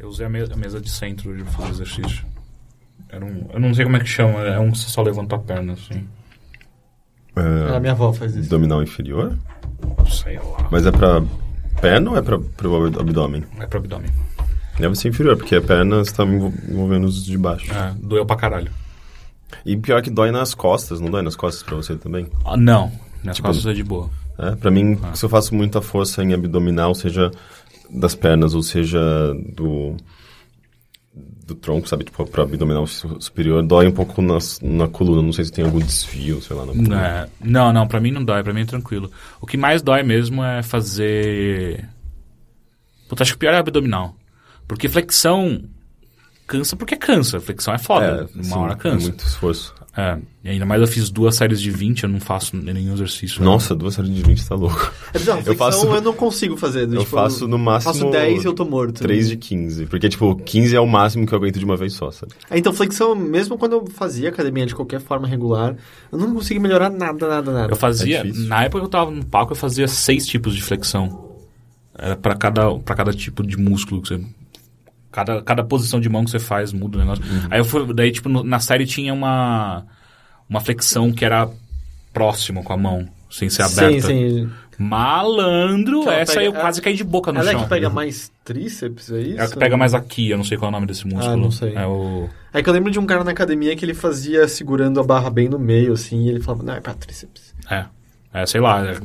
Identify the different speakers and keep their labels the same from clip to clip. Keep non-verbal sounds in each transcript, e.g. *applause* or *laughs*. Speaker 1: Eu usei a, me a mesa de centro de fazer exercício. Era um, eu não sei como é que chama, é um que você só levanta a perna, assim.
Speaker 2: É,
Speaker 3: A minha avó faz isso.
Speaker 2: Abdominal inferior?
Speaker 1: Sei lá.
Speaker 2: Mas é pra perna ou é pra, pro ab- abdômen?
Speaker 1: É pro abdômen.
Speaker 2: Deve ser inferior, porque a perna está envol- envolvendo os de baixo.
Speaker 1: É, doeu pra caralho.
Speaker 2: E pior que dói nas costas, não dói nas costas pra você também?
Speaker 1: Ah, não, minhas costas é de boa.
Speaker 2: É, pra mim, se eu faço muita força em abdominal, seja das pernas ou seja do, do tronco, sabe? Tipo, pro abdominal su- superior, dói um pouco nas, na coluna. Não sei se tem algum desfio, sei lá. Na coluna.
Speaker 1: É, não, não, pra mim não dói, pra mim é tranquilo. O que mais dói mesmo é fazer. Puta, acho que o pior é abdominal. Porque flexão cansa porque cansa. Flexão é foda. uma
Speaker 2: sim,
Speaker 1: hora cansa.
Speaker 2: assim, Muito esforço.
Speaker 1: É, e ainda mais eu fiz duas séries de 20, eu não faço nenhum exercício.
Speaker 2: Nossa, duas séries de 20 tá louco.
Speaker 3: Não, flexão eu,
Speaker 2: faço-
Speaker 3: eu não consigo fazer.
Speaker 2: Eu
Speaker 3: tipo,
Speaker 2: faço no máximo.
Speaker 3: Faço 10 e eu tô morto. né?
Speaker 2: 3 de 15. Porque, tipo, 15 é o máximo que eu aguento de uma vez só, sabe?
Speaker 3: Ah, Então, flexão, mesmo quando eu fazia academia de qualquer forma regular, eu não consegui melhorar nada, nada, nada.
Speaker 1: Eu fazia,
Speaker 2: É difícil.
Speaker 1: na época que eu tava no palco, eu fazia seis tipos de flexão. Era pra cada, pra cada tipo de músculo que você. Cada, cada posição de mão que você faz muda o negócio.
Speaker 2: Uhum.
Speaker 1: Aí eu fui, daí, tipo, no- na série tinha uma, uma flexão que era próxima com a mão, sem ser aberta.
Speaker 3: Sim, Então, sim.
Speaker 1: Malandro,
Speaker 3: Que ela
Speaker 1: essa
Speaker 3: pega-
Speaker 1: eu quase
Speaker 3: ela-
Speaker 1: caí de boca no
Speaker 3: Ela é
Speaker 1: chão. né?
Speaker 3: que pega mais tríceps, é isso? Ah,
Speaker 1: É a que pega mais aqui, eu não sei qual é o nome desse músculo.
Speaker 3: não sei.
Speaker 1: É o.
Speaker 3: É que eu lembro de um cara na academia que ele fazia segurando a barra bem no meio, assim, e ele falava, não, é pra tríceps.
Speaker 1: É. É, sei lá. é-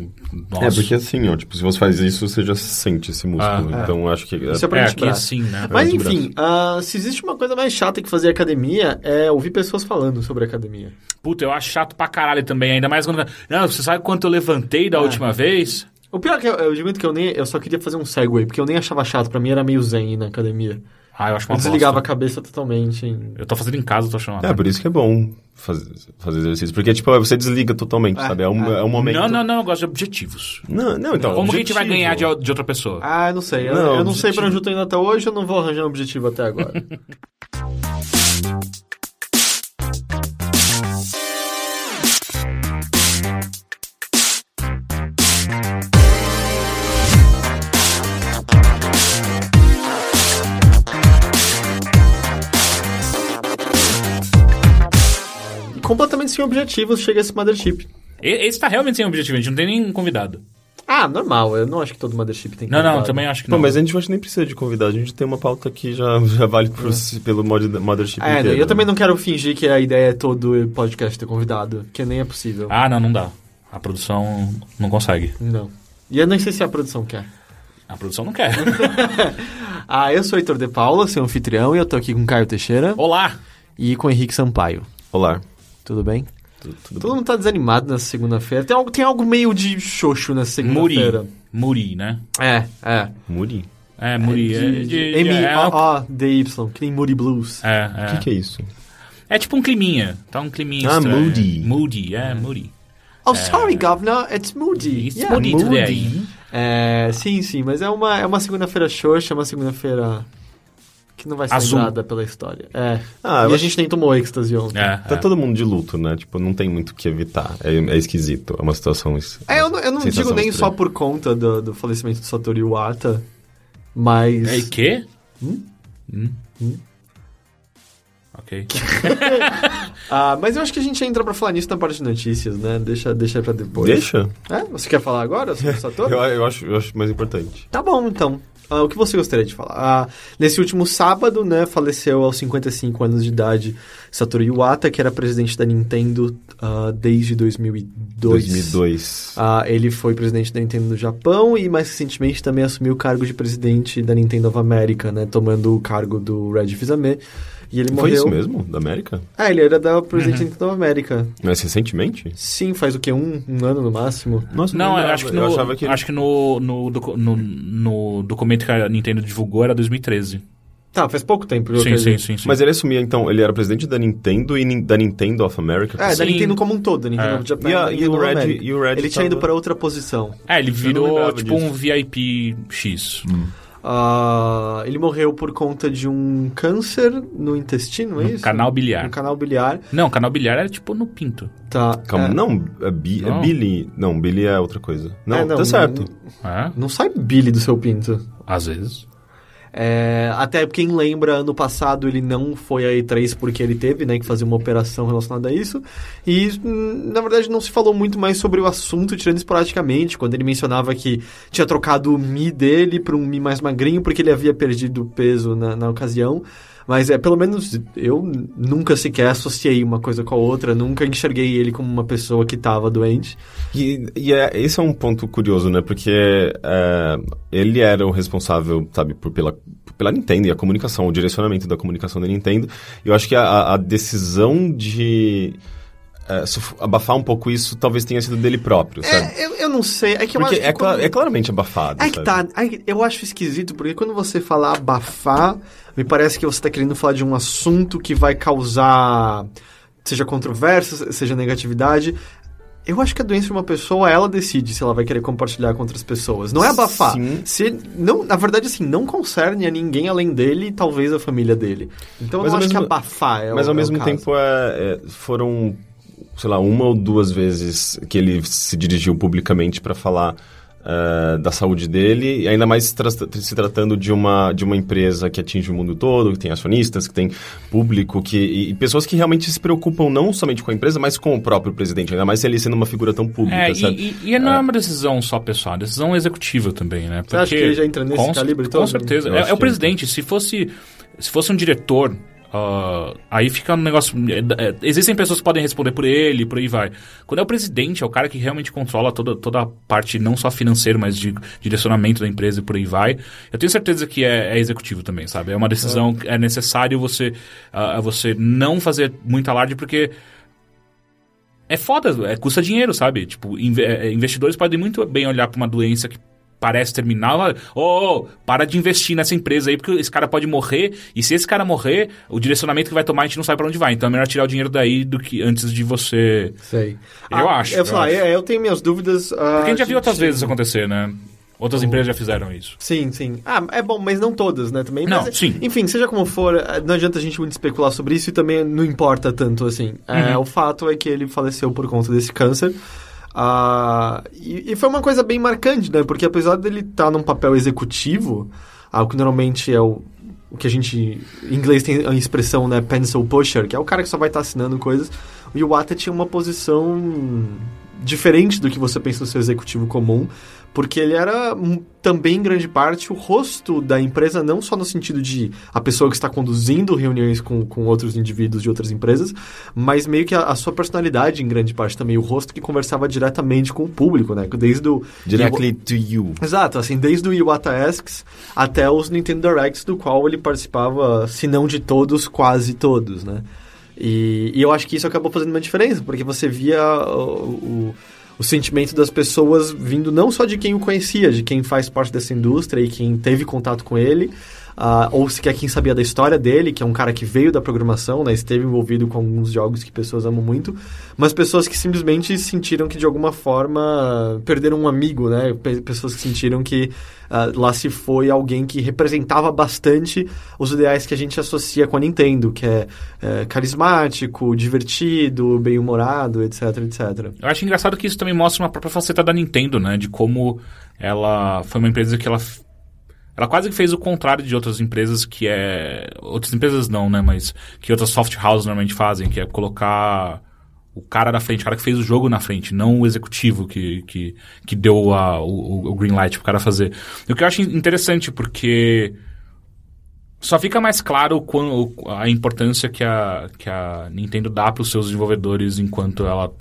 Speaker 1: nossa.
Speaker 2: É, porque assim, ó, tipo, se você faz isso, você já sente esse músculo.
Speaker 1: Ah, é.
Speaker 2: então, eu acho que.
Speaker 3: Isso é pra
Speaker 1: É,
Speaker 3: gente
Speaker 1: aqui
Speaker 3: braço.
Speaker 1: assim, né?
Speaker 3: Mas
Speaker 2: de braço.
Speaker 3: enfim, ah, se existe uma coisa mais chata que fazer academia, é ouvir pessoas falando sobre academia.
Speaker 1: Puta, eu acho chato pra caralho também, ainda mais quando. Não, você sabe quanto eu levantei
Speaker 2: É.
Speaker 1: da última vez?
Speaker 3: O pior é que eu, eu admito que eu nem eu só queria fazer um segue, porque eu nem achava chato, pra mim era meio zen ir na academia.
Speaker 1: Ah, eu acho uma
Speaker 3: Eu desligava a
Speaker 1: bosta.
Speaker 3: cabeça totalmente. em-
Speaker 1: Eu tô fazendo em casa, eu tô achando.
Speaker 2: É, por isso que é bom faz- fazer, exercício. Porque, tipo, você desliga totalmente, sabe? É um, é um momento.
Speaker 1: não, não, não, eu gosto de objetivos.
Speaker 2: Não, não, então.
Speaker 1: Como que a gente vai
Speaker 2: objetivo.
Speaker 1: ganhar de, de outra pessoa?
Speaker 3: Ah, eu não sei. Eu eu
Speaker 2: Não,
Speaker 3: não, sei
Speaker 2: objetivo.
Speaker 3: pra onde eu tô indo até hoje, eu não vou arranjar um objetivo
Speaker 1: *laughs*
Speaker 3: até agora. E Completamente sem objetivos, chega esse mothership.
Speaker 1: E- Esse tá realmente sem objetivo, a gente não tem nem convidado.
Speaker 3: Ah, normal, eu não acho que todo mothership tem que
Speaker 1: Não, não,
Speaker 3: mudar.
Speaker 1: também acho que
Speaker 2: Pô,
Speaker 1: não.
Speaker 2: mas a gente hoje nem precisa de convidar, a gente tem uma pauta que já, *laughs* já vale pro, pelo mod, Mothership
Speaker 3: É,
Speaker 2: inteiro.
Speaker 3: eu também não quero fingir que a ideia é todo podcast ter convidado, que nem é possível.
Speaker 1: Ah, não, não dá. A produção não consegue.
Speaker 3: Não. E eu nem sei se a produção quer.
Speaker 1: A produção
Speaker 2: *laughs*
Speaker 1: não quer.
Speaker 3: Ah, eu sou Heitor de Paula, seu anfitrião, e eu tô aqui com Caio Teixeira
Speaker 1: Olá!
Speaker 3: e com Henrique Sampaio.
Speaker 2: Olá.
Speaker 3: Tudo bem?
Speaker 2: Tudo, tudo
Speaker 3: Todo mundo tá desanimado nessa segunda-feira. Tem algo, tem algo meio de xoxo nessa
Speaker 1: Muri.
Speaker 3: segunda-feira.
Speaker 1: Muri, né?
Speaker 3: É, é.
Speaker 2: bem? Muri?
Speaker 1: É, Muri. É, de, de- é,
Speaker 3: M-O-O-D-Y, que nem Moody Blues.
Speaker 1: é, é.
Speaker 2: O que, que é isso?
Speaker 1: É tipo um climinha. Tá um climinha.
Speaker 2: Ah,
Speaker 1: estranho.
Speaker 2: moody.
Speaker 1: Moody, é, Moody.
Speaker 3: Oh, sorry, governor, it's Moody.
Speaker 1: It's
Speaker 3: Yeah.
Speaker 1: moody today.
Speaker 3: É, sim, sim, mas é uma, é uma segunda-feira xoxa, é uma segunda-feira que não vai ser
Speaker 1: Azul.
Speaker 3: lembrada pela história. É.
Speaker 2: Ah,
Speaker 3: e
Speaker 2: eu
Speaker 3: a
Speaker 2: acho-
Speaker 3: gente nem tomou êxtase ontem.
Speaker 1: É,
Speaker 2: Tá
Speaker 1: é.
Speaker 2: todo mundo de luto, né? Tipo, não tem muito o que evitar. É, é esquisito. É uma situação. es-
Speaker 3: É, eu não, eu não
Speaker 2: sensação
Speaker 3: digo nem
Speaker 2: estranha.
Speaker 3: só por conta do, do falecimento do Satoru Iwata, mas...
Speaker 1: É, e quê? Hum? Ok.
Speaker 3: Ah, mas eu acho que a gente entra pra falar nisso na parte de notícias, né? Deixa, deixa pra depois.
Speaker 2: Deixa?
Speaker 3: É? Você quer falar agora sobre o
Speaker 2: Eu,
Speaker 3: Satoru?
Speaker 2: eu, acho, eu acho mais importante.
Speaker 3: Tá bom, então. Ah, o que você gostaria de falar? Ah, nesse último sábado, né, faleceu aos 55 anos de idade Satoru Iwata, que era presidente da Nintendo ah, desde 2002.
Speaker 2: 2002.
Speaker 3: Ah, ele foi presidente da Nintendo do Japão e mais recentemente também assumiu o cargo de presidente da Nintendo of America, né, tomando o cargo do Red Fizame. E ele
Speaker 2: Foi
Speaker 3: morreu...
Speaker 2: isso mesmo? Da América?
Speaker 3: Ah, ele era
Speaker 1: Uhum.
Speaker 3: da presidente da Nintendo of America.
Speaker 2: Mas recentemente?
Speaker 3: Sim, faz o quê? Um, um ano no máximo?
Speaker 2: Nossa,
Speaker 1: Não, é. eu
Speaker 2: lembrava.
Speaker 1: acho que
Speaker 2: Eu
Speaker 1: no,
Speaker 2: achava que.
Speaker 1: acho que no, no, docu- no- no documento momento que a Nintendo divulgou era 2013.
Speaker 3: Tá, faz pouco tempo. eu
Speaker 1: Sim, sim,
Speaker 3: acredito.
Speaker 1: sim, sim.
Speaker 2: Mas ele assumia, então, ele era presidente da Nintendo e nin- da Nintendo of America.
Speaker 3: É, da
Speaker 1: Sim.
Speaker 3: Nintendo como um todo, Nintendo of Japan,
Speaker 2: E a- e
Speaker 3: Nintendo
Speaker 2: o
Speaker 3: of
Speaker 2: Red-
Speaker 3: America.
Speaker 2: e o Red
Speaker 3: Ele tinha ido
Speaker 2: tava-
Speaker 3: para outra posição.
Speaker 1: É, ele virou
Speaker 2: lembrava
Speaker 1: tipo
Speaker 2: disso.
Speaker 1: um VIP X.
Speaker 3: Ah, ele morreu por conta de um câncer no intestino, é
Speaker 1: No
Speaker 3: isso?
Speaker 1: canal biliar.
Speaker 3: No canal biliar.
Speaker 1: Não, canal bilhar era tipo no pinto.
Speaker 3: Tá.
Speaker 2: Calma,
Speaker 3: é,
Speaker 2: não, é, Bi- é
Speaker 1: Não.
Speaker 2: Billy. Não, Billy é outra coisa. Não,
Speaker 3: É, não,
Speaker 2: tá certo.
Speaker 1: É?
Speaker 3: Não sai Billy do seu pinto.
Speaker 1: Às vezes.
Speaker 3: É, até quem lembra, ano passado ele não foi a E3 porque ele teve, né, que fazer uma operação relacionada a isso. E, hum, na verdade, não se falou muito mais sobre o assunto, tirando esporadicamente, quando ele mencionava que tinha trocado o Mi dele para um Mi mais magrinho porque ele havia perdido peso na, na ocasião. Mas é, pelo menos eu nunca sequer associei uma coisa com a outra, nunca enxerguei ele como uma pessoa que estava doente.
Speaker 2: E, e é, esse é um ponto curioso, né? Porque é, ele era o responsável, sabe, por, pela, pela Nintendo e a comunicação, o direcionamento da comunicação da Nintendo. E eu acho que a, a decisão de é, suf- abafar um pouco isso talvez tenha sido dele próprio, sabe?
Speaker 3: É, eu, eu não sei, é que eu
Speaker 2: Tá. Porque
Speaker 3: acho que
Speaker 2: é, cla-
Speaker 3: quando-
Speaker 2: é claramente abafado.
Speaker 3: É que
Speaker 2: sabe?
Speaker 3: tá. aí Eu acho esquisito, porque quando você fala abafar, me parece que você tá querendo falar de um assunto que vai causar, seja controvérsia, seja negatividade. Eu acho que a doença de uma pessoa, ela decide se ela vai querer compartilhar com outras pessoas. Não é abafar.
Speaker 2: Sim.
Speaker 3: Se, não, na verdade, assim, não concerne a ninguém além dele e talvez a família dele. Então eu
Speaker 2: Mas ao
Speaker 3: não acho que
Speaker 2: mesmo-
Speaker 3: abafar é o
Speaker 2: Mas
Speaker 3: é
Speaker 2: ao
Speaker 3: o
Speaker 2: mesmo
Speaker 3: caso.
Speaker 2: tempo é, é, foram, sei lá, uma ou duas vezes que ele se dirigiu publicamente para falar eh, da saúde dele, e ainda mais tra- se tratando de uma, de uma empresa que atinge o mundo todo, que tem acionistas, que tem público, que, e, e pessoas que realmente se preocupam não somente com a empresa, mas com o próprio presidente, ainda mais se ele sendo uma figura tão pública,
Speaker 1: É, e,
Speaker 2: sabe?
Speaker 1: e- e não é uma decisão só pessoal, é uma decisão executiva também, né?
Speaker 3: Você acha
Speaker 1: Porque-
Speaker 3: que ele já entra nesse
Speaker 1: com,
Speaker 3: calibre
Speaker 1: Com
Speaker 3: todo?
Speaker 1: certeza.
Speaker 2: Eu
Speaker 1: É,
Speaker 2: acho
Speaker 1: é o
Speaker 2: que-
Speaker 1: presidente. Se fosse, se fosse um diretor, ah, aí fica um negócio... é, é, existem pessoas que podem responder por ele, por aí vai. Quando é o presidente, é o cara que realmente controla toda, toda a parte, não só financeira, mas de direcionamento da empresa e por aí vai. Eu tenho certeza que é, é executivo também, sabe? É uma decisão que é necessário você, ah, você não fazer muito alarde, porque... É foda, é, custa dinheiro, sabe? Tipo, inve- é, investidores podem muito bem olhar pra uma doença que parece terminal, ô, ô, para de investir nessa empresa aí, porque esse cara pode morrer, e se esse cara morrer, o direcionamento que vai tomar a gente não sabe pra onde vai. Então é melhor tirar o dinheiro daí do que antes de você.
Speaker 3: Sei. Ah,
Speaker 1: Eu acho,
Speaker 3: Eu, sei
Speaker 1: eu
Speaker 3: lá, é,
Speaker 1: acho.
Speaker 3: eu- eu tenho minhas dúvidas. ah,
Speaker 1: Porque a gente já viu outras vezes isso acontecer, né? Outras empresas já fizeram isso.
Speaker 3: Sim, sim. Ah, é bom, mas não todas, né, também.
Speaker 1: Não,
Speaker 3: Mas,
Speaker 1: sim.
Speaker 3: Enfim, seja como for, eh, não adianta a gente muito especular sobre isso e também não importa tanto, assim. É,
Speaker 1: Uhum.
Speaker 3: o fato é que ele faleceu por conta desse câncer. Ah, e, e foi uma coisa bem marcante, né, porque apesar dele estar num papel executivo, ah, o que normalmente é o, o que a gente... Em inglês tem a expressão, né, pencil pusher, que é o cara que só vai estar assinando coisas. O Iwata tinha uma posição diferente do que você pensa no seu executivo comum, porque ele era hum, também, em grande parte, o rosto da empresa, não só no sentido de a pessoa que está conduzindo reuniões com, com outros indivíduos de outras empresas, mas meio que a, a sua personalidade, em grande parte, também, o rosto que conversava diretamente com o público, né? Desde o...
Speaker 2: Directly to you.
Speaker 3: Exato, assim, desde o Iwata Asks até os Nintendo Directs, do qual ele participava, se não de todos, quase todos, né? E, e eu acho que isso acabou fazendo uma diferença, porque você via o, o, o sentimento das pessoas vindo não só de quem o conhecia, de quem faz parte dessa indústria e quem teve contato com ele, ah, ou sequer quem sabia da história dele, que é um cara que veio da programação, né, esteve envolvido com alguns jogos que pessoas amam muito, mas pessoas que simplesmente sentiram que de alguma forma perderam um amigo, né? pe- Pessoas que sentiram que ah, lá se foi alguém que representava bastante os ideais que a gente associa com a Nintendo, que é, eh, carismático, divertido, bem-humorado, etc, etc.
Speaker 1: Eu acho engraçado que isso também mostra uma própria faceta da Nintendo, né? De como ela foi uma empresa que ela. f- Ela quase que fez o contrário de outras empresas que é. Outras empresas não, né? Mas que outras soft houses normalmente fazem, que é colocar o cara na frente, o cara que fez o jogo na frente, não o executivo que, que, que deu a, o, o- o green light pro cara fazer. E O que eu acho interessante, porque só fica mais claro o quão- o- a importância que a, que a Nintendo dá para os seus desenvolvedores enquanto ela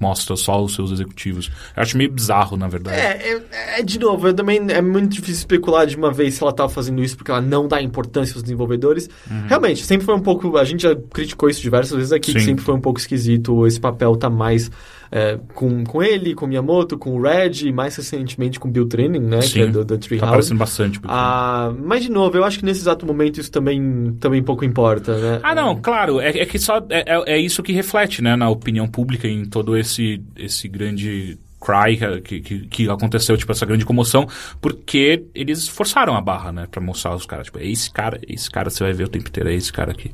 Speaker 1: mostra só os seus executivos. Eu acho meio bizarro, na verdade.
Speaker 3: É, é, é, de novo, eu também é muito difícil especular de uma vez se ela tá fazendo isso porque ela não dá importância aos desenvolvedores. Realmente, sempre foi um pouco. A gente já criticou isso diversas vezes aqui, que
Speaker 1: Uhum. Sim.
Speaker 3: sempre foi um pouco esquisito. Esse papel tá mais é, com, com ele, com Miyamoto, com o Red, e mais recentemente com Bill Training, né? Que é
Speaker 1: Sim,
Speaker 3: do,
Speaker 1: tá
Speaker 3: do Treehouse.
Speaker 1: aparecendo bastante. porque-
Speaker 3: ah, mas de novo, eu acho que nesse exato momento isso também, também pouco importa, né?
Speaker 1: Ah, não, claro. É, é que só é, é- é isso que reflete, né, na opinião pública em todo esse esse grande cry que, que, que aconteceu, tipo essa grande comoção, porque eles forçaram a barra, né, Pra mostrar os caras, tipo, é esse cara, é esse cara você vai ver o tempo inteiro, é esse cara aqui.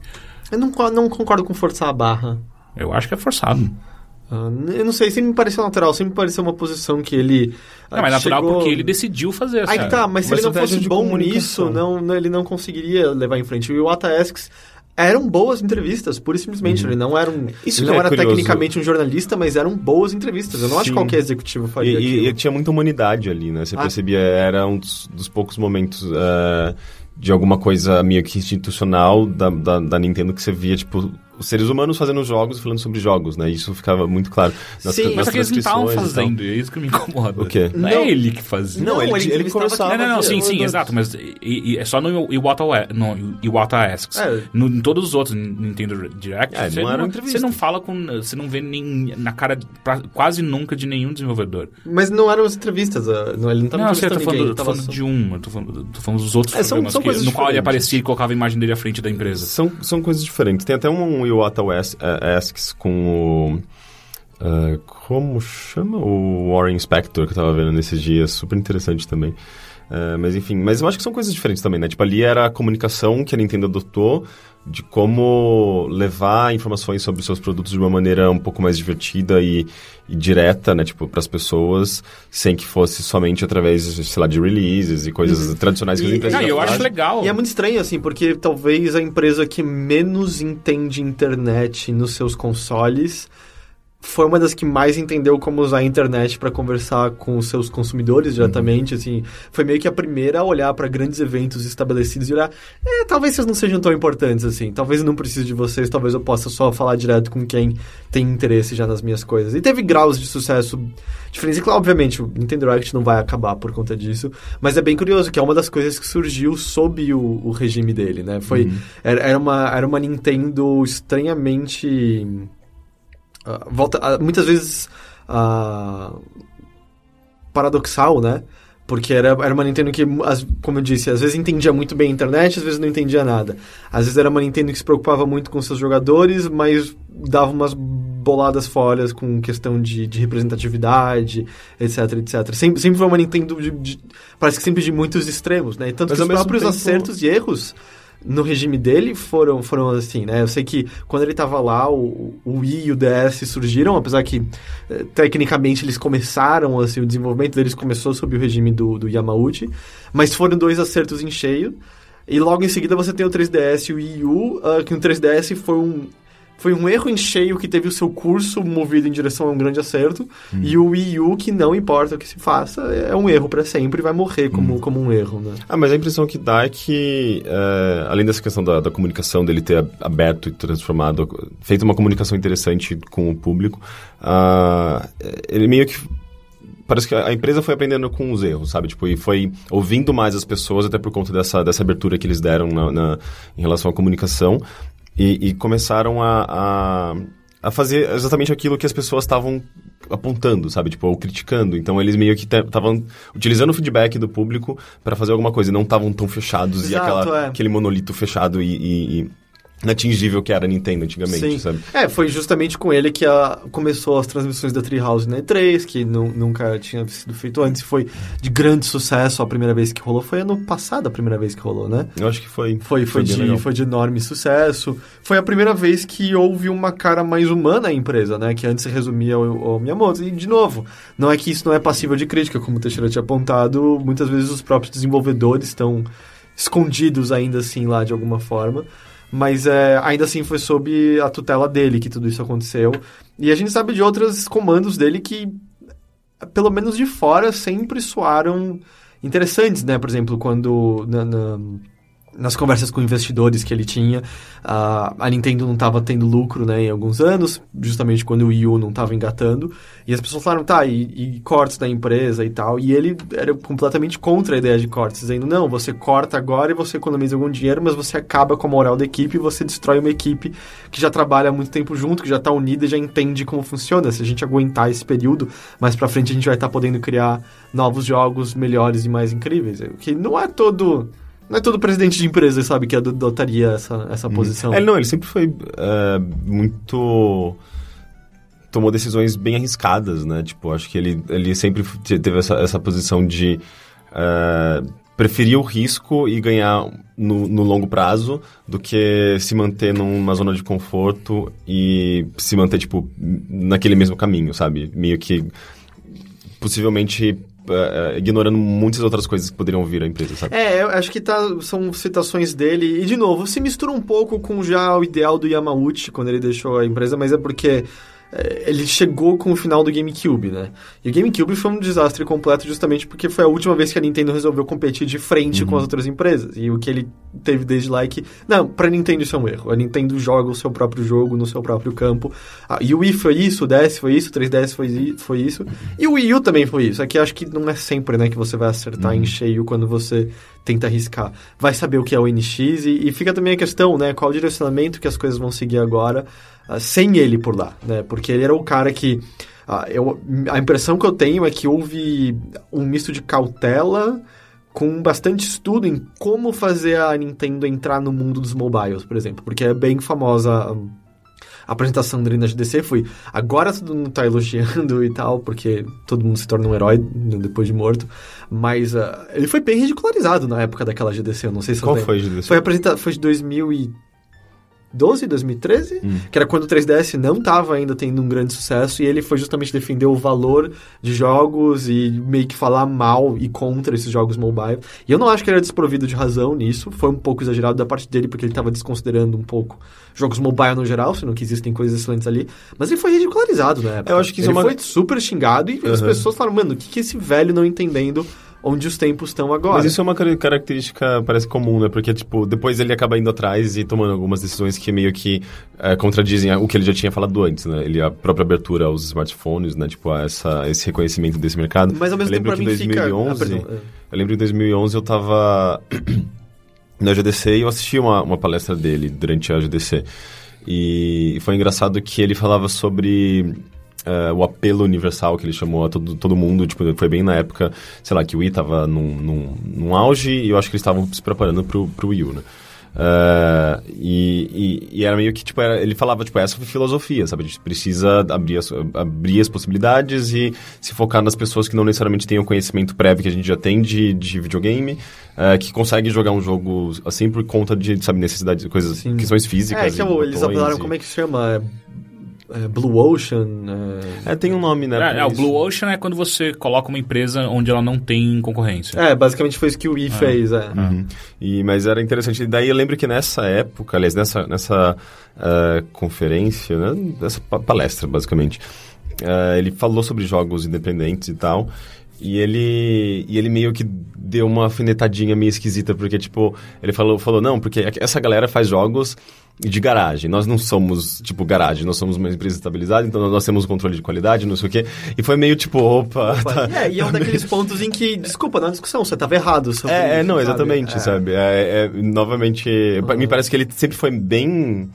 Speaker 3: Eu não, co- não concordo com forçar a barra.
Speaker 1: Eu acho que é forçado.
Speaker 3: Ah, n- eu não sei, sempre me pareceu natural, sempre me pareceu uma posição que ele.
Speaker 1: não,
Speaker 3: ah,
Speaker 1: Tá, mas natural
Speaker 3: chegou-
Speaker 1: porque ele decidiu fazer.
Speaker 3: Aí que
Speaker 1: sabe?
Speaker 3: tá, mas se
Speaker 2: É Uma
Speaker 3: ele não
Speaker 2: estratégia
Speaker 3: fosse
Speaker 2: de
Speaker 3: bom
Speaker 2: comunicação.
Speaker 3: nisso, não, não- ele não conseguiria levar em frente. E o Ataesks eram boas entrevistas, pura e simplesmente. Ele não era, um,
Speaker 2: Uhum. Isso que
Speaker 3: ele não
Speaker 2: é
Speaker 3: era
Speaker 2: curioso.
Speaker 3: tecnicamente um jornalista, mas eram boas entrevistas. Eu não acho
Speaker 2: Sim.
Speaker 3: que qualquer executivo
Speaker 2: E,
Speaker 3: faria
Speaker 2: e-
Speaker 3: aquilo.
Speaker 2: e tinha muita humanidade ali, né? Você
Speaker 3: Ah.
Speaker 2: percebia, era um dos, dos poucos momentos eh, de alguma coisa meio que institucional da, da, da Nintendo que você via, tipo, os seres humanos fazendo jogos e falando sobre jogos, né? Isso ficava muito claro.
Speaker 3: Sim,
Speaker 2: tra-
Speaker 1: Mas é que eles não estavam
Speaker 2: transcrições e tal.
Speaker 1: fazendo, é isso que me incomoda.
Speaker 2: O quê?
Speaker 1: Não, é ele que fazia.
Speaker 2: Não, ele- ele
Speaker 3: entrevistava
Speaker 2: conversava
Speaker 3: quem
Speaker 1: Não, não, não,
Speaker 3: tava
Speaker 1: sim,
Speaker 3: aqui.
Speaker 1: sim, exato, mas e- e- é só no Iwata, Wa- no Iwata Asks.
Speaker 3: É.
Speaker 1: No, em todos os outros Nintendo Direct,
Speaker 2: É,
Speaker 1: você,
Speaker 2: não era
Speaker 1: não,
Speaker 2: entrevista.
Speaker 1: você não fala com. Você não vê nem, na cara de- pra- quase nunca de nenhum desenvolvedor.
Speaker 3: Mas não eram as entrevistas, ah, não, ele não
Speaker 2: Tá
Speaker 3: estava
Speaker 1: não, eu sei, eu tô
Speaker 3: entrevistando
Speaker 1: falando,
Speaker 3: ninguém.
Speaker 1: eu tô
Speaker 3: tava
Speaker 1: falando
Speaker 3: só-
Speaker 1: de um, eu tô falando, eu tô falando dos outros
Speaker 2: É, são-
Speaker 1: programas
Speaker 2: são
Speaker 1: que,
Speaker 2: coisas
Speaker 1: no qual ele
Speaker 2: diferentes.
Speaker 1: aparecia e colocava a imagem dele à frente da empresa.
Speaker 2: São, são coisas diferentes. Tem até um Iwata Wes- eh, Asks com o. eh, como chama? O Warren Spector que eu tava vendo nesses dias, super interessante também. Eh, mas enfim, mas eu acho que são coisas diferentes também, né? Tipo, ali era a comunicação que a Nintendo adotou de como levar informações sobre os seus produtos de uma maneira um pouco mais divertida e, e direta, né? Tipo, para as pessoas, sem que fosse somente através, sei lá, de releases e coisas tradicionais que as
Speaker 3: E-
Speaker 2: empresas
Speaker 1: Não, Uhum. e eu
Speaker 2: já
Speaker 1: acho
Speaker 2: fazem.
Speaker 1: legal.
Speaker 3: E é muito estranho, assim, porque talvez a empresa que menos entende internet nos seus consoles foi uma das que mais entendeu como usar a internet para conversar com os seus consumidores diretamente, assim. Foi meio que a primeira a olhar para grandes eventos estabelecidos e olhar, é, talvez vocês não sejam tão importantes, assim. Talvez eu não precise de vocês, talvez eu possa só falar direto com quem tem interesse já nas minhas coisas. E teve graus de sucesso diferentes. E claro, obviamente, o Nintendo Direct não vai acabar por conta disso, mas é bem curioso que é uma das coisas que surgiu sob o, o regime dele, né? Foi era, era uma era uma Nintendo estranhamente ah, volta ah, muitas vezes ah, paradoxal, né? Porque era, era uma Nintendo que, as- como eu disse, às vezes entendia muito bem a internet, às vezes não entendia nada. Às vezes era uma Nintendo que se preocupava muito com seus jogadores, mas dava umas boladas folhas com questão de, de representatividade, etc, etc. Sempre, sempre foi uma Nintendo de, de- parece que sempre de muitos extremos, né? E Tanto
Speaker 2: Mas
Speaker 3: que
Speaker 2: ao
Speaker 3: os
Speaker 2: mesmo
Speaker 3: próprios
Speaker 2: tempo-
Speaker 3: acertos e erros no regime dele foram, foram assim, né? Eu sei que quando ele tava lá, o, o Wii e o DS surgiram, apesar que eh, tecnicamente eles começaram, assim, o desenvolvimento deles começou sob o regime do, do Yamauchi, mas foram dois acertos em cheio. E logo em seguida você tem o 3DS e o Wii U, ah, que o 3DS foi um, foi um erro em cheio que teve o seu curso movido em direção a um grande acerto, e o Wii U, que não importa o que se faça, é um erro pra sempre, vai morrer como, como um erro, né?
Speaker 2: Ah, mas a impressão que dá é que, eh, além dessa questão da, da comunicação, dele ter ab- aberto e transformado, feito uma comunicação interessante com o público, ah, ele meio que. Parece que a a empresa foi aprendendo com os erros, sabe? Tipo, e foi ouvindo mais as pessoas, até por conta dessa, dessa abertura que eles deram na, na- em relação à comunicação, e, e começaram a- a a fazer exatamente aquilo que as pessoas estavam apontando, sabe? Tipo, ou criticando. Então eles meio que estavam utilizando o feedback do público para fazer alguma coisa e não estavam tão fechados e
Speaker 3: Exato,
Speaker 2: aquela-
Speaker 3: é.
Speaker 2: aquele monolito fechado e, e- e inatingível que era a Nintendo antigamente, sabe?
Speaker 3: É, foi justamente com ele que a- começou as transmissões da Treehouse na E3, que nu- nunca tinha sido feito antes, e foi de grande sucesso a primeira vez que rolou. Foi ano passado a primeira vez que rolou, né?
Speaker 2: Eu acho que foi.
Speaker 3: Foi, foi,
Speaker 2: bem
Speaker 3: de,
Speaker 2: legal.
Speaker 3: foi de enorme sucesso. Foi a primeira vez que houve uma cara mais humana à empresa, né? Que antes se resumia ao, ao Miyamoto. E, de novo, não é que isso não é passível de crítica, como o Teixeira tinha apontado. Muitas vezes os próprios desenvolvedores estão escondidos ainda assim lá de alguma forma. Mas é, ainda assim foi sob a tutela dele que tudo isso aconteceu. E a gente sabe de outros comandos dele que pelo menos de fora, sempre soaram interessantes, né? Por exemplo, quando na, na- nas conversas com investidores que ele tinha, a, a Nintendo não estava tendo lucro né, em alguns anos, justamente quando o Wii U não estava engatando. E as pessoas falaram, tá, e, e cortes na empresa e tal. E ele era completamente contra a ideia de cortes, dizendo, não, você corta agora e você economiza algum dinheiro, mas você acaba com a moral da equipe e você destrói uma equipe que já trabalha há muito tempo junto, que já está unida e já entende como funciona. Se a gente aguentar esse período, mais pra frente a gente vai estar podendo criar novos jogos melhores e mais incríveis. O que não é todo... Não é todo presidente de empresa, sabe, que adotaria essa, essa posição.
Speaker 2: É, não, ele sempre foi é, muito. tomou decisões bem arriscadas, né? Tipo, acho que ele, ele sempre te- teve essa, essa posição de. é, preferir o risco e ganhar no, no longo prazo do que se manter numa zona de conforto e se manter, tipo, naquele mesmo caminho, sabe? Meio que. possivelmente. é, é, ignorando muitas outras coisas que poderiam vir à empresa, sabe?
Speaker 3: É, eu acho que tá- são citações dele. E, de novo, se mistura um pouco com já o ideal do Yamauchi quando ele deixou a empresa, mas é porque é, ele chegou com o final do GameCube, né? E o GameCube foi um desastre completo justamente porque foi a última vez que a Nintendo resolveu competir de frente com as outras empresas. E o que ele teve desde lá é que... Não, pra Nintendo isso é um erro. A Nintendo joga o seu próprio jogo no seu próprio campo. Ah, e o Wii foi isso, o DS foi isso, o 3DS foi, i- foi isso. E o Wii U também foi isso. Aqui acho que não é sempre, né, que você vai acertar em cheio quando você tenta arriscar. Vai saber o que é o NX e, e fica também a questão, né, qual o direcionamento que as coisas vão seguir agora ah, sem ele por lá, né? Porque ele era o cara que... ah, eu, a impressão que eu tenho é que houve um misto de cautela com bastante estudo em como fazer a Nintendo entrar no mundo dos mobiles, por exemplo. Porque é bem famosa hum, a apresentação dele na GDC foi agora todo mundo tá elogiando e tal, porque todo mundo se torna um herói né, depois de morto. Mas ah, ele foi bem ridicularizado na época daquela GDC, eu não sei se
Speaker 2: Qual
Speaker 3: eu
Speaker 2: foi a GDC?
Speaker 3: Foi apresentado, foi de 2012, 2013,
Speaker 2: Hum.
Speaker 3: que era quando o 3DS não tava ainda tendo um grande sucesso, e ele foi justamente defender o valor de jogos e meio que falar mal e contra esses jogos mobile. E eu não acho que ele era desprovido de razão nisso, foi um pouco exagerado da parte dele, porque ele tava desconsiderando um pouco jogos mobile no geral, sendo que existem coisas excelentes ali, mas ele foi ridicularizado na época.
Speaker 2: Eu acho que isso
Speaker 3: ele
Speaker 2: é uma-
Speaker 3: foi super xingado e as
Speaker 2: Uhum.
Speaker 3: pessoas falaram, mano, o que, que esse velho não entendendo onde os tempos estão agora?
Speaker 2: Mas isso é uma car- característica, parece comum, né? Porque, tipo, depois ele acaba indo atrás e tomando algumas decisões que meio que eh, contradizem o que ele já tinha falado antes, né? Ele, a própria abertura aos smartphones, né? Tipo, a essa, esse reconhecimento desse mercado.
Speaker 3: Mas ao mesmo
Speaker 2: eu lembro
Speaker 3: tempo,
Speaker 2: que
Speaker 3: pra
Speaker 2: em
Speaker 3: mim, fica-
Speaker 2: 2011,
Speaker 3: Ah, perdão,
Speaker 2: Eu lembro que em 2011 eu tava *clears throat* na GDC e eu assisti uma, uma palestra dele durante a GDC. E foi engraçado que ele falava sobre eh, o apelo universal que ele chamou a todo, todo mundo. Tipo, foi bem na época, sei lá, que o Wii tava num, num, num auge e eu acho que eles estavam se preparando pro, pro Wii U, né? Eh, e, e, e era meio que, tipo, era- ele falava, tipo, essa foi a filosofia, sabe? A gente precisa abrir as, abrir as possibilidades e se focar nas pessoas que não necessariamente têm o conhecimento prévio que a gente já tem de, de videogame, eh, que conseguem jogar um jogo, assim, por conta de, sabe, necessidades, coisas,
Speaker 3: Sim.
Speaker 2: questões físicas.
Speaker 3: É, que é o- eles apelaram, como é que se chama? É, é Blue Ocean?
Speaker 2: É, tem um nome, né?
Speaker 1: É, é,
Speaker 2: pra
Speaker 1: o
Speaker 2: isso.
Speaker 1: Blue Ocean é quando você coloca uma empresa onde ela não tem concorrência.
Speaker 3: É, É, basicamente foi isso que o Wii fez, é.
Speaker 2: Uhum. E, mas era interessante. E daí eu lembro que nessa época, aliás, nessa, nessa ah, conferência, né, nessa pa- palestra, basicamente, ah, ele falou sobre jogos independentes e tal. E ele, e ele meio que deu uma alfinetadinha meio esquisita, porque, tipo, ele falou, falou não, porque é essa galera faz jogos de garagem. Nós não somos, tipo, garagem, nós somos uma empresa estabilizada, então nós temos um controle de qualidade, não sei o quê. E foi meio tipo, opa, *laughs* tá,
Speaker 3: É, e é um daqueles pontos em que, desculpa, na discussão, você tava errado. sobre
Speaker 2: é, é,
Speaker 3: isso,
Speaker 2: não,
Speaker 3: sabe?
Speaker 2: exatamente,
Speaker 3: É.
Speaker 2: sabe? É, é, novamente, pa-
Speaker 3: Uhum.
Speaker 2: me parece que ele sempre foi bem.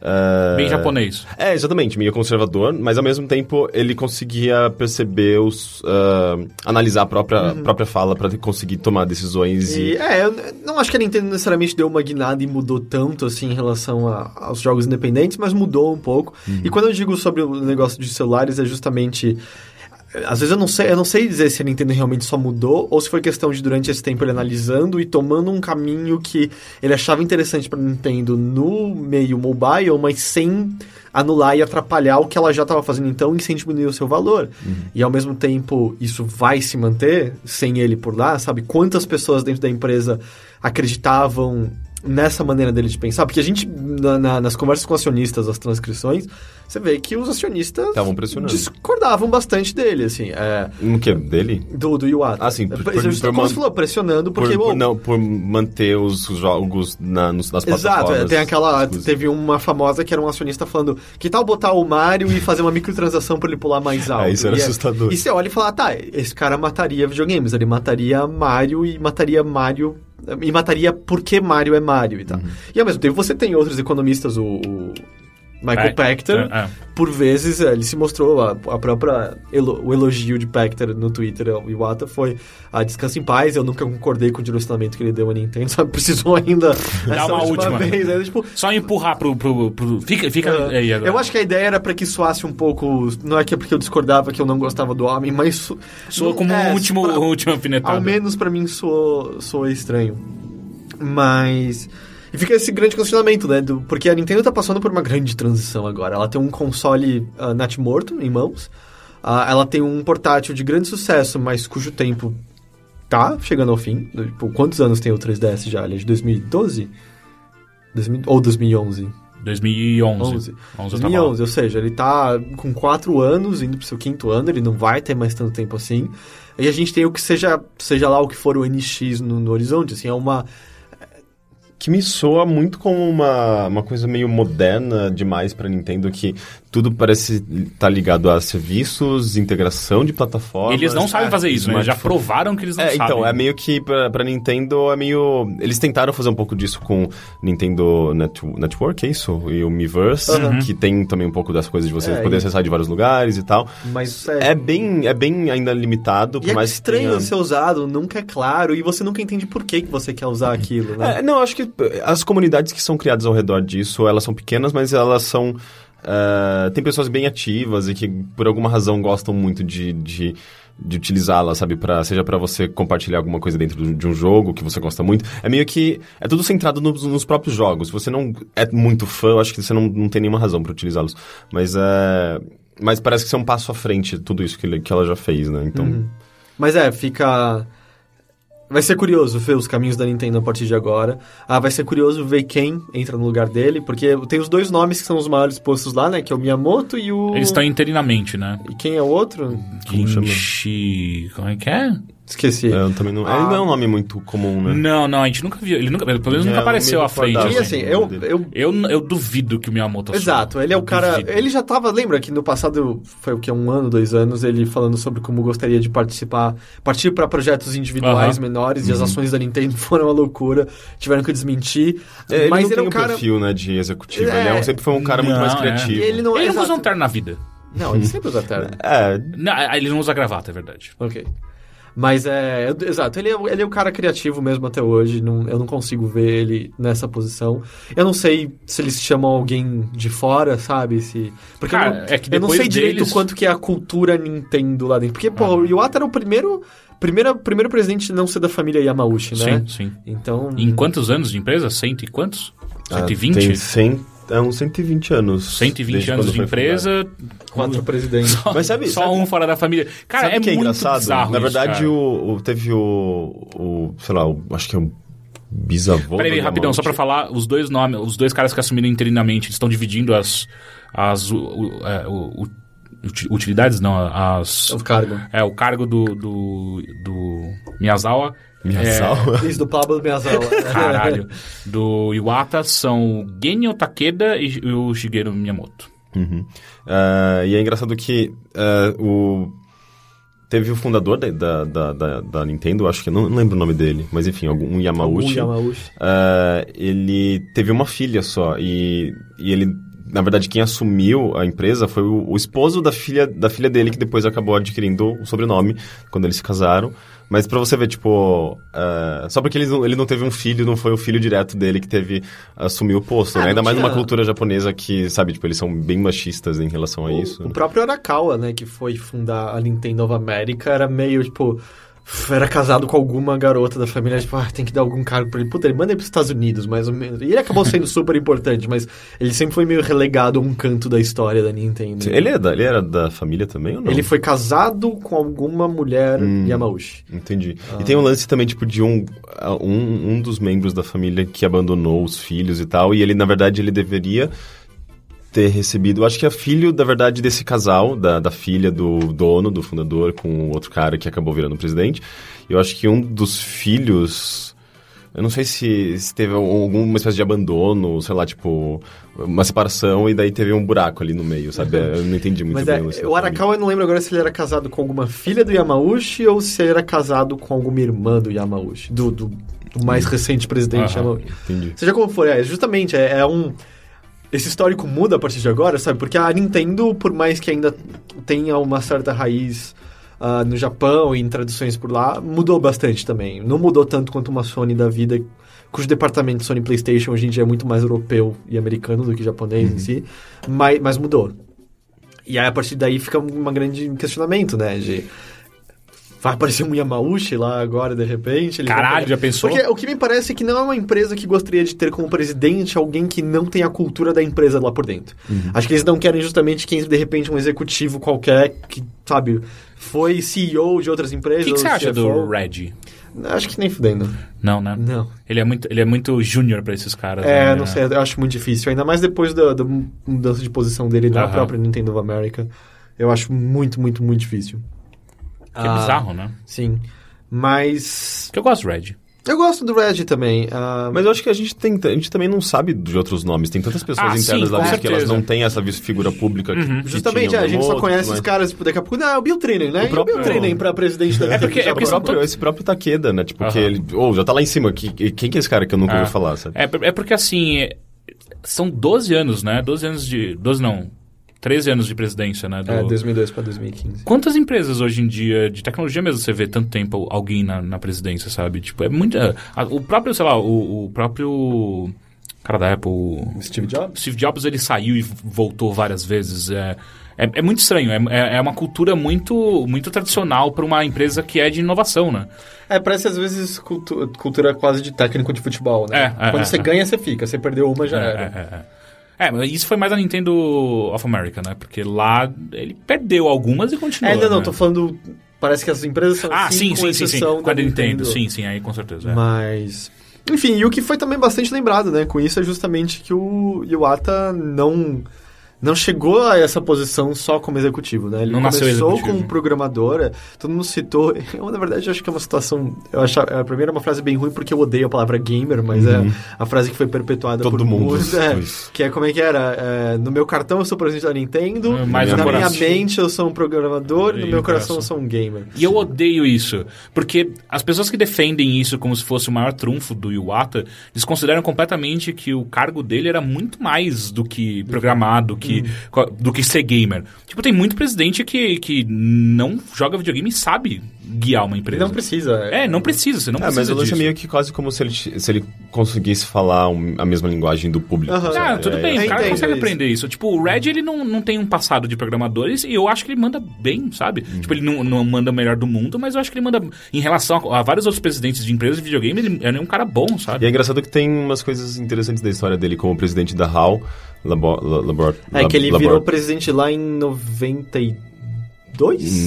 Speaker 2: ah,
Speaker 1: Bem japonês.
Speaker 2: É, exatamente, meio conservador, mas ao mesmo tempo ele conseguia perceber os. ah, analisar a própria,
Speaker 3: Uhum.
Speaker 2: própria fala para conseguir tomar decisões
Speaker 3: E,
Speaker 2: e.
Speaker 3: é, eu n- não acho que a Nintendo necessariamente deu uma guinada e mudou tanto assim em relação a- aos jogos independentes, mas mudou um pouco.
Speaker 2: Uhum.
Speaker 3: E quando eu digo sobre o negócio de celulares, é justamente. Às vezes eu não sei, eu não sei dizer se a Nintendo realmente só mudou ou se foi questão de durante esse tempo ele analisando e tomando um caminho que ele achava interessante pra Nintendo no meio mobile, mas sem anular e atrapalhar o que ela já estava fazendo então e sem diminuir o seu valor.
Speaker 2: Uhum.
Speaker 3: E ao mesmo tempo, isso vai se manter sem ele por lá, sabe? Quantas pessoas dentro da empresa acreditavam nessa maneira dele de pensar, porque a gente, na- na- nas conversas com acionistas, as transcrições, você vê que os acionistas
Speaker 2: Estavam pressionando.
Speaker 3: discordavam bastante dele, assim, é,
Speaker 2: No que? Dele?
Speaker 3: do, do Iwata.
Speaker 2: Ah, sim, por-
Speaker 3: Por,
Speaker 2: por-
Speaker 3: como
Speaker 2: por man-
Speaker 3: você falou, pressionando,
Speaker 2: Por,
Speaker 3: porque...
Speaker 2: por
Speaker 3: uou,
Speaker 2: não, por manter os jogos na, nos, nas
Speaker 3: Exato,
Speaker 2: plataformas.
Speaker 3: é, tem aquela.
Speaker 2: exclusivas.
Speaker 3: Teve uma famosa que era um acionista falando: que tal botar o Mario e fazer uma microtransação pra ele pular
Speaker 2: *laughs*
Speaker 3: mais alto?
Speaker 2: É, isso era
Speaker 3: E é
Speaker 2: assustador.
Speaker 3: E você olha e fala: ah, tá, esse cara mataria videogames, ele mataria Mario e mataria Mario. E mataria porque Mario é Mario e tal.
Speaker 2: Uhum.
Speaker 3: E ao mesmo tempo você tem outros economistas, o. o Michael
Speaker 1: É,
Speaker 3: Pachter,
Speaker 1: é, é.
Speaker 3: por vezes é, ele se mostrou, a, a própria elo- o elogio de Pachter no Twitter ao Iwata foi a descansa em paz, eu nunca concordei com o direcionamento que ele deu a Nintendo, *laughs* só precisou ainda essa
Speaker 1: uma última.
Speaker 3: vez, né? Tipo,
Speaker 1: Só empurrar pro. pro, pro- fica fica aí agora.
Speaker 3: É, eu acho que a ideia era pra que soasse um pouco. Não é que é porque eu discordava que eu não gostava do homem, mas. Su...
Speaker 1: Soa como
Speaker 3: é,
Speaker 1: um último,
Speaker 3: pra-
Speaker 1: um último alfinetado.
Speaker 3: Ao menos pra mim soou, soou estranho. Mas. E fica esse grande questionamento, né? do- porque a Nintendo tá passando por uma grande transição agora. Ela tem um console ah, natimorto em mãos. Ah, ela tem um portátil de grande sucesso, mas cujo tempo tá chegando ao fim. Tipo, quantos anos tem o 3DS já? Ele é de 2012? 2000 ou 2011?
Speaker 1: 2011.
Speaker 3: 11.
Speaker 1: 11 eu tava lá.
Speaker 3: 2011, ou seja, ele tá com 4 anos, indo pro seu quinto ano, ele não vai ter mais tanto tempo assim. E a gente tem o que seja, seja lá o que for o NX no, no horizonte, assim, é uma...
Speaker 2: que me soa muito como uma, uma coisa meio moderna demais para Nintendo, que tudo parece estar ligado a serviços, integração de plataformas. É,
Speaker 1: Eles não sabem
Speaker 3: Ah,
Speaker 1: fazer isso, né? Eles já
Speaker 2: smartphone.
Speaker 1: provaram que eles não
Speaker 2: É,
Speaker 1: sabem.
Speaker 2: então, é meio que pra, pra Nintendo, é meio... Eles tentaram fazer um pouco disso com Nintendo Net- Network, é isso? E o Miiverse, que tem também um pouco das coisas de vocês
Speaker 3: É,
Speaker 2: poderem
Speaker 3: e-
Speaker 2: acessar de vários lugares e tal.
Speaker 3: Mas
Speaker 2: É bem, é bem ainda limitado,
Speaker 3: e
Speaker 2: por
Speaker 3: é
Speaker 2: mais que
Speaker 3: estranho
Speaker 2: tenha-
Speaker 3: ser usado, nunca é claro, e você nunca entende por que, que você quer *laughs* usar aquilo, né?
Speaker 2: É, não, acho que eh, as comunidades que são criadas ao redor disso, elas são pequenas, mas elas são. eh, tem pessoas bem ativas e que, por alguma razão, gostam muito de. de de utilizá-la, sabe, pra, seja pra você compartilhar alguma coisa dentro do- de um jogo que você gosta muito, é meio que é tudo centrado nos, nos próprios jogos. Se você não é muito fã, eu acho que você não, não tem nenhuma razão pra utilizá-los. Mas é, mas parece que isso é um passo à frente de tudo isso que, ele- que ela já fez, né? Então,
Speaker 3: Mas é, fica... Vai ser curioso ver os caminhos da Nintendo a partir de agora. Ah, vai ser curioso ver quem entra no lugar dele, porque tem os dois nomes que são os maiores postos lá, né? Que é o Miyamoto e o...
Speaker 1: Eles Hum, estão interinamente, né?
Speaker 3: E quem é o outro?
Speaker 2: Como chama?
Speaker 1: Ginchi. Como é que é?
Speaker 3: Esqueci.
Speaker 2: eu também não, é, não é um nome muito comum, né?
Speaker 1: Não, não, a gente nunca viu. Ele nunca, pelo menos
Speaker 2: É,
Speaker 1: nunca
Speaker 2: eu
Speaker 1: apareceu
Speaker 2: me
Speaker 1: à frente.
Speaker 2: recordava.
Speaker 3: E assim, eu, eu
Speaker 1: Eu, eu duvido que o Miyamoto assuma.
Speaker 3: Exato, ele é o
Speaker 1: Eu
Speaker 3: cara.
Speaker 1: duvido.
Speaker 3: Ele já tava, lembra que no passado, foi o que? Um ano, dois anos, ele falando sobre como gostaria de participar, partir para projetos individuais
Speaker 1: Aham. Uhum.
Speaker 3: menores e as ações da Nintendo *laughs* foram uma loucura, tiveram que desmentir.
Speaker 2: É, ele
Speaker 3: mas
Speaker 2: não
Speaker 3: ele é
Speaker 2: tem
Speaker 3: um
Speaker 2: um
Speaker 3: cara.
Speaker 2: perfil, né, de executivo.
Speaker 3: É.
Speaker 2: Ele é um- sempre foi um cara muito
Speaker 1: Não,
Speaker 2: mais
Speaker 1: é.
Speaker 2: criativo.
Speaker 3: Ele não é.
Speaker 1: Ele não usa
Speaker 3: exato.
Speaker 1: um terno na vida.
Speaker 3: Não, ele sempre usa terno.
Speaker 2: É,
Speaker 1: Não, ah, ele não usa gravata, é verdade.
Speaker 3: Ok. Mas é. eu- Exato, ele é, o- ele é o cara criativo mesmo até hoje. não- eu não consigo ver ele nessa posição. Eu não sei se eles chamam alguém de fora, sabe? Se, porque eu
Speaker 1: Cara,
Speaker 3: não-
Speaker 1: é que
Speaker 3: eu não
Speaker 1: depois
Speaker 3: sei direito
Speaker 1: deles- Ah.
Speaker 3: o quanto que é a cultura Nintendo lá dentro. Porque, pô, o Iwata era o primeiro. Primeira, primeiro presidente de não ser da família Yamauchi, né?
Speaker 1: Sim, sim.
Speaker 3: Então.
Speaker 1: Em quantos anos de empresa? Cento e quantos?
Speaker 2: ah,
Speaker 1: 120?
Speaker 2: Tem 100, é uns 120 anos.
Speaker 1: 120
Speaker 2: desde
Speaker 1: anos
Speaker 2: quando
Speaker 1: de
Speaker 2: foi
Speaker 1: empresa.
Speaker 3: Quatro presidentes.
Speaker 1: *laughs* Só,
Speaker 2: Mas sabe-
Speaker 1: só
Speaker 2: sabe-
Speaker 1: um fora da família. Cara,
Speaker 2: Sabe
Speaker 1: é
Speaker 2: o que é
Speaker 1: muito
Speaker 2: engraçado?
Speaker 1: bizarro
Speaker 2: Na
Speaker 1: isso,
Speaker 2: verdade,
Speaker 1: cara.
Speaker 2: o, o- teve o, o. Sei lá, o- acho que é um bisavô.
Speaker 1: Peraí,
Speaker 2: do
Speaker 1: rapidão, só pra
Speaker 2: Yamauchi.
Speaker 1: falar, os dois nomes, os dois caras que assumiram interinamente, eles estão dividindo as. as o, o- é, o- o- uti- utilidades, não, as.
Speaker 3: O cargo.
Speaker 1: É, o cargo do. do, do Miyazawa.
Speaker 2: Miyazaki.
Speaker 3: Isso do Pablo né? Miyazawa.
Speaker 1: *laughs* É, caralho. do Iwata são o Genyo Takeda e o Shigeru Miyamoto.
Speaker 2: Uhum. Ah, e é engraçado que ah, o... teve o fundador da, da, da, da- da Nintendo, acho que não, não lembro o nome dele, mas enfim, algum um Yamauchi.
Speaker 3: Algum Yamauchi.
Speaker 2: Ah, ele teve uma filha só e, e ele na verdade quem assumiu a empresa foi o, o esposo da filha da filha dele que depois acabou adquirindo o sobrenome quando eles se casaram. Mas pra você ver, tipo, ah, só porque ele não, ele não teve um filho, não foi o filho direto dele que teve assumiu o posto,
Speaker 3: Ah,
Speaker 2: né?
Speaker 3: não
Speaker 2: Ainda mais numa
Speaker 3: tinha-
Speaker 2: cultura japonesa que, sabe, tipo, eles são bem machistas em relação a isso. né?
Speaker 3: né, O próprio Arakawa, né, que foi fundar a Nintendo of America, era meio tipo. f- era casado com alguma garota da família, tipo, ah, tem que dar algum cargo pra ele. Puta, ele manda ele pros Estados Unidos, mais ou menos. E ele acabou
Speaker 2: *laughs*
Speaker 3: sendo super importante, mas ele sempre foi meio relegado a um canto da história da Nintendo.
Speaker 2: Ele, é da, ele era da família também ou não?
Speaker 3: Ele foi casado com alguma mulher
Speaker 2: Hum.
Speaker 3: Yamauchi.
Speaker 2: Entendi.
Speaker 3: Ah.
Speaker 2: E tem um lance também, tipo, de um, a- um, um dos membros da família que abandonou os filhos e tal, e ele, na verdade, ele deveria ter recebido... eu Acho que é filho, na verdade, desse casal, da, da filha do dono, do fundador, com o outro cara que acabou virando presidente. Eu acho que um dos filhos... Eu não sei se, se teve alguma espécie de abandono, sei lá, tipo, uma separação e daí teve um buraco ali no meio,
Speaker 3: *laughs*
Speaker 2: sabe? Eu não entendi muito
Speaker 3: Mas
Speaker 2: bem.
Speaker 3: é,
Speaker 2: lance da
Speaker 3: o
Speaker 2: família.
Speaker 3: Arakawa eu não lembro agora se ele era casado com alguma filha do Yamauchi ou se ele era casado com alguma irmã do Yamauchi, do, do, do mais recente presidente
Speaker 1: Aham,
Speaker 3: Yamauchi.
Speaker 2: Hum. Ah, entendi.
Speaker 3: Seja como for, é, justamente, é, é um... Esse histórico muda a partir de agora, sabe? Porque a Nintendo, por mais que ainda tenha uma certa raiz ah, no Japão e em traduções por lá, mudou bastante também. Não mudou tanto quanto uma Sony da vida, cujo departamento Sony PlayStation hoje em dia é muito mais europeu e americano do que japonês
Speaker 2: Uhum.
Speaker 3: em si, mas- mas mudou. E aí, a partir daí, fica um um grande questionamento, né? De... Vai aparecer um Yamauchi lá agora, de repente? eles vão
Speaker 1: Caralho,
Speaker 3: pegar-
Speaker 1: já pensou?
Speaker 3: Porque o que me parece é que não é uma empresa que gostaria de ter como presidente alguém que não tem a cultura da empresa lá por dentro.
Speaker 1: Uhum.
Speaker 3: Acho que eles não querem justamente quem, de repente, um executivo qualquer que, sabe, foi CEO de outras
Speaker 1: O
Speaker 3: empresas.
Speaker 1: que, que você
Speaker 3: ou
Speaker 1: acha do
Speaker 3: CFO.
Speaker 1: Reggie?
Speaker 3: Acho que nem fudendo.
Speaker 1: Não, né?
Speaker 3: Não.
Speaker 1: Ele é muito, ele é muito júnior pra esses caras.
Speaker 3: É,
Speaker 1: né?
Speaker 3: não sei, eu acho muito difícil. Ainda mais depois da, da mudança de posição dele na
Speaker 1: Aham.
Speaker 3: própria Nintendo of America. Eu acho muito, muito, muito difícil.
Speaker 1: Que
Speaker 3: Ah.
Speaker 1: é bizarro, né?
Speaker 3: Sim. Mas.
Speaker 1: Porque eu gosto do Reggie.
Speaker 3: Eu gosto do Red também. ah,
Speaker 2: Mas eu acho que a gente, tem, a gente também não sabe de outros nomes. Tem tantas pessoas
Speaker 1: Ah,
Speaker 2: internas
Speaker 1: sim,
Speaker 2: lá
Speaker 1: com
Speaker 2: dentro que elas
Speaker 1: certeza. Uhum.
Speaker 2: não têm essa vis- figura pública. que- que
Speaker 3: justamente, é,
Speaker 2: tinha
Speaker 3: a gente só
Speaker 2: outro,
Speaker 3: conhece
Speaker 2: mas-
Speaker 3: os caras, tipo, daqui a pouco. Não, é o Bill Trainer, né? E O
Speaker 2: próprio-
Speaker 3: Bill Trainer pra presidente da
Speaker 1: É porque-
Speaker 3: Nintendo
Speaker 1: é
Speaker 2: O
Speaker 3: do
Speaker 1: porque
Speaker 3: Japão.
Speaker 2: próprio, esse próprio Takeda, né? Tipo, que
Speaker 1: Aham.
Speaker 2: ele. Ou já tá lá em cima. Que, que- quem que é esse cara que eu nunca
Speaker 1: Ah.
Speaker 2: ouvi falar, sabe?
Speaker 1: É, por- é porque assim, é- são 12 anos, né? 12 anos de. 12 não. 13 anos de presidência, né? do-
Speaker 3: É, 2002 pra 2015.
Speaker 1: Quantas empresas hoje em dia de tecnologia mesmo você vê tanto tempo alguém na, na presidência, sabe? Tipo, é muita. a- o próprio, sei lá, o, o próprio. Cara da Apple. o-
Speaker 3: Steve Jobs?
Speaker 1: Steve Jobs ele saiu e voltou várias vezes. É, é, é muito estranho. É, é- é uma cultura muito, muito tradicional para uma empresa que é de inovação, né?
Speaker 3: É, parece às vezes cultu- cultura quase de técnico de futebol, né?
Speaker 1: É, é,
Speaker 3: Quando
Speaker 1: é,
Speaker 3: você
Speaker 1: é.
Speaker 3: ganha, você fica. Você perdeu uma, já
Speaker 1: É,
Speaker 3: era.
Speaker 1: é, é. É, mas isso foi mais a Nintendo of America, né? Porque lá ele perdeu algumas e continuou.
Speaker 3: É, não, não,
Speaker 1: né?
Speaker 3: tô falando. Parece que as empresas são
Speaker 1: Ah,
Speaker 3: assim,
Speaker 1: sim,
Speaker 3: com
Speaker 1: sim, sim, sim.
Speaker 3: exceção
Speaker 1: Com a
Speaker 3: da
Speaker 1: Nintendo, sim, sim, aí com certeza. é.
Speaker 3: Mas. Enfim, e o que foi também bastante lembrado, né? Com isso é justamente que o Iwata não. Não chegou a essa posição só como executivo, né? Ele
Speaker 1: Não nasceu
Speaker 3: começou
Speaker 1: executivo.
Speaker 3: como programador, é, todo mundo citou. *laughs* Eu, na verdade, acho que é uma situação. Eu acho, a primeira é uma frase bem ruim porque eu odeio a palavra gamer, mas é a frase que foi perpetuada
Speaker 2: Todo
Speaker 3: por
Speaker 2: mundo
Speaker 3: muitos.
Speaker 2: citou
Speaker 3: É,
Speaker 2: isso.
Speaker 3: que é como é que era? É, no meu cartão eu sou presidente da Nintendo,
Speaker 1: É, mas
Speaker 3: na
Speaker 1: no
Speaker 3: minha
Speaker 1: coração-
Speaker 3: mente eu sou um programador,
Speaker 1: E
Speaker 3: no
Speaker 1: no
Speaker 3: meu
Speaker 1: coração.
Speaker 3: coração, eu sou um gamer.
Speaker 1: E eu odeio isso, porque as pessoas que defendem isso como se fosse o maior trunfo do Iwata, desconsideram completamente que o cargo dele era muito mais do que programar, do que,
Speaker 3: Hum.
Speaker 1: co- do que ser gamer. Tipo, tem muito presidente que, que não joga videogame e sabe guiar uma
Speaker 3: E
Speaker 1: empresa.
Speaker 3: não precisa.
Speaker 1: É, não precisa, você não
Speaker 2: Ah,
Speaker 1: precisa
Speaker 2: mas o lance é
Speaker 1: disso.
Speaker 2: meio que quase como se ele, se ele conseguisse falar um- a mesma linguagem do público.
Speaker 3: Aham.
Speaker 2: sabe?
Speaker 1: Ah, tudo
Speaker 2: É,
Speaker 1: bem,
Speaker 2: é,
Speaker 1: o cara
Speaker 3: entendo
Speaker 1: consegue
Speaker 3: isso.
Speaker 1: aprender isso. Tipo, o Red, ele não, não tem um passado de programadores e eu acho que ele manda bem, sabe? Tipo, ele não, não manda o melhor do mundo, mas eu acho que ele manda... Em relação a, a vários outros presidentes de empresas de videogame, ele, ele é um cara bom,
Speaker 2: E
Speaker 1: sabe?
Speaker 2: é engraçado que tem umas coisas interessantes da história dele, como o presidente da HAL, Labor... La- Labor
Speaker 3: É que ele
Speaker 2: Labor-
Speaker 3: virou presidente lá em 92?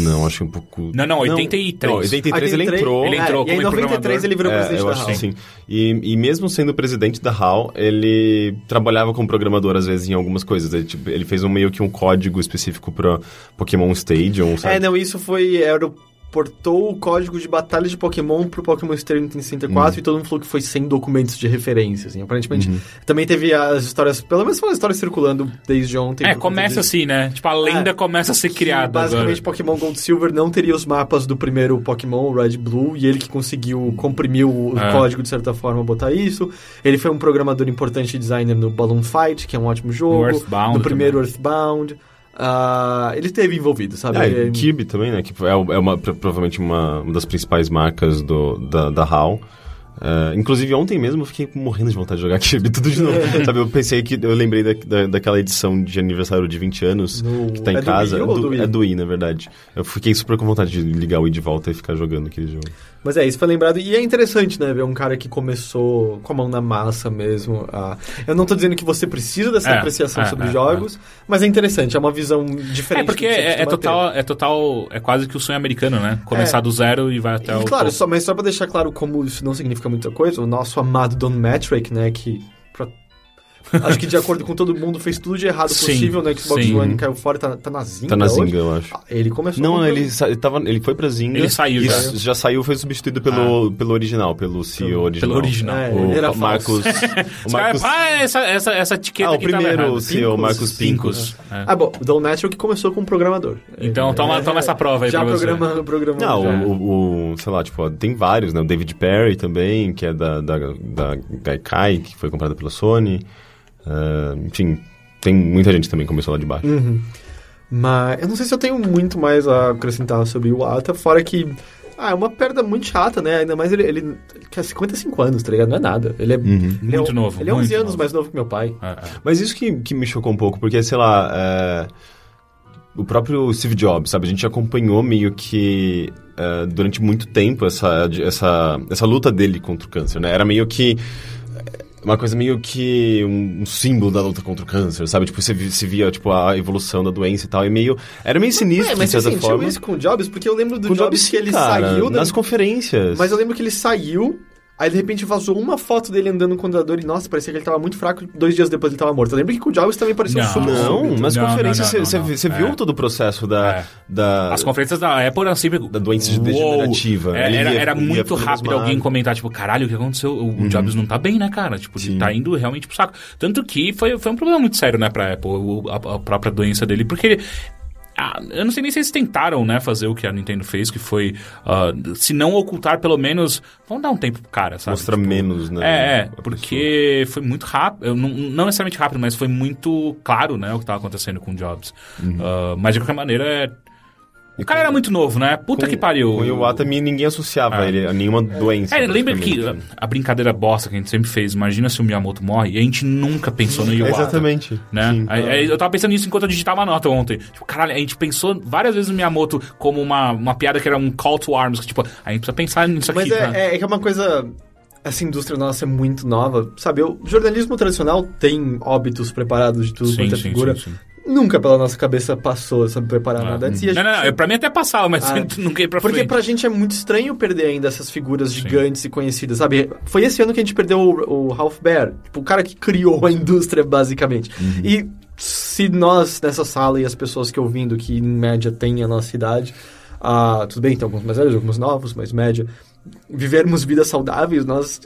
Speaker 2: Não, acho um pouco...
Speaker 1: Não, não, 83.
Speaker 2: Não, 83
Speaker 3: é
Speaker 1: É,
Speaker 2: ele entrou...
Speaker 1: Ele entrou
Speaker 3: e aí em
Speaker 1: como
Speaker 3: 93
Speaker 1: programador.
Speaker 3: ele virou
Speaker 2: É,
Speaker 3: presidente
Speaker 2: eu
Speaker 3: da
Speaker 2: acho
Speaker 3: HAL.
Speaker 2: que sim. E, e mesmo sendo presidente da HAL, ele trabalhava como programador às vezes em algumas coisas. Ele, tipo, ele fez um meio que um código específico para Pokémon Stadium, sabe?
Speaker 3: É, não, isso foi... Era, portou o código de batalha de Pokémon pro Pokémon Stadium em
Speaker 2: Hum.
Speaker 3: 64 e todo mundo falou que foi sem documentos de referência, assim. Aparentemente,
Speaker 2: Uhum.
Speaker 3: também teve as histórias... Pelo menos foram as histórias circulando desde ontem.
Speaker 1: É,
Speaker 3: por conta
Speaker 1: começa
Speaker 3: disso.
Speaker 1: assim, né? Tipo, a lenda
Speaker 3: É,
Speaker 1: começa a ser
Speaker 3: Que,
Speaker 1: criada
Speaker 3: Basicamente,
Speaker 1: agora.
Speaker 3: Pokémon Gold Silver não teria os mapas do primeiro Pokémon, o Red e Blue, e ele que conseguiu comprimir o
Speaker 1: É.
Speaker 3: código, de certa forma, botar isso. Ele foi um programador importante e designer no Balloon Fight, que é um ótimo jogo.
Speaker 1: No Earthbound
Speaker 3: No primeiro Earthbound. Ah, ele esteve envolvido, sabe?
Speaker 2: É,
Speaker 3: Ele-
Speaker 2: e Kirby também, né? Que é, o- é uma, pro- provavelmente uma, uma das principais marcas do, da, da HAL. Ah, inclusive, ontem mesmo eu fiquei morrendo de vontade de jogar *laughs* Kirby tudo de novo.
Speaker 3: É.
Speaker 2: Sabe, eu pensei que. Eu lembrei da, da- daquela edição de aniversário de 20 anos
Speaker 3: No-
Speaker 2: que tá em
Speaker 3: é do
Speaker 2: casa.
Speaker 3: Wii
Speaker 2: É
Speaker 3: ou do Wii?
Speaker 2: é do Wii, na verdade. Eu fiquei super com vontade de ligar o Wii de volta e ficar jogando aquele jogo.
Speaker 3: Mas é, isso foi lembrado. E é interessante, né? Ver um cara que começou com a mão na massa mesmo. a- Eu não tô dizendo que você precisa dessa
Speaker 1: É,
Speaker 3: apreciação
Speaker 1: é,
Speaker 3: sobre
Speaker 1: é,
Speaker 3: jogos, mas é interessante, é uma visão
Speaker 1: É
Speaker 3: diferente.
Speaker 1: porque
Speaker 3: do que você
Speaker 1: é, é
Speaker 3: costuma ter.
Speaker 1: total, é total. É quase que o sonho americano, né? Começar do zero e vai até o.
Speaker 3: E claro,
Speaker 1: topo.
Speaker 3: só, mas só pra deixar claro como isso não significa muita coisa, o nosso amado Don Metric, né, que... pra- Acho que de acordo com todo mundo fez tudo de errado
Speaker 1: Sim,
Speaker 3: possível, né, que o Xbox
Speaker 1: sim.
Speaker 3: One caiu fora e tá, tá na zinga
Speaker 2: Tá na
Speaker 3: hoje.
Speaker 2: zinga, eu acho.
Speaker 3: Ah, Ele começou...
Speaker 2: Não,
Speaker 3: com-
Speaker 2: ele, sa- ele, tava, ele foi pra Zinga.
Speaker 1: Ele saiu
Speaker 2: e
Speaker 1: já.
Speaker 2: s- já saiu foi substituído pelo, pelo original, pelo CEO original.
Speaker 1: Pelo original.
Speaker 3: É,
Speaker 2: O
Speaker 3: ele era
Speaker 2: Marcos. *laughs* o
Speaker 1: Os caras,
Speaker 2: Marcos
Speaker 1: ah, essa, essa, essa etiqueta
Speaker 2: Ah, o
Speaker 1: aqui tava
Speaker 2: primeiro,
Speaker 1: errada."
Speaker 2: o CEO, Marcos
Speaker 1: Pincos. É.
Speaker 3: Ah, bom, o Don Metric começou com um programador. É,
Speaker 1: Então, toma- toma essa prova aí
Speaker 3: já
Speaker 1: pra você.
Speaker 3: programando, programando.
Speaker 2: Não,
Speaker 3: já.
Speaker 2: o, o- sei lá, tipo, tem vários, né? O David Perry também, que é da, da, da Gaikai, que foi comprada pela Sony. Ah, enfim, tem muita gente também que começou lá de baixo.
Speaker 3: Mas eu não sei se eu tenho muito mais a acrescentar sobre o Ata, fora que. Ah, é uma perda muito chata, né? Ainda mais ele. Ele, ele tinha 55 anos, tá ligado? Não é nada. Ele é.
Speaker 2: Uhum.
Speaker 3: ele é
Speaker 1: Muito
Speaker 3: um-
Speaker 1: novo,
Speaker 3: Ele é 11
Speaker 1: muito
Speaker 3: anos
Speaker 1: novo.
Speaker 3: mais novo que meu pai.
Speaker 1: É,
Speaker 2: Mas isso que, que me chocou um pouco, porque, sei lá, é, o próprio Steve Jobs, sabe? A gente acompanhou meio que é, durante muito tempo essa, essa, essa luta dele contra o câncer, né? Era meio que é, uma coisa meio que um, um símbolo da luta contra o câncer, sabe? Tipo, você, vi- se via, tipo, a evolução da doença e tal, e meio... Era meio sinistro,
Speaker 3: Ué, mas assim,
Speaker 2: de
Speaker 3: você
Speaker 2: certa
Speaker 3: sentiu
Speaker 2: forma.
Speaker 3: isso com o Jobs? Porque eu lembro do
Speaker 2: Com o
Speaker 3: Jobs, que
Speaker 2: sim,
Speaker 3: ele
Speaker 2: cara,
Speaker 3: saiu. da-
Speaker 2: nas conferências.
Speaker 3: Mas eu lembro que ele saiu. Aí, de repente, vazou uma foto dele andando com o computador e, nossa, parecia que ele tava muito fraco. Dois dias depois ele tava morto. Eu lembro que com o Jobs também parecia um
Speaker 1: Não.
Speaker 3: super
Speaker 2: Não,
Speaker 3: súbito.
Speaker 2: mas
Speaker 1: Não, não,
Speaker 2: conferências,
Speaker 1: não, não,
Speaker 2: você-
Speaker 1: não.
Speaker 2: você você viu
Speaker 1: É.
Speaker 2: todo o processo da...
Speaker 1: É.
Speaker 2: da...
Speaker 1: As conferências da Apple eram sempre.
Speaker 2: Da doença de-
Speaker 1: Uou!
Speaker 2: degenerativa.
Speaker 1: É, era
Speaker 2: Ele ia- Uhum.
Speaker 1: era
Speaker 2: ele ia
Speaker 1: muito
Speaker 2: ficando
Speaker 1: rápido
Speaker 2: mesmado.
Speaker 1: alguém comentar, tipo, caralho, o que aconteceu? O Jobs não tá bem, né, cara? Tipo, ele tá indo realmente pro saco. Tanto que foi, foi um problema muito sério, né, pra Apple, o- a, a própria doença dele, porque. ah, eu não sei nem se eles tentaram, né, fazer o que a Nintendo fez, que foi, ah, se não ocultar, pelo menos, vamos dar um tempo pro cara, sabe?
Speaker 2: Mostra menos, né?
Speaker 1: É, é
Speaker 2: a pessoa.
Speaker 1: porque foi muito rápido, eu não, não necessariamente rápido, mas foi muito claro, né, o que estava acontecendo com o Jobs.
Speaker 2: Uhum.
Speaker 1: Ah, mas de qualquer maneira, é... o cara era muito novo, né? Puta que pariu. Ah.
Speaker 2: Com o Iwata mi- ninguém associava ele a nenhuma doença.
Speaker 1: É, lembra que
Speaker 2: praticamente.
Speaker 1: a brincadeira bosta que a gente sempre fez, imagina se o Miyamoto morre, e a gente nunca pensou no Iwata.
Speaker 2: É, Exatamente.
Speaker 1: Né?
Speaker 2: Sim.
Speaker 1: Aí- aí eu tava pensando nisso enquanto eu digitava a nota ontem. Tipo, caralho, a gente pensou várias vezes no Miyamoto como uma, uma piada que era um call to arms, que tipo, a gente precisa pensar nisso
Speaker 3: Mas
Speaker 1: aqui. né?
Speaker 3: é, é, é que é uma coisa. Essa indústria nossa é muito nova. Sabe, o jornalismo tradicional tem óbitos preparados de tudo
Speaker 1: Sim,
Speaker 3: quanto é
Speaker 1: sim,
Speaker 3: figura.
Speaker 1: sim, sim.
Speaker 3: Nunca pela nossa cabeça passou essa preparar nada antes. E a
Speaker 1: Não, não,
Speaker 3: gente-
Speaker 1: não, eu- pra mim até passava, mas
Speaker 3: Ah,
Speaker 1: *laughs* nunca ia pra
Speaker 3: Porque
Speaker 1: frente.
Speaker 3: pra gente é muito estranho perder ainda essas figuras gigantes e conhecidas, sabe? Foi esse ano que a gente perdeu o, o Ralph Baer, tipo, o cara que criou a indústria, basicamente.
Speaker 1: Uhum.
Speaker 3: E se nós, nessa sala, e as pessoas que ouvindo, que em média têm a nossa idade, ah, tudo bem, tem alguns mais velhos, alguns novos, mas média, vivermos vidas saudáveis, nós...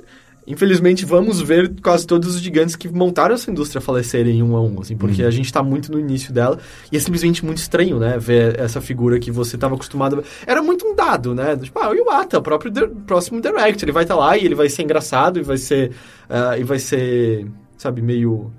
Speaker 3: Infelizmente, vamos ver quase todos os gigantes que montaram essa indústria falecerem um a um, assim, porque a gente tá muito no início dela e é simplesmente muito estranho, né? Ver essa figura que você tava acostumado. a- Era muito um dado, né? Tipo, ah, o Iwata, o próprio di- próximo Direct, ele vai estar lá e ele vai ser engraçado e vai ser. ah, e vai ser, sabe, meio.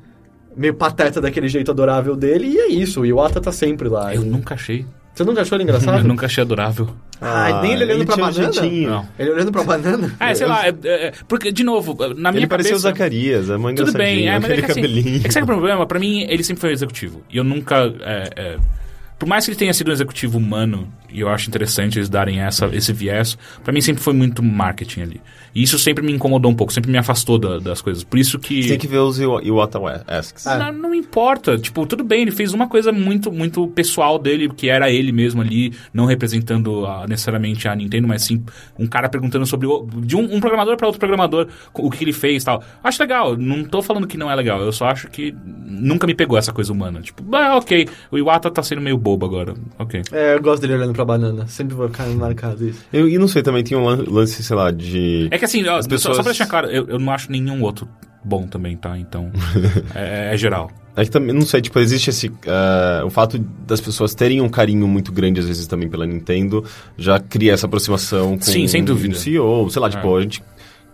Speaker 3: meio pateta daquele jeito adorável dele e é isso, o Iwata tá sempre lá.
Speaker 1: Eu nunca achei.
Speaker 3: Você nunca achou ele
Speaker 1: *laughs* Eu
Speaker 3: engraçado?
Speaker 1: nunca achei adorável.
Speaker 3: Ah, nem ele olhando pra
Speaker 2: tinha um
Speaker 3: banana?
Speaker 2: jeitinho.
Speaker 1: Não.
Speaker 3: Ele olhando pra banana?
Speaker 1: É, sei lá, é- é- é, porque, de novo, na minha
Speaker 2: Ele parecia o
Speaker 1: cabeça...
Speaker 2: Zacarias, a mãe
Speaker 1: Tudo bem, é, mas é
Speaker 2: aquele
Speaker 1: que, assim,
Speaker 2: cabelinho.
Speaker 1: é que sabe o problema? Pra mim, ele sempre foi um executivo. E eu nunca... é, é, por mais que ele tenha sido um executivo humano, e eu acho interessante eles darem essa, esse viés, pra mim sempre foi muito marketing ali. E isso sempre me incomodou um pouco, sempre me afastou da- das coisas. Por isso que...
Speaker 2: Tem que ver os Iwa- Iwata Wa- Asks.
Speaker 3: Ah.
Speaker 1: Não, não importa, tipo, tudo bem, ele fez uma coisa muito muito pessoal dele, que era ele mesmo ali, não representando a- necessariamente a Nintendo, mas sim um cara perguntando sobre o- de um, um programador pra outro programador, co- o que, que ele fez e tal. Acho legal, não tô falando que não é legal, eu só acho que nunca me pegou essa coisa humana. Tipo, ah, ok, o Iwata tá sendo meio bobo agora, ok.
Speaker 3: É, eu gosto dele olhando pra banana. Sempre vou ficar marcado isso.
Speaker 2: Eu, e não sei, também tinha um lan- lance, sei lá, de...
Speaker 1: É que assim, ó,
Speaker 2: As
Speaker 1: só-
Speaker 2: pessoas-
Speaker 1: só pra deixar claro, eu, eu não acho nenhum outro bom também, tá?
Speaker 3: *laughs*
Speaker 1: Então, é, é geral.
Speaker 2: É que também, não sei, tipo, existe esse... ah, o fato das pessoas terem um carinho muito grande, às vezes, também pela Nintendo, já cria essa aproximação com
Speaker 1: Sim, sem dúvida.
Speaker 2: um CEO, sei lá, tipo, a gente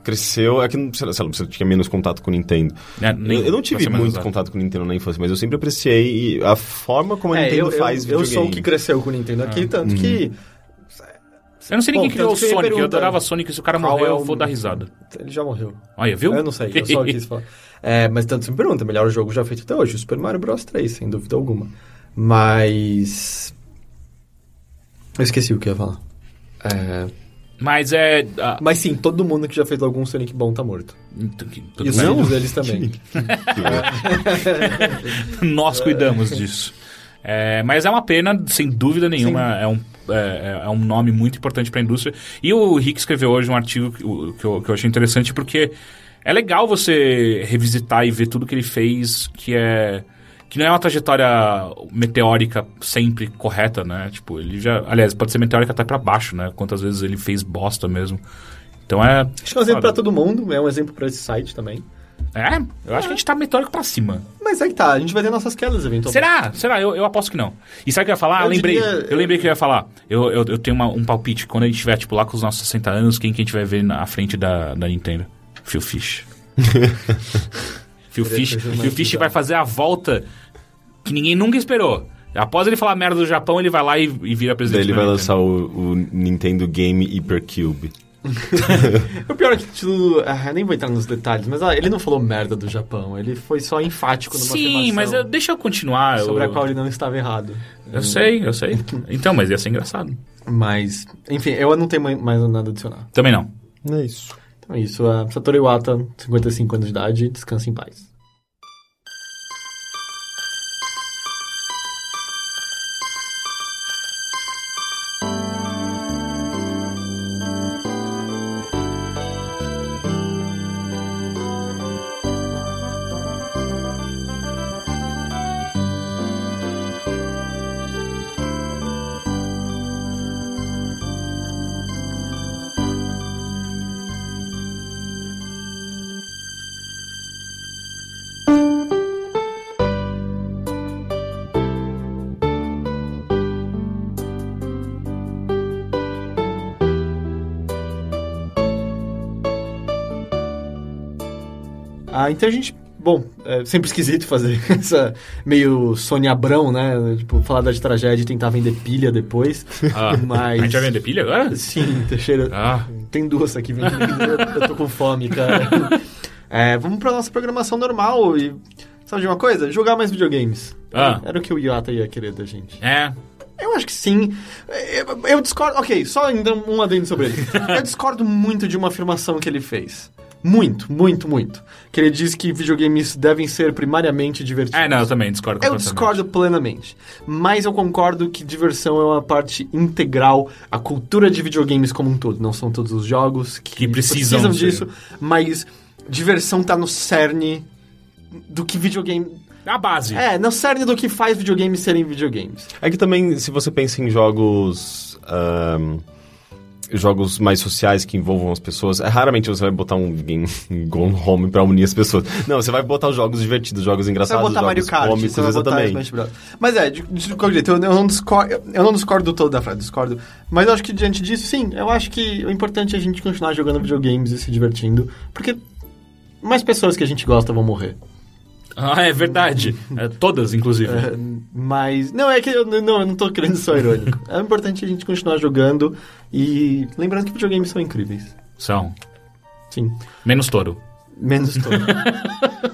Speaker 2: cresceu... É que, não- sei lá, sei lá, você tinha menos contato com o Nintendo.
Speaker 1: É, nem-
Speaker 2: eu, eu não
Speaker 1: pra
Speaker 2: tive
Speaker 1: ser mais
Speaker 2: muito
Speaker 1: exato.
Speaker 2: contato com o Nintendo na infância, mas eu sempre apreciei e a forma como a Nintendo faz
Speaker 3: É, eu, eu sou o
Speaker 2: videogame. Ah. Hum.
Speaker 3: que cresceu com o Nintendo aqui, tanto que.
Speaker 1: Eu não sei
Speaker 3: Bom,
Speaker 1: ninguém criou o
Speaker 3: tanto que eu ia
Speaker 1: Sonic, eu
Speaker 3: perguntar.
Speaker 1: adorava Sonic, se o cara
Speaker 3: Qual
Speaker 1: morrer,
Speaker 3: é
Speaker 1: eu
Speaker 3: o-
Speaker 1: vou dar risada.
Speaker 3: Ele já morreu.
Speaker 1: Olha, viu?
Speaker 3: Eu não sei, eu
Speaker 1: *laughs*
Speaker 3: só quis falar. É, mas tanto se me pergunta, melhor jogo já feito até hoje, o Super Mario Bros 3, sem dúvida alguma. Mas... Eu esqueci o que eu ia falar. É,
Speaker 1: Mas é... ah,
Speaker 3: Mas sim, todo mundo que já fez algum Sonic bom tá morto.
Speaker 1: então que-
Speaker 3: E os
Speaker 1: Não?
Speaker 3: filhos deles também.
Speaker 1: *laughs* Nós cuidamos disso. É, mas é uma pena, sem dúvida nenhuma. É um, é, é um nome muito importante para a indústria. E o Rick escreveu hoje um artigo que, o- que eu, que eu achei interessante porque é legal você revisitar e ver tudo que ele fez, que é que não é uma trajetória meteórica sempre correta, né? Tipo, ele já, aliás, pode ser meteórica até para baixo, né? Quantas vezes ele fez bosta mesmo. Então é.
Speaker 3: Acho que é um exemplo pra
Speaker 1: foda.
Speaker 3: todo mundo, é um exemplo pra esse site também.
Speaker 1: É, eu acho que a gente tá meteórico pra cima.
Speaker 3: Mas é que tá, a gente vai ter nossas quedas eventualmente.
Speaker 1: Será? Será? Eu, eu aposto que não. E sabe o que eu ia falar?
Speaker 3: Eu
Speaker 1: Eu lembrei.
Speaker 3: diria- é,
Speaker 1: Eu lembrei que eu ia falar. Eu, eu, eu tenho uma- um palpite. Quando a gente estiver, tipo, lá com os nossos 60 anos, quem que a gente vai ver na à frente da, da Nintendo? Phil
Speaker 3: *laughs*
Speaker 1: Fish. Phil Fish,
Speaker 3: fazer uma
Speaker 1: Phil Fish
Speaker 3: visão.
Speaker 1: vai fazer a volta que ninguém nunca esperou. Após ele falar merda do Japão, ele vai lá e, e vira
Speaker 2: *laughs* Daí
Speaker 1: presidente.
Speaker 2: ele
Speaker 1: da
Speaker 2: vai
Speaker 1: Nintendo.
Speaker 2: lançar o, o Nintendo Game Hypercube.
Speaker 3: O pior é que tipo, ah, eu nem vou entrar nos detalhes, mas ah, ele não falou merda do Japão, ele foi só enfático numa
Speaker 1: Sim,
Speaker 3: afirmação
Speaker 1: mas eu- deixa eu continuar.
Speaker 3: sobre a
Speaker 1: eu,
Speaker 3: qual ele não estava errado.
Speaker 1: eu sei, eu sei. Então, mas ia ser engraçado.
Speaker 3: Mas, enfim, eu não tenho mai- mais nada a adicionar.
Speaker 1: Também não.
Speaker 2: É isso.
Speaker 3: Então é isso, é Satoru Iwata, 55 anos de idade, descansa em paz. Ah, então a gente. Bom, é sempre esquisito fazer *laughs* essa meio Sônia Abrão, né? Tipo, falar da tragédia e tentar vender pilha depois.
Speaker 1: Ah,
Speaker 3: *laughs* Mas-
Speaker 1: A gente vai vender pilha agora?
Speaker 3: Sim, Teixeira.
Speaker 1: Ah.
Speaker 3: Tem duas aqui vendendo. eu tô com fome, cara. É, vamos pra nossa programação normal e. Sabe de uma coisa? Jogar mais videogames.
Speaker 1: Ah.
Speaker 3: Era o que o Iata ia querer da gente.
Speaker 1: É.
Speaker 3: Eu acho que sim. Eu, eu discordo. Ok, só ainda um adendo sobre ele. eu discordo muito de uma afirmação que ele fez. Muito, muito, muito. Que ele diz que videogames devem ser primariamente divertidos.
Speaker 1: É, não, eu também discordo
Speaker 3: Eu
Speaker 1: completamente.
Speaker 3: discordo plenamente. Mas eu concordo que diversão é uma parte integral à cultura de videogames como um todo. Não são todos os jogos que,
Speaker 1: Que precisam ser.
Speaker 3: disso, mas diversão tá no cerne do que videogame.
Speaker 1: A base.
Speaker 3: É, no cerne do que faz videogames serem videogames.
Speaker 2: É que também, se você pensa em jogos. ahm, jogos mais sociais que envolvam as pessoas, é, raramente você vai botar um game *laughs* Gone Home pra unir as pessoas. Não, você vai botar os jogos divertidos, jogos
Speaker 3: Você vai
Speaker 2: engraçados,
Speaker 3: botar Mario
Speaker 2: jogos
Speaker 3: Kart,
Speaker 2: cômicos,
Speaker 3: você vai botar
Speaker 2: exatamente.
Speaker 3: Smash Bros. Mas é, de, de qualquer jeito, eu, eu não discordo, eu não discordo todo da frase, discordo. Mas eu acho que diante disso, sim, eu acho que o importante é a gente continuar jogando videogames e se divertindo, porque mais pessoas que a gente gosta vão morrer. *laughs*
Speaker 1: Ah, é verdade. É, todas, inclusive.
Speaker 3: É, mas, não, é que eu não, eu não tô querendo ser irônico. é importante a gente continuar jogando e lembrando que videogames são incríveis.
Speaker 1: São.
Speaker 3: Sim.
Speaker 1: Menos touro.
Speaker 3: Menos todo.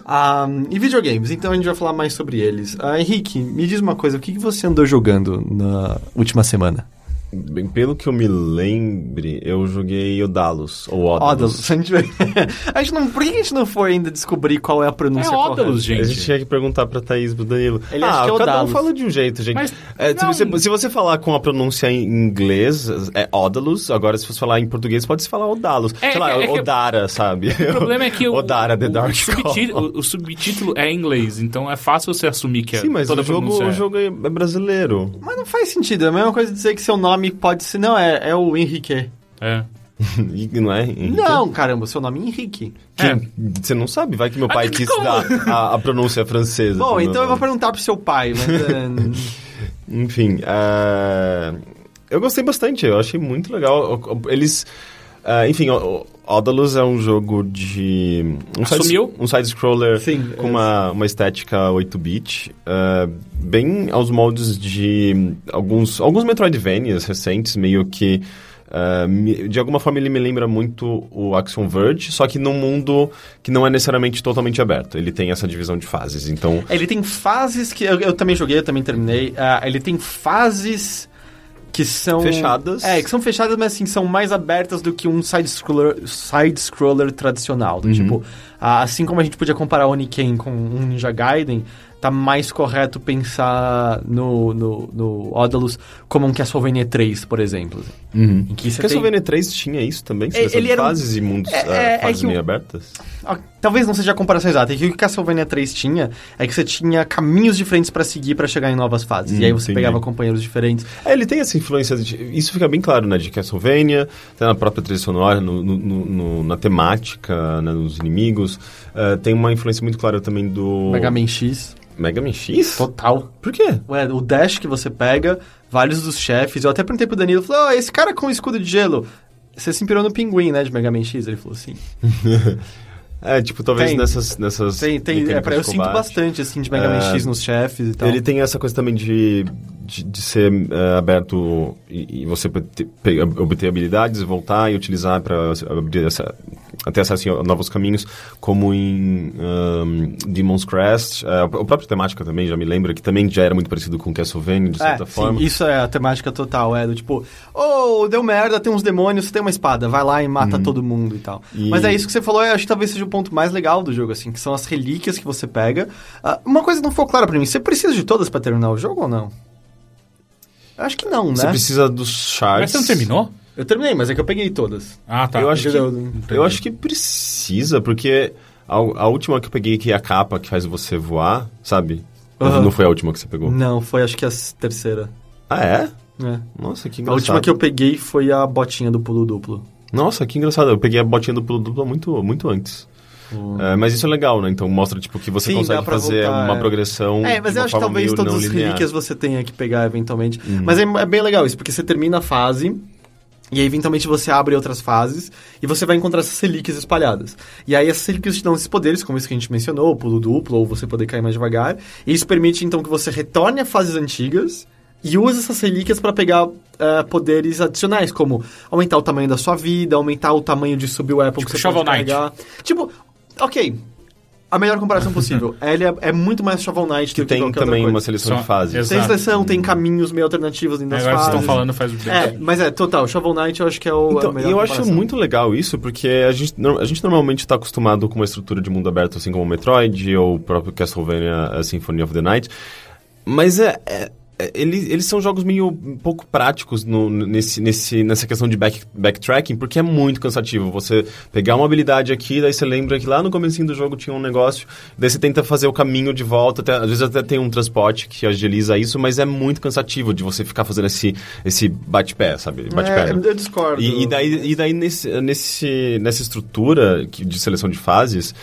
Speaker 3: Ahn, e videogames, então a gente vai falar mais sobre eles. Ah, Henrique, me diz uma coisa, o que, que você andou jogando na última semana?
Speaker 2: Bem, pelo que eu me lembre, eu joguei Odalus, ou Odalus.
Speaker 3: Ódalos. A gente, vai... *laughs* a gente não... Por que a gente não foi ainda descobrir qual é a
Speaker 1: É
Speaker 3: pronúncia
Speaker 1: ódalos,
Speaker 2: A
Speaker 3: correta?
Speaker 1: gente.
Speaker 2: gente tinha que perguntar pra Thaís pro Danilo.
Speaker 3: Ele
Speaker 2: ah,
Speaker 3: acha que é
Speaker 2: cada um
Speaker 3: Odalus.
Speaker 2: fala de um jeito, gente.
Speaker 1: Mas-
Speaker 2: É, se,
Speaker 1: não.
Speaker 2: você, se você falar com a pronúncia em inglês, é Odalus. Agora, se você falar em português, pode se falar Odalus.
Speaker 1: É,
Speaker 2: Sei lá,
Speaker 1: é que- é que-
Speaker 2: Odara, sabe?
Speaker 1: O problema é que o,
Speaker 2: Odara, The
Speaker 1: o,
Speaker 2: Dark
Speaker 1: subti-
Speaker 2: Call.
Speaker 1: o- o subtítulo é em inglês, então é fácil você assumir que é
Speaker 2: Sim, mas
Speaker 1: toda
Speaker 2: o jogo,
Speaker 1: pronúncia é.
Speaker 2: o jogo é brasileiro.
Speaker 3: Mas não faz sentido, é a mesma coisa dizer que seu nome pode ser... Não, é, é o Henrique.
Speaker 1: É.
Speaker 2: E Não é? Henrique?
Speaker 3: Não, caramba, seu nome é Henrique.
Speaker 2: Que-
Speaker 1: É.
Speaker 2: Você não sabe? Vai que meu
Speaker 1: Ah,
Speaker 2: pai
Speaker 1: que-
Speaker 2: quis
Speaker 1: como?
Speaker 2: dar a, a pronúncia francesa. né?
Speaker 3: Bom,
Speaker 2: pro meu
Speaker 3: então
Speaker 2: nome.
Speaker 3: eu
Speaker 2: é
Speaker 3: vou perguntar pro seu pai, mas... eh,
Speaker 2: Enfim, ah, eu gostei bastante, eu achei muito legal. O- o- Eles. ah, enfim, o- o Odalus é um jogo de. Um side-
Speaker 1: Assumiu?
Speaker 2: um side-scroller
Speaker 3: Sim,
Speaker 2: com
Speaker 3: é.
Speaker 2: uma, uma estética 8-bit, ah, bem aos moldes de alguns, alguns Metroidvanias recentes, meio que. ah, me- de alguma forma ele me lembra muito o Action Verge, só que num mundo que não é necessariamente totalmente aberto. Ele tem essa divisão de fases. Então,
Speaker 3: Ele tem fases que. Eu, eu também joguei, eu também terminei. Ah, ele tem fases que são.
Speaker 2: Fechadas.
Speaker 3: É, que são fechadas, mas assim, são mais abertas do que um side-scroller side -scroller tradicional.
Speaker 2: Uhum.
Speaker 3: Do Tipo, ah, assim como a gente podia comparar o Oniken com um Ninja Gaiden, tá mais correto pensar no, no, no Odalus como um Castlevania 3, por exemplo. Em que você tem-
Speaker 2: Uhum. Castlevania 3 tinha isso também? Seleção
Speaker 3: ele
Speaker 2: de
Speaker 3: era um-
Speaker 2: fases e mundos,
Speaker 3: É,
Speaker 2: ah,
Speaker 3: é, é
Speaker 2: fases
Speaker 3: que o-
Speaker 2: meio abertas?
Speaker 3: Ah, Talvez não seja a comparação exata. E que o que Castlevania 3 tinha é que você tinha caminhos diferentes pra seguir pra chegar em novas fases.
Speaker 2: Hum,
Speaker 3: e aí você
Speaker 2: entendi.
Speaker 3: pegava companheiros diferentes.
Speaker 2: É, ele tem essa influência, de- isso fica bem claro, né? De Castlevania, até na própria trilha sonora, no- no- no- no- na temática, né, nos inimigos. Ah, tem uma influência muito clara também do...
Speaker 3: Mega Man X.
Speaker 2: Mega Man X?
Speaker 3: Total.
Speaker 2: Por quê?
Speaker 3: Ué, o dash que você pega, vários dos chefes. Eu até perguntei pro Danilo, falei, ó, esse cara com escudo de gelo, você se inspirou no pinguim, né, de Mega Man X? Ele falou, sim.
Speaker 2: É, tipo, talvez
Speaker 3: Tem.
Speaker 2: nessas, nessas...
Speaker 3: Tem, tem, é,
Speaker 2: mecânicas
Speaker 3: pra- eu
Speaker 2: de
Speaker 3: sinto
Speaker 2: combate.
Speaker 3: bastante, assim, de Mega Man
Speaker 2: É,
Speaker 3: X nos chefes e tal.
Speaker 2: Ele tem essa coisa também de, de, de ser eh, aberto e, e você obte- pe- obter habilidades, voltar e utilizar para até acesso a novos caminhos, como em ahm, Demon's Crest. Eh, a própria temática também já me lembra, que também já era muito parecido com Castlevania, de certa
Speaker 3: é,
Speaker 2: forma.
Speaker 3: Sim, isso é a temática total, é do tipo, ô, deu merda, tem uns demônios, você tem uma espada, vai lá e mata todo mundo e tal.
Speaker 2: Uhum. E-
Speaker 3: Mas é isso que você falou, eu acho que talvez seja o ponto mais legal do jogo, assim, que são as relíquias que você pega. Ah, uma coisa que não ficou clara pra mim, você precisa de todas pra terminar o jogo ou não? Eu acho que não, né?
Speaker 2: Você precisa dos shards.
Speaker 1: Mas você não terminou?
Speaker 3: Eu terminei, mas é que eu peguei todas.
Speaker 1: Ah, tá.
Speaker 2: Eu acho que,
Speaker 3: Entendeu?
Speaker 2: eu acho que precisa, porque a, a última que eu peguei, que é a capa que faz você voar, sabe?
Speaker 3: Aham.
Speaker 2: Não foi a última que você pegou.
Speaker 3: Não, foi acho que a s- terceira.
Speaker 2: Ah, é?
Speaker 3: né?
Speaker 2: Nossa, que
Speaker 3: A
Speaker 2: engraçado.
Speaker 3: última que eu peguei foi a botinha do pulo duplo.
Speaker 2: Nossa, que engraçado. Eu peguei a botinha do pulo duplo muito, muito antes. É, mas isso é legal, né? Então mostra tipo, que você
Speaker 3: Hum. Sim, dá
Speaker 2: consegue
Speaker 3: pra
Speaker 2: fazer
Speaker 3: voltar,
Speaker 2: uma
Speaker 3: é.
Speaker 2: progressão.
Speaker 3: É, mas
Speaker 2: de
Speaker 3: eu
Speaker 2: uma
Speaker 3: acho que
Speaker 2: forma
Speaker 3: talvez
Speaker 2: meio
Speaker 3: todas
Speaker 2: não
Speaker 3: as
Speaker 2: linear.
Speaker 3: relíquias você tenha que pegar eventualmente.
Speaker 2: Uhum.
Speaker 3: Mas é, é bem legal isso, porque você termina a fase. E aí, eventualmente, você abre outras fases e você vai encontrar essas relíquias espalhadas. E aí, essas relíquias te dão esses poderes, como isso que a gente mencionou, o pulo duplo, ou você poder cair mais devagar. E isso permite, então, que você retorne a fases antigas e use essas relíquias para pegar eh, poderes adicionais, como aumentar o tamanho da sua vida, aumentar o tamanho de sub-weapon
Speaker 1: Tipo
Speaker 3: que você pode
Speaker 1: Shovel Knight.
Speaker 3: carregar. Tipo, ok, a melhor comparação possível.
Speaker 2: *laughs*
Speaker 3: Ele é, é muito mais Shovel Knight
Speaker 2: Que
Speaker 3: do que
Speaker 2: tem
Speaker 3: qualquer
Speaker 2: também
Speaker 3: outra
Speaker 2: uma
Speaker 3: coisa.
Speaker 2: seleção
Speaker 1: Só-
Speaker 2: de fases.
Speaker 1: Exato. É,
Speaker 3: Tem seleção, tem caminhos meio alternativos dentro das
Speaker 1: Agora vocês
Speaker 3: fases.
Speaker 1: estão falando faz bem
Speaker 3: É, mas é, total. Shovel Knight eu acho que é o a
Speaker 2: Então,
Speaker 3: melhor
Speaker 2: eu acho
Speaker 3: comparação.
Speaker 2: muito legal isso, porque a gente, no- a gente normalmente está acostumado com uma estrutura de mundo aberto, assim como Metroid ou o próprio Castlevania eh, Symphony of the Night. Mas é, é- é- eles, eles são jogos meio um pouco práticos no- nesse, nesse- nessa questão de back- backtracking, porque é muito cansativo. Você pegar uma habilidade aqui, daí você lembra que lá no comecinho do jogo tinha um negócio, daí você tenta fazer o caminho de volta, até- às vezes até tem um transporte que agiliza isso, mas é muito cansativo de você ficar fazendo esse, esse bate-pé, né? sabe?
Speaker 3: É,
Speaker 2: Bate-perna.
Speaker 3: eu discordo.
Speaker 2: E, e daí, e daí nesse, nesse- nessa estrutura que- de seleção de fases,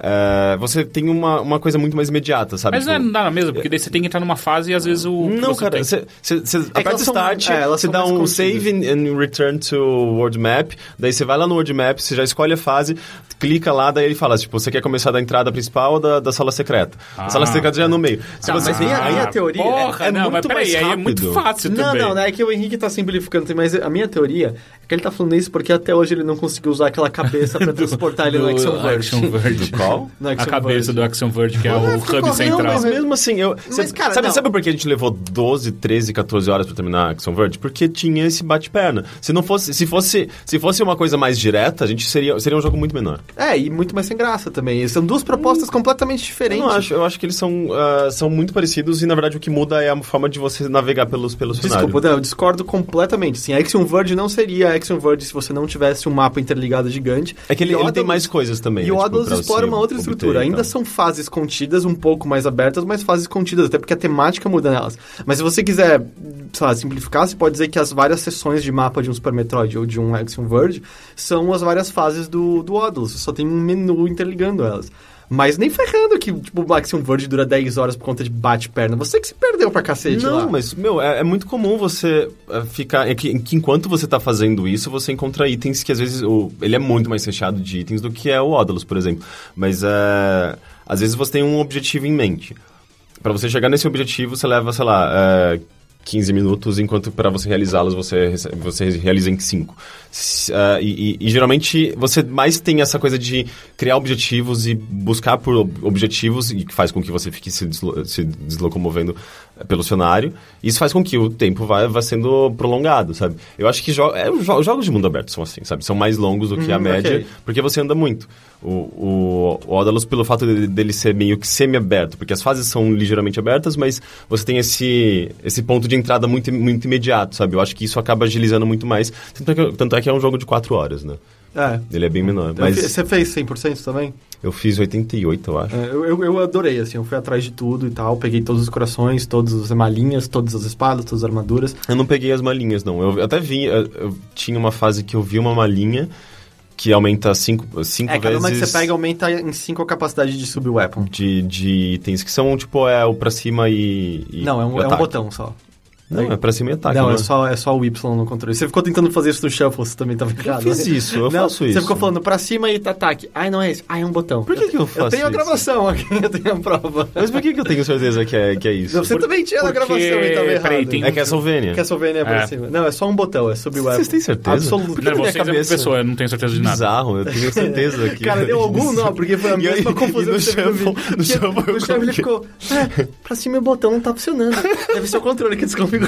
Speaker 2: eh, você tem uma, uma coisa muito mais imediata, sabe?
Speaker 1: Mas não é-
Speaker 2: Tipo,
Speaker 1: não dá na mesma, porque daí você tem que entrar numa fase e às vezes o. que
Speaker 2: não,
Speaker 1: você
Speaker 2: cara,
Speaker 1: tem-
Speaker 2: você você aperta
Speaker 3: elas são-
Speaker 2: Start,
Speaker 3: é, elas
Speaker 2: você
Speaker 3: são
Speaker 2: dá
Speaker 3: mais
Speaker 2: um
Speaker 3: contidas.
Speaker 2: save and, and return to World Map, daí você vai lá no World Map, você já escolhe a fase, clica lá, daí ele fala, tipo, você quer começar da entrada principal ou da, da sala secreta? a
Speaker 1: Ah,
Speaker 2: sala secreta já é no meio. Se
Speaker 3: Tá,
Speaker 2: você-
Speaker 3: mas nem a-
Speaker 1: *laughs*
Speaker 3: nem a teoria-
Speaker 1: Porra,
Speaker 2: é- é
Speaker 1: não, mas
Speaker 2: muito
Speaker 1: peraí,
Speaker 2: mais
Speaker 1: aí é muito
Speaker 2: rápido.
Speaker 1: fácil
Speaker 3: Não,
Speaker 1: também.
Speaker 3: não, né? É que o Henrique tá simplificando, tem- mas a minha teoria é que ele tá falando isso porque até hoje ele não conseguiu usar aquela
Speaker 1: *laughs*
Speaker 3: cabeça pra transportar ele no
Speaker 1: Do
Speaker 3: Action
Speaker 1: Action
Speaker 3: Verge.
Speaker 2: *laughs*
Speaker 1: Verge.
Speaker 2: Qual?
Speaker 3: No
Speaker 1: a
Speaker 3: Action
Speaker 1: cabeça
Speaker 3: Verge.
Speaker 1: do Action Verge, que é o
Speaker 3: ficou
Speaker 1: hub central.
Speaker 2: Mas mesmo assim, eu.
Speaker 3: Mas,
Speaker 2: sabe,
Speaker 3: cara,
Speaker 2: sabe,
Speaker 3: não.
Speaker 2: sabe por que a gente levou 12, 13, 14 horas pra terminar Action Verge? Porque tinha esse bate-perna. Se não fosse, se fosse, se fosse uma coisa mais direta, a gente seria, seria um jogo muito menor.
Speaker 3: É, e muito mais sem graça também. São duas propostas
Speaker 1: Hum.
Speaker 3: completamente
Speaker 2: Eu
Speaker 3: diferentes.
Speaker 2: não acho, eu acho que eles são, ah, são muito parecidos e na verdade o que muda é a forma de você navegar pelos pelos
Speaker 3: Desculpa, não, eu discordo completamente. Sim, Action Verge não seria Action Verge se você não tivesse um mapa interligado gigante.
Speaker 2: É que ele,
Speaker 3: E
Speaker 2: ele tem
Speaker 3: Odalus-
Speaker 2: mais coisas também.
Speaker 3: E o
Speaker 2: né, tipo,
Speaker 3: Odalus
Speaker 2: pra
Speaker 3: explora
Speaker 2: você
Speaker 3: uma outra
Speaker 2: obter
Speaker 3: estrutura.
Speaker 2: e
Speaker 3: Ainda
Speaker 2: tal.
Speaker 3: são fases contidas, um pouco mais abertas, mas fases contidas, até porque a temática muda nelas. Mas se você quiser, sei lá, simplificar, você pode dizer que as várias seções de mapa de um Super Metroid ou de um Action Verge são as várias fases do, do Odalus. Só tem um menu interligando elas. Mas nem ferrando que, tipo, o Action Verge dura 10 horas por conta de bate-perna. Você que se perdeu pra cacete lá.
Speaker 2: Não, mas, meu, é, é muito comum você é, ficar. É que, que enquanto você tá fazendo isso, você encontra itens que às vezes. o- ele é muito mais recheado de itens do que é o Odalus, por exemplo. Mas é, às vezes você tem um objetivo em mente. Pra você chegar nesse objetivo, você leva, sei lá, é, 15 minutos, enquanto para você realizá-los você, rece- você realiza em 5. e, e- e geralmente você mais tem essa coisa de criar objetivos e buscar por ob- objetivos, e que faz com que você fique se, deslo se deslocomovendo eh, pelo cenário. Isso faz com que o tempo vá, vá sendo prolongado, sabe? Eu acho que jo é, os jo- jogos de mundo aberto são assim, sabe? São mais longos do que a
Speaker 3: Hum,
Speaker 2: média,
Speaker 3: ok.
Speaker 2: porque você anda muito. O, o, o Odalus, pelo fato dele, dele ser meio que semi-aberto, porque as fases são ligeiramente abertas, mas você tem esse, esse ponto de entrada muito, muito imediato, sabe? Eu acho que isso acaba agilizando muito mais. Tanto é que, tanto é, que é um jogo de 4 horas, né?
Speaker 3: É.
Speaker 2: Ele é bem menor.
Speaker 3: Eu fi-
Speaker 2: Mas
Speaker 3: Você fez 100% também?
Speaker 2: eu fiz 88, eu acho.
Speaker 3: É, Eu, eu, eu adorei, assim, eu fui atrás de tudo e tal, peguei todos os corações, todas as malinhas, todas as espadas, todas as armaduras.
Speaker 2: Eu não peguei as malinhas, não. Eu até vi, eu, eu tinha uma fase que eu vi uma malinha que aumenta 5 cinco, cinco
Speaker 3: É, cada
Speaker 2: vezes...
Speaker 3: uma que você pega aumenta em 5 a capacidade de subir o weapon.
Speaker 2: de, de itens que são, tipo, é o pra cima e. e
Speaker 3: Não, é um,
Speaker 2: e
Speaker 3: é um
Speaker 2: ataque.
Speaker 3: botão só.
Speaker 2: Não, é pra cima e ataque.
Speaker 3: não,
Speaker 2: né?
Speaker 3: é só, é só o Y no controle. Você ficou tentando fazer isso no shuffle, você também tava errado.
Speaker 2: fiz isso, eu
Speaker 3: não,
Speaker 2: faço
Speaker 3: Você
Speaker 2: isso.
Speaker 3: ficou falando pra cima e ataque. Ai, não é isso. Ai, é um botão.
Speaker 2: Por que que eu
Speaker 3: Eu
Speaker 2: faço
Speaker 3: tenho a
Speaker 2: isso?
Speaker 3: gravação aqui, *laughs* eu tenho a prova.
Speaker 2: Mas por que, que eu tenho certeza que é, que é isso?
Speaker 3: Você também tinha na
Speaker 1: porque-
Speaker 3: gravação e tava errado.
Speaker 1: peraí, tem-
Speaker 2: É Castlevania.
Speaker 3: Castlevania é pra
Speaker 1: É.
Speaker 3: cima. Não, é só um botão, é subir o weapon.
Speaker 2: Vocês têm certeza?
Speaker 3: Absoluto.
Speaker 2: Por que
Speaker 1: Não,
Speaker 2: na minha
Speaker 1: vocês é uma
Speaker 2: cabeça?
Speaker 1: pessoa, eu não tenho certeza de nada.
Speaker 2: Bizarro, eu tenho certeza que. *laughs*
Speaker 3: Cara, deu algum não, porque foi a
Speaker 2: E aí-
Speaker 3: mesma confusão
Speaker 2: e no
Speaker 3: que teve no
Speaker 2: shuffle-
Speaker 3: vídeo.
Speaker 2: no
Speaker 3: Porque
Speaker 2: shuffle eu
Speaker 3: no shuffle ele ficou, é, pra cima o botão não tá funcionando. Deve ser o controle que desconfigurou.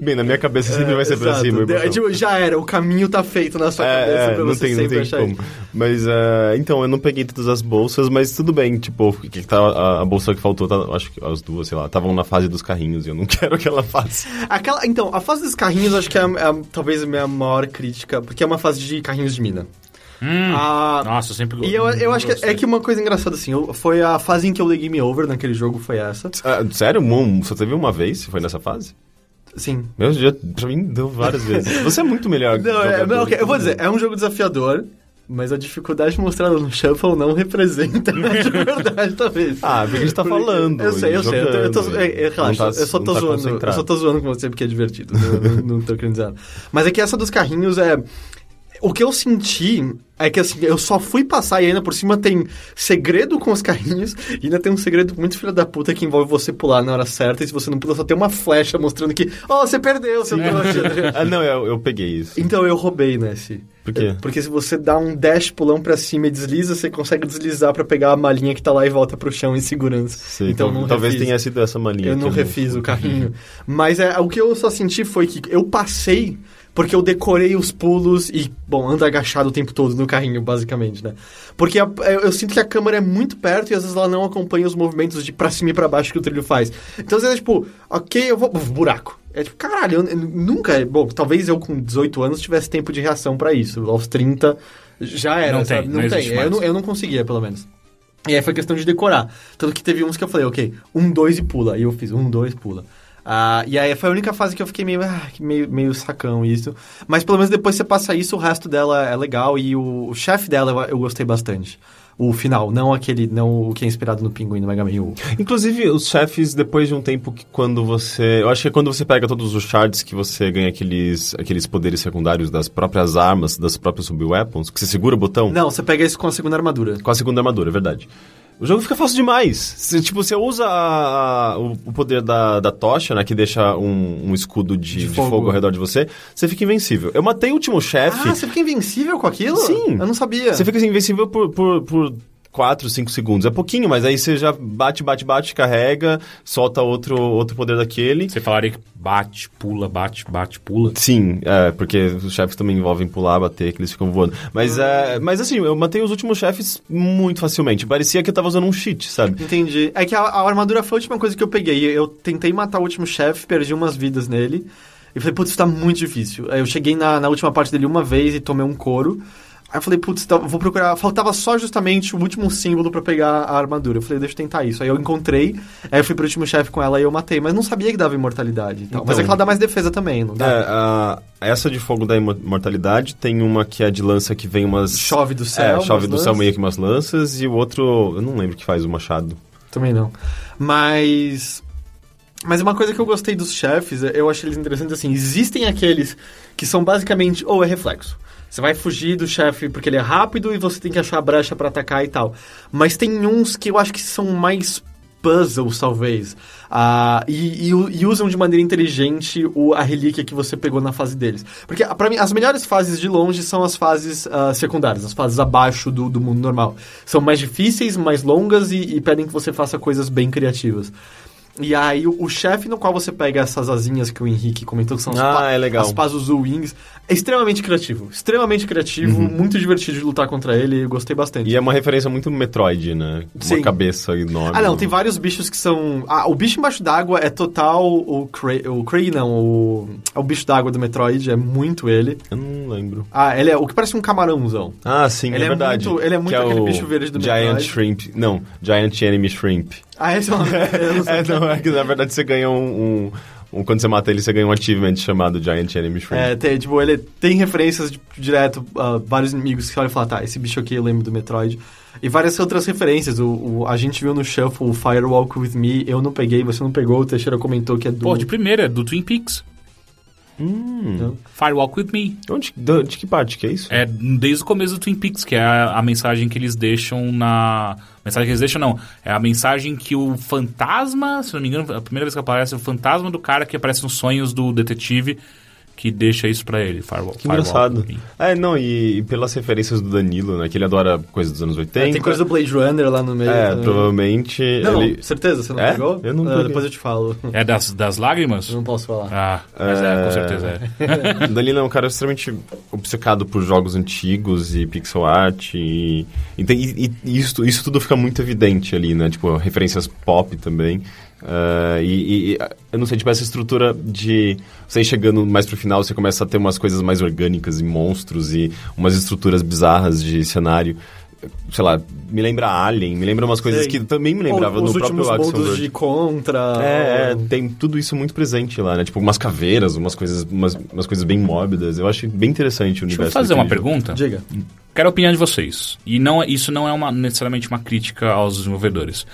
Speaker 2: Bem, na minha cabeça sempre *laughs* vai ser pra
Speaker 3: É, Exato.
Speaker 2: cima.
Speaker 3: De-
Speaker 2: irmão.
Speaker 3: tipo, já era, o caminho tá feito na sua cabeça
Speaker 2: É, é,
Speaker 3: pra
Speaker 2: não
Speaker 3: você
Speaker 2: tem, não
Speaker 3: sempre
Speaker 2: tem
Speaker 3: achar
Speaker 2: como.
Speaker 3: isso.
Speaker 2: Mas, é, então, eu não peguei todas as bolsas, mas tudo bem. Tipo, o que que tá, a, a bolsa que faltou, tá- acho que as duas, sei lá, estavam na fase dos carrinhos e eu não *laughs* quero aquela fase.
Speaker 3: Aquela, então, a fase dos carrinhos acho que é, a- é a- talvez a minha maior crítica, porque é uma fase de carrinhos de mina. Ah,
Speaker 1: Hum. Nossa, eu sempre go-
Speaker 3: E eu, eu acho que
Speaker 1: gostei.
Speaker 3: é que uma coisa engraçada, assim, eu- foi a fase em que eu dei game over naquele jogo, foi essa.
Speaker 2: Ah, sério? Mum, Só teve uma vez? Foi nessa fase?
Speaker 3: Sim.
Speaker 2: Meu, já, pra mim deu várias vezes. Você é muito melhor.
Speaker 3: Não, é,
Speaker 2: jogador
Speaker 3: não, ok,
Speaker 2: que
Speaker 3: eu vou
Speaker 2: todo
Speaker 3: dizer, é um jogo desafiador, mas a dificuldade mostrada no Shuffle não representa a
Speaker 2: *laughs*
Speaker 3: de verdade, talvez.
Speaker 2: Ah, porque a gente tá falando
Speaker 3: Eu sei, eu
Speaker 2: e
Speaker 3: sei. Eu, tô- eu tô-
Speaker 2: jogando,
Speaker 3: é, é,
Speaker 2: e
Speaker 3: relaxa,
Speaker 2: não tá-
Speaker 3: eu só tô
Speaker 2: não tá
Speaker 3: zoando. Eu
Speaker 2: concentrado.
Speaker 3: só tô zoando com você porque é divertido. né? Eu não, não tô querendo dizer nada. Mas é que essa dos carrinhos é. O que eu senti é que assim, eu só fui passar e ainda por cima tem segredo com os carrinhos e ainda tem um segredo muito filho da puta que envolve você pular na hora certa e se você não pula só tem uma flecha mostrando que, ó, você perdeu, seu
Speaker 2: *laughs*
Speaker 3: trouxa.
Speaker 2: Ah, não, eu, eu peguei isso.
Speaker 3: Então eu roubei nesse.
Speaker 2: Por quê?
Speaker 3: Porque se você dá um dash pulão pra cima e desliza, você consegue deslizar pra pegar a malinha que tá lá e volta pro chão em segurança.
Speaker 2: Sei, tal-
Speaker 3: então não
Speaker 2: talvez
Speaker 3: refiz.
Speaker 2: tenha sido essa malinha.
Speaker 3: Eu
Speaker 2: que
Speaker 3: não refiz o carrinho. Mas é, o que eu só senti foi que eu passei porque eu decorei os pulos e, bom, ando agachado o tempo todo no carrinho, basicamente, né? Porque a- eu, eu sinto que a câmera é muito perto e às vezes ela não acompanha os movimentos de pra cima e pra baixo que o trilho faz. Então às vezes é tipo, ok, eu vou. buraco. É tipo, caralho, eu, eu nunca. Bom, talvez eu com 18 anos tivesse tempo de reação pra isso. Aos 30 já era,
Speaker 1: Não tem,
Speaker 3: sabe?
Speaker 1: não existe
Speaker 3: tem. Eu
Speaker 1: mais.
Speaker 3: não, eu não conseguia, pelo menos. E aí foi questão de decorar. Tanto que teve uns que eu falei, ok, um, dois e pula. E eu fiz um, dois, pula. Ah, e aí foi a única fase que eu fiquei meio, ah, que meio, meio sacão isso. Mas pelo menos depois você passa isso, o resto dela é legal. E o, o chefe dela eu, eu gostei bastante. O final, não aquele, não o que é inspirado no Pinguim do Mega Man um.
Speaker 2: *laughs*
Speaker 3: U.
Speaker 2: Inclusive, os chefes, depois de um tempo que quando você... Eu acho que é quando você pega todos os shards que você ganha aqueles, aqueles poderes secundários das próprias armas, das próprias sub-weapons, que você segura o botão.
Speaker 3: Não, você pega isso com a segunda armadura.
Speaker 2: Com a segunda armadura, é verdade. O jogo fica fácil demais. Você, tipo, você usa a- a- o, o poder da, da tocha, né? Que deixa um, um escudo de, de
Speaker 3: fogo.
Speaker 2: fogo. ao redor de você. Você fica invencível. Eu matei o último chefe.
Speaker 3: Ah, você fica invencível com aquilo?
Speaker 2: Sim.
Speaker 3: Eu não sabia.
Speaker 2: Você fica assim, invencível por, por, por 4, 5 segundos. É pouquinho, mas aí você já bate, bate, bate, carrega, solta outro, outro poder daquele.
Speaker 1: Você falaria que bate, pula, bate, bate, pula.
Speaker 2: Sim, é, porque os chefes também envolvem pular, bater, que eles ficam voando. Mas, é, mas assim, eu matei os últimos chefes muito facilmente. Parecia que eu tava usando um cheat, sabe?
Speaker 3: Entendi. É que a, a armadura foi a última coisa que eu peguei. Eu tentei matar o último chefe, perdi umas vidas nele. E falei, putz, isso tá muito difícil. Aí eu cheguei na, na última parte dele uma vez e tomei um couro. Aí eu falei, putz, tá- vou procurar. Faltava só justamente o último símbolo pra pegar a armadura. Eu falei, deixa eu tentar isso. Aí eu encontrei, aí eu fui pro último chefe com ela e eu matei. Mas não sabia que dava imortalidade e tal. Mas é
Speaker 2: Então.
Speaker 3: que ela dá mais defesa também, não dá?
Speaker 2: É, a- essa de fogo da imor- imortalidade tem uma que é de lança que vem umas.
Speaker 3: Chove do céu,
Speaker 2: É, chove
Speaker 3: umas
Speaker 2: do céu
Speaker 3: lanças.
Speaker 2: meio que umas lanças. E o outro. Eu não lembro o que faz o machado.
Speaker 3: Também não. Mas. Mas uma coisa que eu gostei dos chefes, é, eu achei eles interessantes assim: existem aqueles que são basicamente ou é reflexo. Você vai fugir do chefe porque ele é rápido e você tem que achar a brecha pra atacar e tal. Mas tem uns que eu acho que são mais puzzles, talvez. Ah, e, e u- e usam de maneira inteligente o, a relíquia que você pegou na fase deles. Porque, ah, pra mim, as melhores fases de longe são as fases ah, secundárias, as fases abaixo do, do mundo normal. São mais difíceis, mais longas e, e pedem que você faça coisas bem criativas. E aí, o, o chefe no qual você pega essas asinhas que o Henrique comentou, que são as,
Speaker 2: Ah,
Speaker 3: pa-
Speaker 2: é legal.
Speaker 3: as Pazuzu Wings, é extremamente criativo. Extremamente criativo, muito divertido de lutar contra ele, eu gostei bastante.
Speaker 2: Uhum. E é uma referência muito Metroid, né?
Speaker 3: Sim.
Speaker 2: Uma cabeça enorme.
Speaker 3: Ah, não, tem vários bichos que são. Ah, o bicho embaixo d'água é total o Cray. O Cray não, o. é o bicho d'água do Metroid, é muito ele.
Speaker 2: Eu não lembro.
Speaker 3: Ah, ele é o que parece um camarãozão.
Speaker 2: Ah, sim,
Speaker 3: Ele
Speaker 2: é
Speaker 3: é
Speaker 2: verdade.
Speaker 3: muito- ele é muito
Speaker 2: que
Speaker 3: aquele
Speaker 2: o
Speaker 3: bicho verde do
Speaker 2: Giant
Speaker 3: Metroid.
Speaker 2: Shrimp. Não, Giant Enemy Shrimp.
Speaker 3: Ah, esse é
Speaker 2: *laughs*
Speaker 3: o nome. *laughs* Eu não sei.
Speaker 2: É, não, é que na verdade você ganha um, um- um- Quando você mata ele, você ganha um achievement chamado Giant Enemy Shrimp.
Speaker 3: É, tem, tipo, ele tem referências de- direto a vários inimigos que você olha e fala, tá, esse bicho aqui eu lembro do Metroid. E várias outras referências. O, o- a gente viu no Shuffle o Firewalk With Me, eu não peguei, você não pegou, o Teixeira comentou que é do...
Speaker 1: Pô, de primeira, do Twin Peaks.
Speaker 3: Então.
Speaker 1: Firewalk With Me.
Speaker 2: Onde, de, de que parte que é isso?
Speaker 1: É desde o começo do Twin Peaks, que é a, a mensagem que eles deixam na... Mensagem que eles deixam, não. É a mensagem que o fantasma, se não me engano, a primeira vez que aparece, é o fantasma do cara que aparece nos sonhos do detetive, que deixa isso pra ele. Firewall.
Speaker 2: Que engraçado. É, não, e, e pelas referências do Danilo, né? Que ele adora coisas dos anos 80.
Speaker 3: É, Tem coisa do Blade Runner lá no meio.
Speaker 2: É,
Speaker 3: também.
Speaker 2: provavelmente
Speaker 3: Não,
Speaker 2: ele...
Speaker 3: não, certeza, você não
Speaker 2: É?
Speaker 3: pegou?
Speaker 2: Eu não
Speaker 3: Ah,
Speaker 2: peguei.
Speaker 3: Depois eu te falo. *laughs* Eu
Speaker 1: É das, das lágrimas?
Speaker 3: não posso falar.
Speaker 1: Ah, mas é,
Speaker 2: É.
Speaker 1: com certeza é.
Speaker 2: *laughs* O Danilo é um cara extremamente obcecado por jogos antigos e pixel art e, e, tem- e- e isso, isso tudo fica muito evidente ali, né? Tipo, referências pop também. Ah, e, e- e, ah, eu não sei, tipo, essa estrutura de você ir chegando mais pro final, você começa a ter umas coisas mais orgânicas e monstros e umas estruturas bizarras de cenário. Sei lá, me lembra Alien, me lembra umas coisas
Speaker 3: Sei.
Speaker 2: que também me lembrava
Speaker 3: Ou,
Speaker 2: no
Speaker 3: os
Speaker 2: próprio
Speaker 3: últimos
Speaker 2: Axel
Speaker 3: mundos
Speaker 2: World.
Speaker 3: de contra.
Speaker 1: Ah.
Speaker 2: É, é,
Speaker 3: ou-
Speaker 2: tem tudo isso muito presente lá, né? Tipo, umas caveiras, umas coisas, umas, umas coisas bem mórbidas. Eu acho bem interessante o
Speaker 1: Deixa eu
Speaker 2: universo.
Speaker 1: fazer uma
Speaker 2: daquele jogo.
Speaker 1: pergunta.
Speaker 3: Diga.
Speaker 1: Quero a opinião de vocês. E não, isso não é uma- necessariamente uma crítica aos desenvolvedores.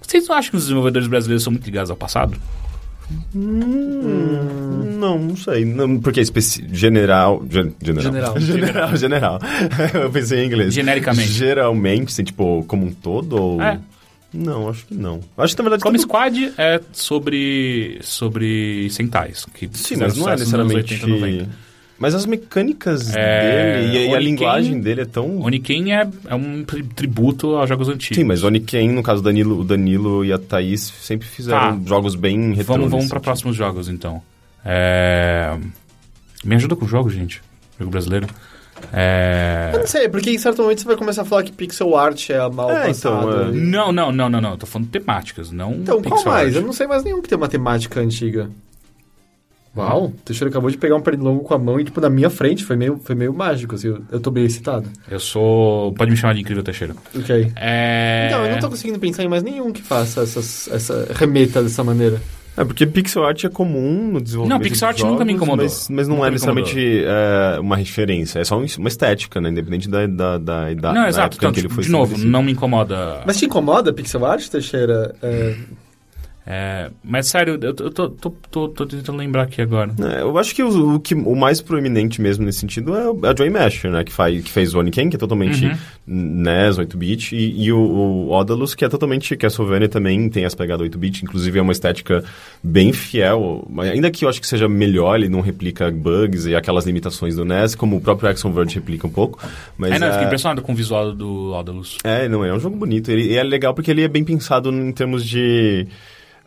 Speaker 1: Vocês não acham que os desenvolvedores brasileiros são muito ligados ao passado?
Speaker 2: Não, não sei. Não, porque é especi... general, gen- general. *laughs*
Speaker 3: General.
Speaker 2: General. general. Eu pensei em inglês.
Speaker 1: Genericamente.
Speaker 2: Geralmente, assim, tipo, como um todo ou.
Speaker 1: É.
Speaker 2: Não, acho que não. Acho que na verdade.
Speaker 1: Come
Speaker 2: todo-
Speaker 1: Squad é sobre sobre Sentais. Que
Speaker 2: Sim, mas não é necessariamente. Mas as mecânicas
Speaker 1: É,
Speaker 2: dele e, e a
Speaker 1: Oniken-
Speaker 2: linguagem dele é tão.
Speaker 1: Oniken é, é um tri- tributo aos jogos antigos.
Speaker 2: Sim, mas o Oniken, no caso do Danilo, o Danilo e a Thaís sempre
Speaker 1: Tá.
Speaker 2: fizeram jogos bem retrôs.
Speaker 1: Vamos, vamos para próximos jogos, então. É... Me ajuda com o jogo, gente. Jogo brasileiro. É...
Speaker 3: Eu não sei, porque em certo momento você vai começar a falar que pixel art é mal né?
Speaker 2: É, então,
Speaker 3: passado.
Speaker 2: é.
Speaker 1: Não, não, não, não, não. Tô falando temáticas, não
Speaker 3: Então, qual
Speaker 1: pixel
Speaker 3: mais?
Speaker 1: art.
Speaker 3: Eu não sei mais nenhum que tem matemática antiga. Uau, o Teixeira acabou de pegar um pernilongo com a mão e, tipo, na minha frente. Foi meio, foi meio mágico, assim. Eu, eu tô bem excitado.
Speaker 1: Eu sou... Pode me chamar de Incrível Teixeira.
Speaker 3: Ok.
Speaker 1: É...
Speaker 3: Então, eu não tô conseguindo pensar em mais nenhum que faça essas, essa remeta dessa maneira.
Speaker 2: É porque pixel art é comum no desenvolvimento
Speaker 1: Não, pixel art
Speaker 2: de jogos,
Speaker 1: nunca me incomodou.
Speaker 2: Mas, mas não
Speaker 1: Nunca
Speaker 2: é
Speaker 1: me
Speaker 2: necessariamente é, uma referência, é só um- uma estética, né? Independente da, da, da idade.
Speaker 1: Não,
Speaker 2: da
Speaker 1: exato.
Speaker 2: época
Speaker 1: Então,
Speaker 2: em que
Speaker 1: tipo,
Speaker 2: ele é, foi
Speaker 1: de novo,
Speaker 2: estabelecido.
Speaker 1: não me incomoda.
Speaker 3: Mas te incomoda pixel art, Teixeira? É,
Speaker 1: É, mas sério, eu tô, eu tô- tô- tô- tô tentando lembrar aqui agora.
Speaker 2: É, eu acho que o, o que o mais proeminente mesmo nesse sentido é o- é a Joy Masher, né? Que, faz, que fez o Oniken, que é totalmente
Speaker 1: Uhum.
Speaker 2: né, NES, 8-bit, e, e o, o Odalus, que é totalmente Castlevania também, tem essa pegada 8-bit, inclusive é uma estética bem fiel, mas ainda que eu acho que seja melhor, ele não replica bugs e aquelas limitações do NES, como o próprio Axon Verge replica um pouco, mas...
Speaker 1: é, não, eu fiquei
Speaker 2: é-
Speaker 1: impressionado com o visual do Odalus.
Speaker 2: é, não, é um jogo bonito. Ele e é legal porque ele é bem pensado em termos de.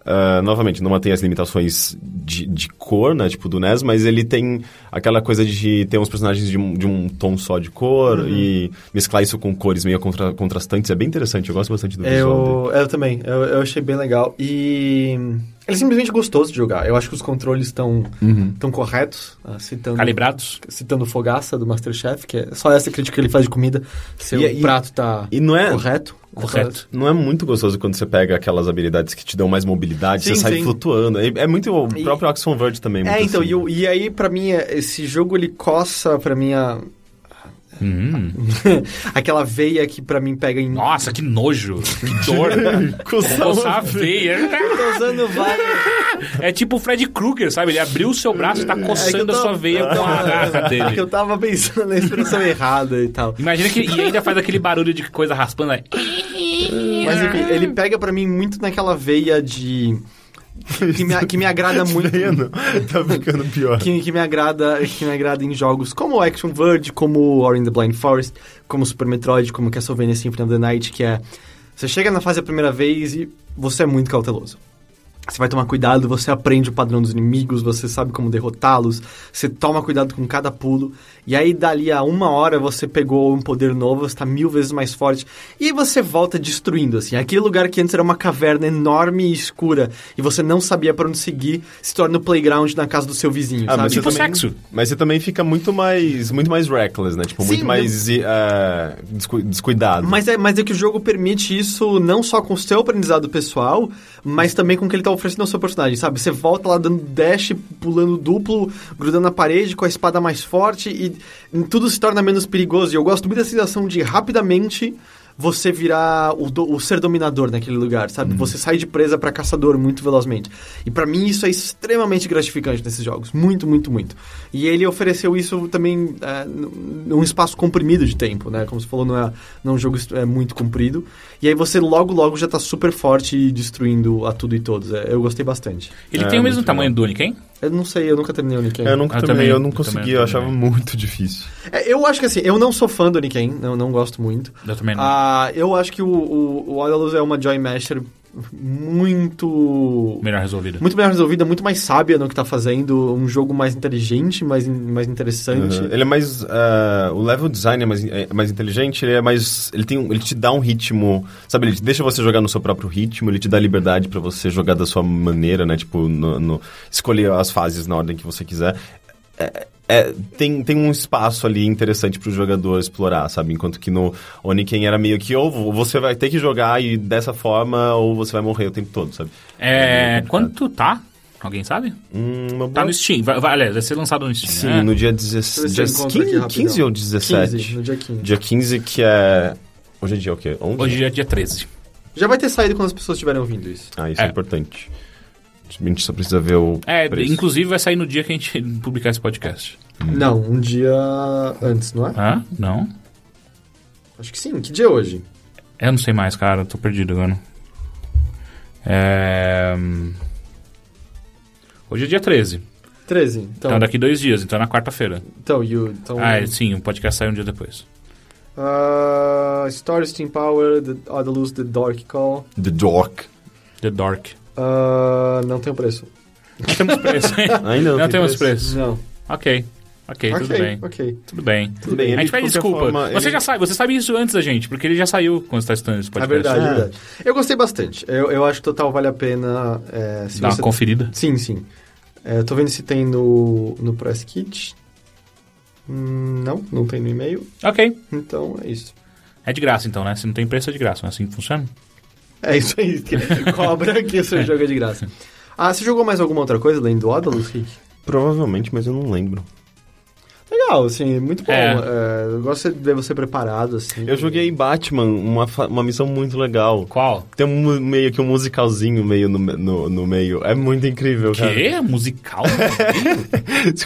Speaker 2: ah, novamente, não mantém as limitações de, de cor, né? Tipo do NES, mas ele tem aquela coisa de ter uns personagens de um, de um tom só de cor
Speaker 3: Uhum.
Speaker 2: e mesclar isso com cores meio contra- contrastantes. É bem interessante, eu gosto bastante do visual dele.
Speaker 3: Eu, eu também, eu, eu achei bem legal. E ele é simplesmente gostoso de jogar. Eu acho que os controles estão tão corretos, ah, citando,
Speaker 1: Calibrados?
Speaker 3: citando Fogaça do Masterchef, que é só essa crítica que ele faz de comida, se
Speaker 2: E-
Speaker 3: o
Speaker 2: e-
Speaker 3: prato tá
Speaker 2: E não é,
Speaker 3: correto.
Speaker 1: Correto.
Speaker 2: não é muito gostoso quando você pega aquelas habilidades que te dão mais mobilidade,
Speaker 3: Sim,
Speaker 2: você sai
Speaker 3: sim.
Speaker 2: flutuando. É, é muito o
Speaker 3: E-
Speaker 2: próprio Axon Verge também.
Speaker 3: É,
Speaker 2: muito
Speaker 3: então,
Speaker 2: assim.
Speaker 3: e, o- e aí pra mim, é- esse jogo ele coça pra mim a-
Speaker 1: Hum.
Speaker 3: *laughs* aquela veia que pra mim pega em...
Speaker 1: Nossa, que
Speaker 3: *laughs*
Speaker 1: nojo. Que
Speaker 2: *laughs*
Speaker 1: dor.
Speaker 2: Coçar
Speaker 1: Coçar a veia.
Speaker 3: Tô usando várias...
Speaker 1: É tipo o Fred Krueger, sabe? Ele abriu o seu braço e tá
Speaker 3: É que eu
Speaker 1: coçando a
Speaker 3: tava-
Speaker 1: sua veia com a garra
Speaker 3: É que eu
Speaker 1: dele.
Speaker 3: tava pensando na expressão errada e tal.
Speaker 1: Imagina que... E ainda faz aquele barulho de coisa raspando. né?
Speaker 3: Mas enfim, ele pega pra mim muito naquela veia de. Que me, que
Speaker 1: *laughs*
Speaker 3: me agrada muito.
Speaker 2: Vendo? Tá ficando pior.
Speaker 3: que, que me agrada que me agrada em jogos como Action Verge, como Ori and the Blind Forest, como Super Metroid, como Castlevania Symphony of the Night, que é... Você chega na fase a primeira vez e você é muito cauteloso. Você vai tomar cuidado, você aprende o padrão dos inimigos, você sabe como derrotá-los, você toma cuidado com cada pulo. E aí, dali a uma hora, você pegou um poder novo, você tá mil vezes mais forte. E aí você volta destruindo, assim. Aquele lugar que antes era uma caverna enorme e escura, e você não sabia pra onde seguir, se torna o playground na casa do seu vizinho,
Speaker 2: Ah,
Speaker 3: sabe?
Speaker 2: mas você
Speaker 1: Tipo
Speaker 2: também,
Speaker 1: sexo.
Speaker 2: Mas você também fica muito mais, muito mais reckless, né? Tipo,
Speaker 3: Sim,
Speaker 2: muito mais eh, descu- descuidado.
Speaker 3: Mas é, mas é que o jogo permite isso não só com o seu aprendizado pessoal, mas também com o que ele tá oferecendo ao seu personagem, sabe? Você volta lá dando dash, pulando duplo, grudando na parede com a espada mais forte e tudo se torna menos perigoso. E eu gosto muito da sensação de rapidamente você virar o, do- o ser dominador naquele lugar, sabe?
Speaker 2: Uhum.
Speaker 3: Você sai de presa pra caçador muito velozmente. E pra mim isso é extremamente gratificante nesses jogos, muito, muito, muito. E ele ofereceu isso também é, num num espaço comprimido de tempo, né? Como você falou, não é, não é um jogo é, muito comprido. E aí você logo, logo já tá super forte e destruindo a tudo e todos. É, eu gostei bastante.
Speaker 1: Ele
Speaker 2: É,
Speaker 1: tem o mesmo
Speaker 2: muito
Speaker 1: tamanho do Nick, hein?
Speaker 3: Eu não sei, eu nunca terminei o Niken.
Speaker 2: Eu nunca
Speaker 1: Eu
Speaker 2: também,
Speaker 1: também,
Speaker 2: eu não
Speaker 1: eu também,
Speaker 2: consegui,
Speaker 1: eu
Speaker 2: eu achava
Speaker 1: também.
Speaker 2: muito difícil.
Speaker 3: É, eu acho que assim, eu não sou fã do Niken, não, não gosto muito.
Speaker 1: Eu também não.
Speaker 3: Ah, eu acho que o, o, o Odalus é uma Joy Master muito...
Speaker 1: Melhor resolvido.
Speaker 3: Muito melhor resolvida, muito mais sábia no que tá fazendo, um jogo mais inteligente, mais, in- mais interessante.
Speaker 2: Uhum. Ele é mais. ah, o level design é mais, é mais inteligente, ele é mais. Ele, tem, um- ele te dá um ritmo. Sabe, ele te deixa você jogar no seu próprio ritmo, ele te dá liberdade pra você jogar da sua maneira, né? Tipo, no, no- escolher as fases na ordem que você quiser. É- é, tem, tem um espaço ali interessante pro jogador explorar, sabe? Enquanto que no Oniken era meio que ou vo- você vai ter que jogar e dessa forma ou você vai morrer o tempo todo, sabe?
Speaker 1: É. Quanto tá? Alguém sabe?
Speaker 2: Hum, uma
Speaker 1: Tá
Speaker 2: boa-
Speaker 1: no Steam. Vai, vai, aliás, vai ser lançado no Steam.
Speaker 2: Sim,
Speaker 1: né?
Speaker 2: no dia,
Speaker 3: Deixa eu ver
Speaker 2: 16,
Speaker 3: se
Speaker 2: dia
Speaker 3: eu encontro aqui
Speaker 2: 15,
Speaker 3: rapidão.
Speaker 2: 15 ou 17?
Speaker 3: 15, no dia 15.
Speaker 2: Dia 15 que é... Hoje é dia o quê? 11?
Speaker 1: Hoje é dia 13.
Speaker 3: Já vai ter saído quando as pessoas estiverem ouvindo isso.
Speaker 2: Ah, isso é.
Speaker 1: É.
Speaker 2: importante. A gente só precisa ver o
Speaker 1: É,
Speaker 2: preço.
Speaker 1: inclusive vai sair no dia que a gente *laughs* publicar esse podcast.
Speaker 3: Não, um dia antes, não é?
Speaker 1: Hã? Não?
Speaker 3: Acho que sim. Que dia é hoje?
Speaker 1: Eu não sei mais, cara. eu Tô perdido agora. É... Hoje é dia 13.
Speaker 3: 13. Então,
Speaker 1: Então, daqui dois dias. Então, é na quarta-feira.
Speaker 3: então, you, então
Speaker 1: Ah, é, sim. O podcast sai um dia depois.
Speaker 3: Ah, Stories Team Power, The Odalus, The Dark Call.
Speaker 1: *laughs*
Speaker 2: The Dork.
Speaker 1: The Dark.
Speaker 3: Ah, não tem o preço.
Speaker 1: Não temos preço.
Speaker 2: Ainda não,
Speaker 1: não
Speaker 2: Então, tem
Speaker 1: temos
Speaker 2: preço.
Speaker 1: preço.
Speaker 3: Não.
Speaker 1: Ok. Ok, tudo
Speaker 3: ok,
Speaker 1: bem.
Speaker 3: ok.
Speaker 1: Tudo bem.
Speaker 2: Tudo bem.
Speaker 1: A
Speaker 2: ele,
Speaker 1: gente pede
Speaker 2: de qualquer
Speaker 1: desculpa.
Speaker 2: forma,
Speaker 1: você
Speaker 2: ele-
Speaker 1: já sabe, você sabe isso antes da gente, porque ele já saiu quando você tá estudando esse
Speaker 3: É
Speaker 1: podcast.
Speaker 3: verdade, é
Speaker 2: Ah.
Speaker 3: verdade. Eu gostei bastante. Eu, eu acho que total vale a pena. é, se
Speaker 1: Dá uma
Speaker 3: você...
Speaker 1: conferida.
Speaker 3: Sim, sim. É, eu tô vendo se tem no, no Press Kit. Hum, não, não tem no e-mail.
Speaker 1: Ok.
Speaker 3: Então é isso.
Speaker 1: É de graça, então, né? Se não tem preço, é de graça. Não é assim que funciona?
Speaker 3: É isso aí.
Speaker 1: *laughs*
Speaker 3: Cobra que o seu jogo é de graça. Ah, você jogou mais alguma outra coisa além do Odalus, Rick?
Speaker 2: Provavelmente, mas eu não lembro.
Speaker 3: Legal, assim, muito bom.
Speaker 1: É.
Speaker 3: É, eu gosto de ver você preparado, assim.
Speaker 2: Eu joguei Batman, uma, fa- uma missão muito legal.
Speaker 1: Qual?
Speaker 2: Tem um mu- meio que um musicalzinho meio no, me- no, no meio. É muito incrível, cara. *laughs*
Speaker 1: Que? Musical?
Speaker 2: É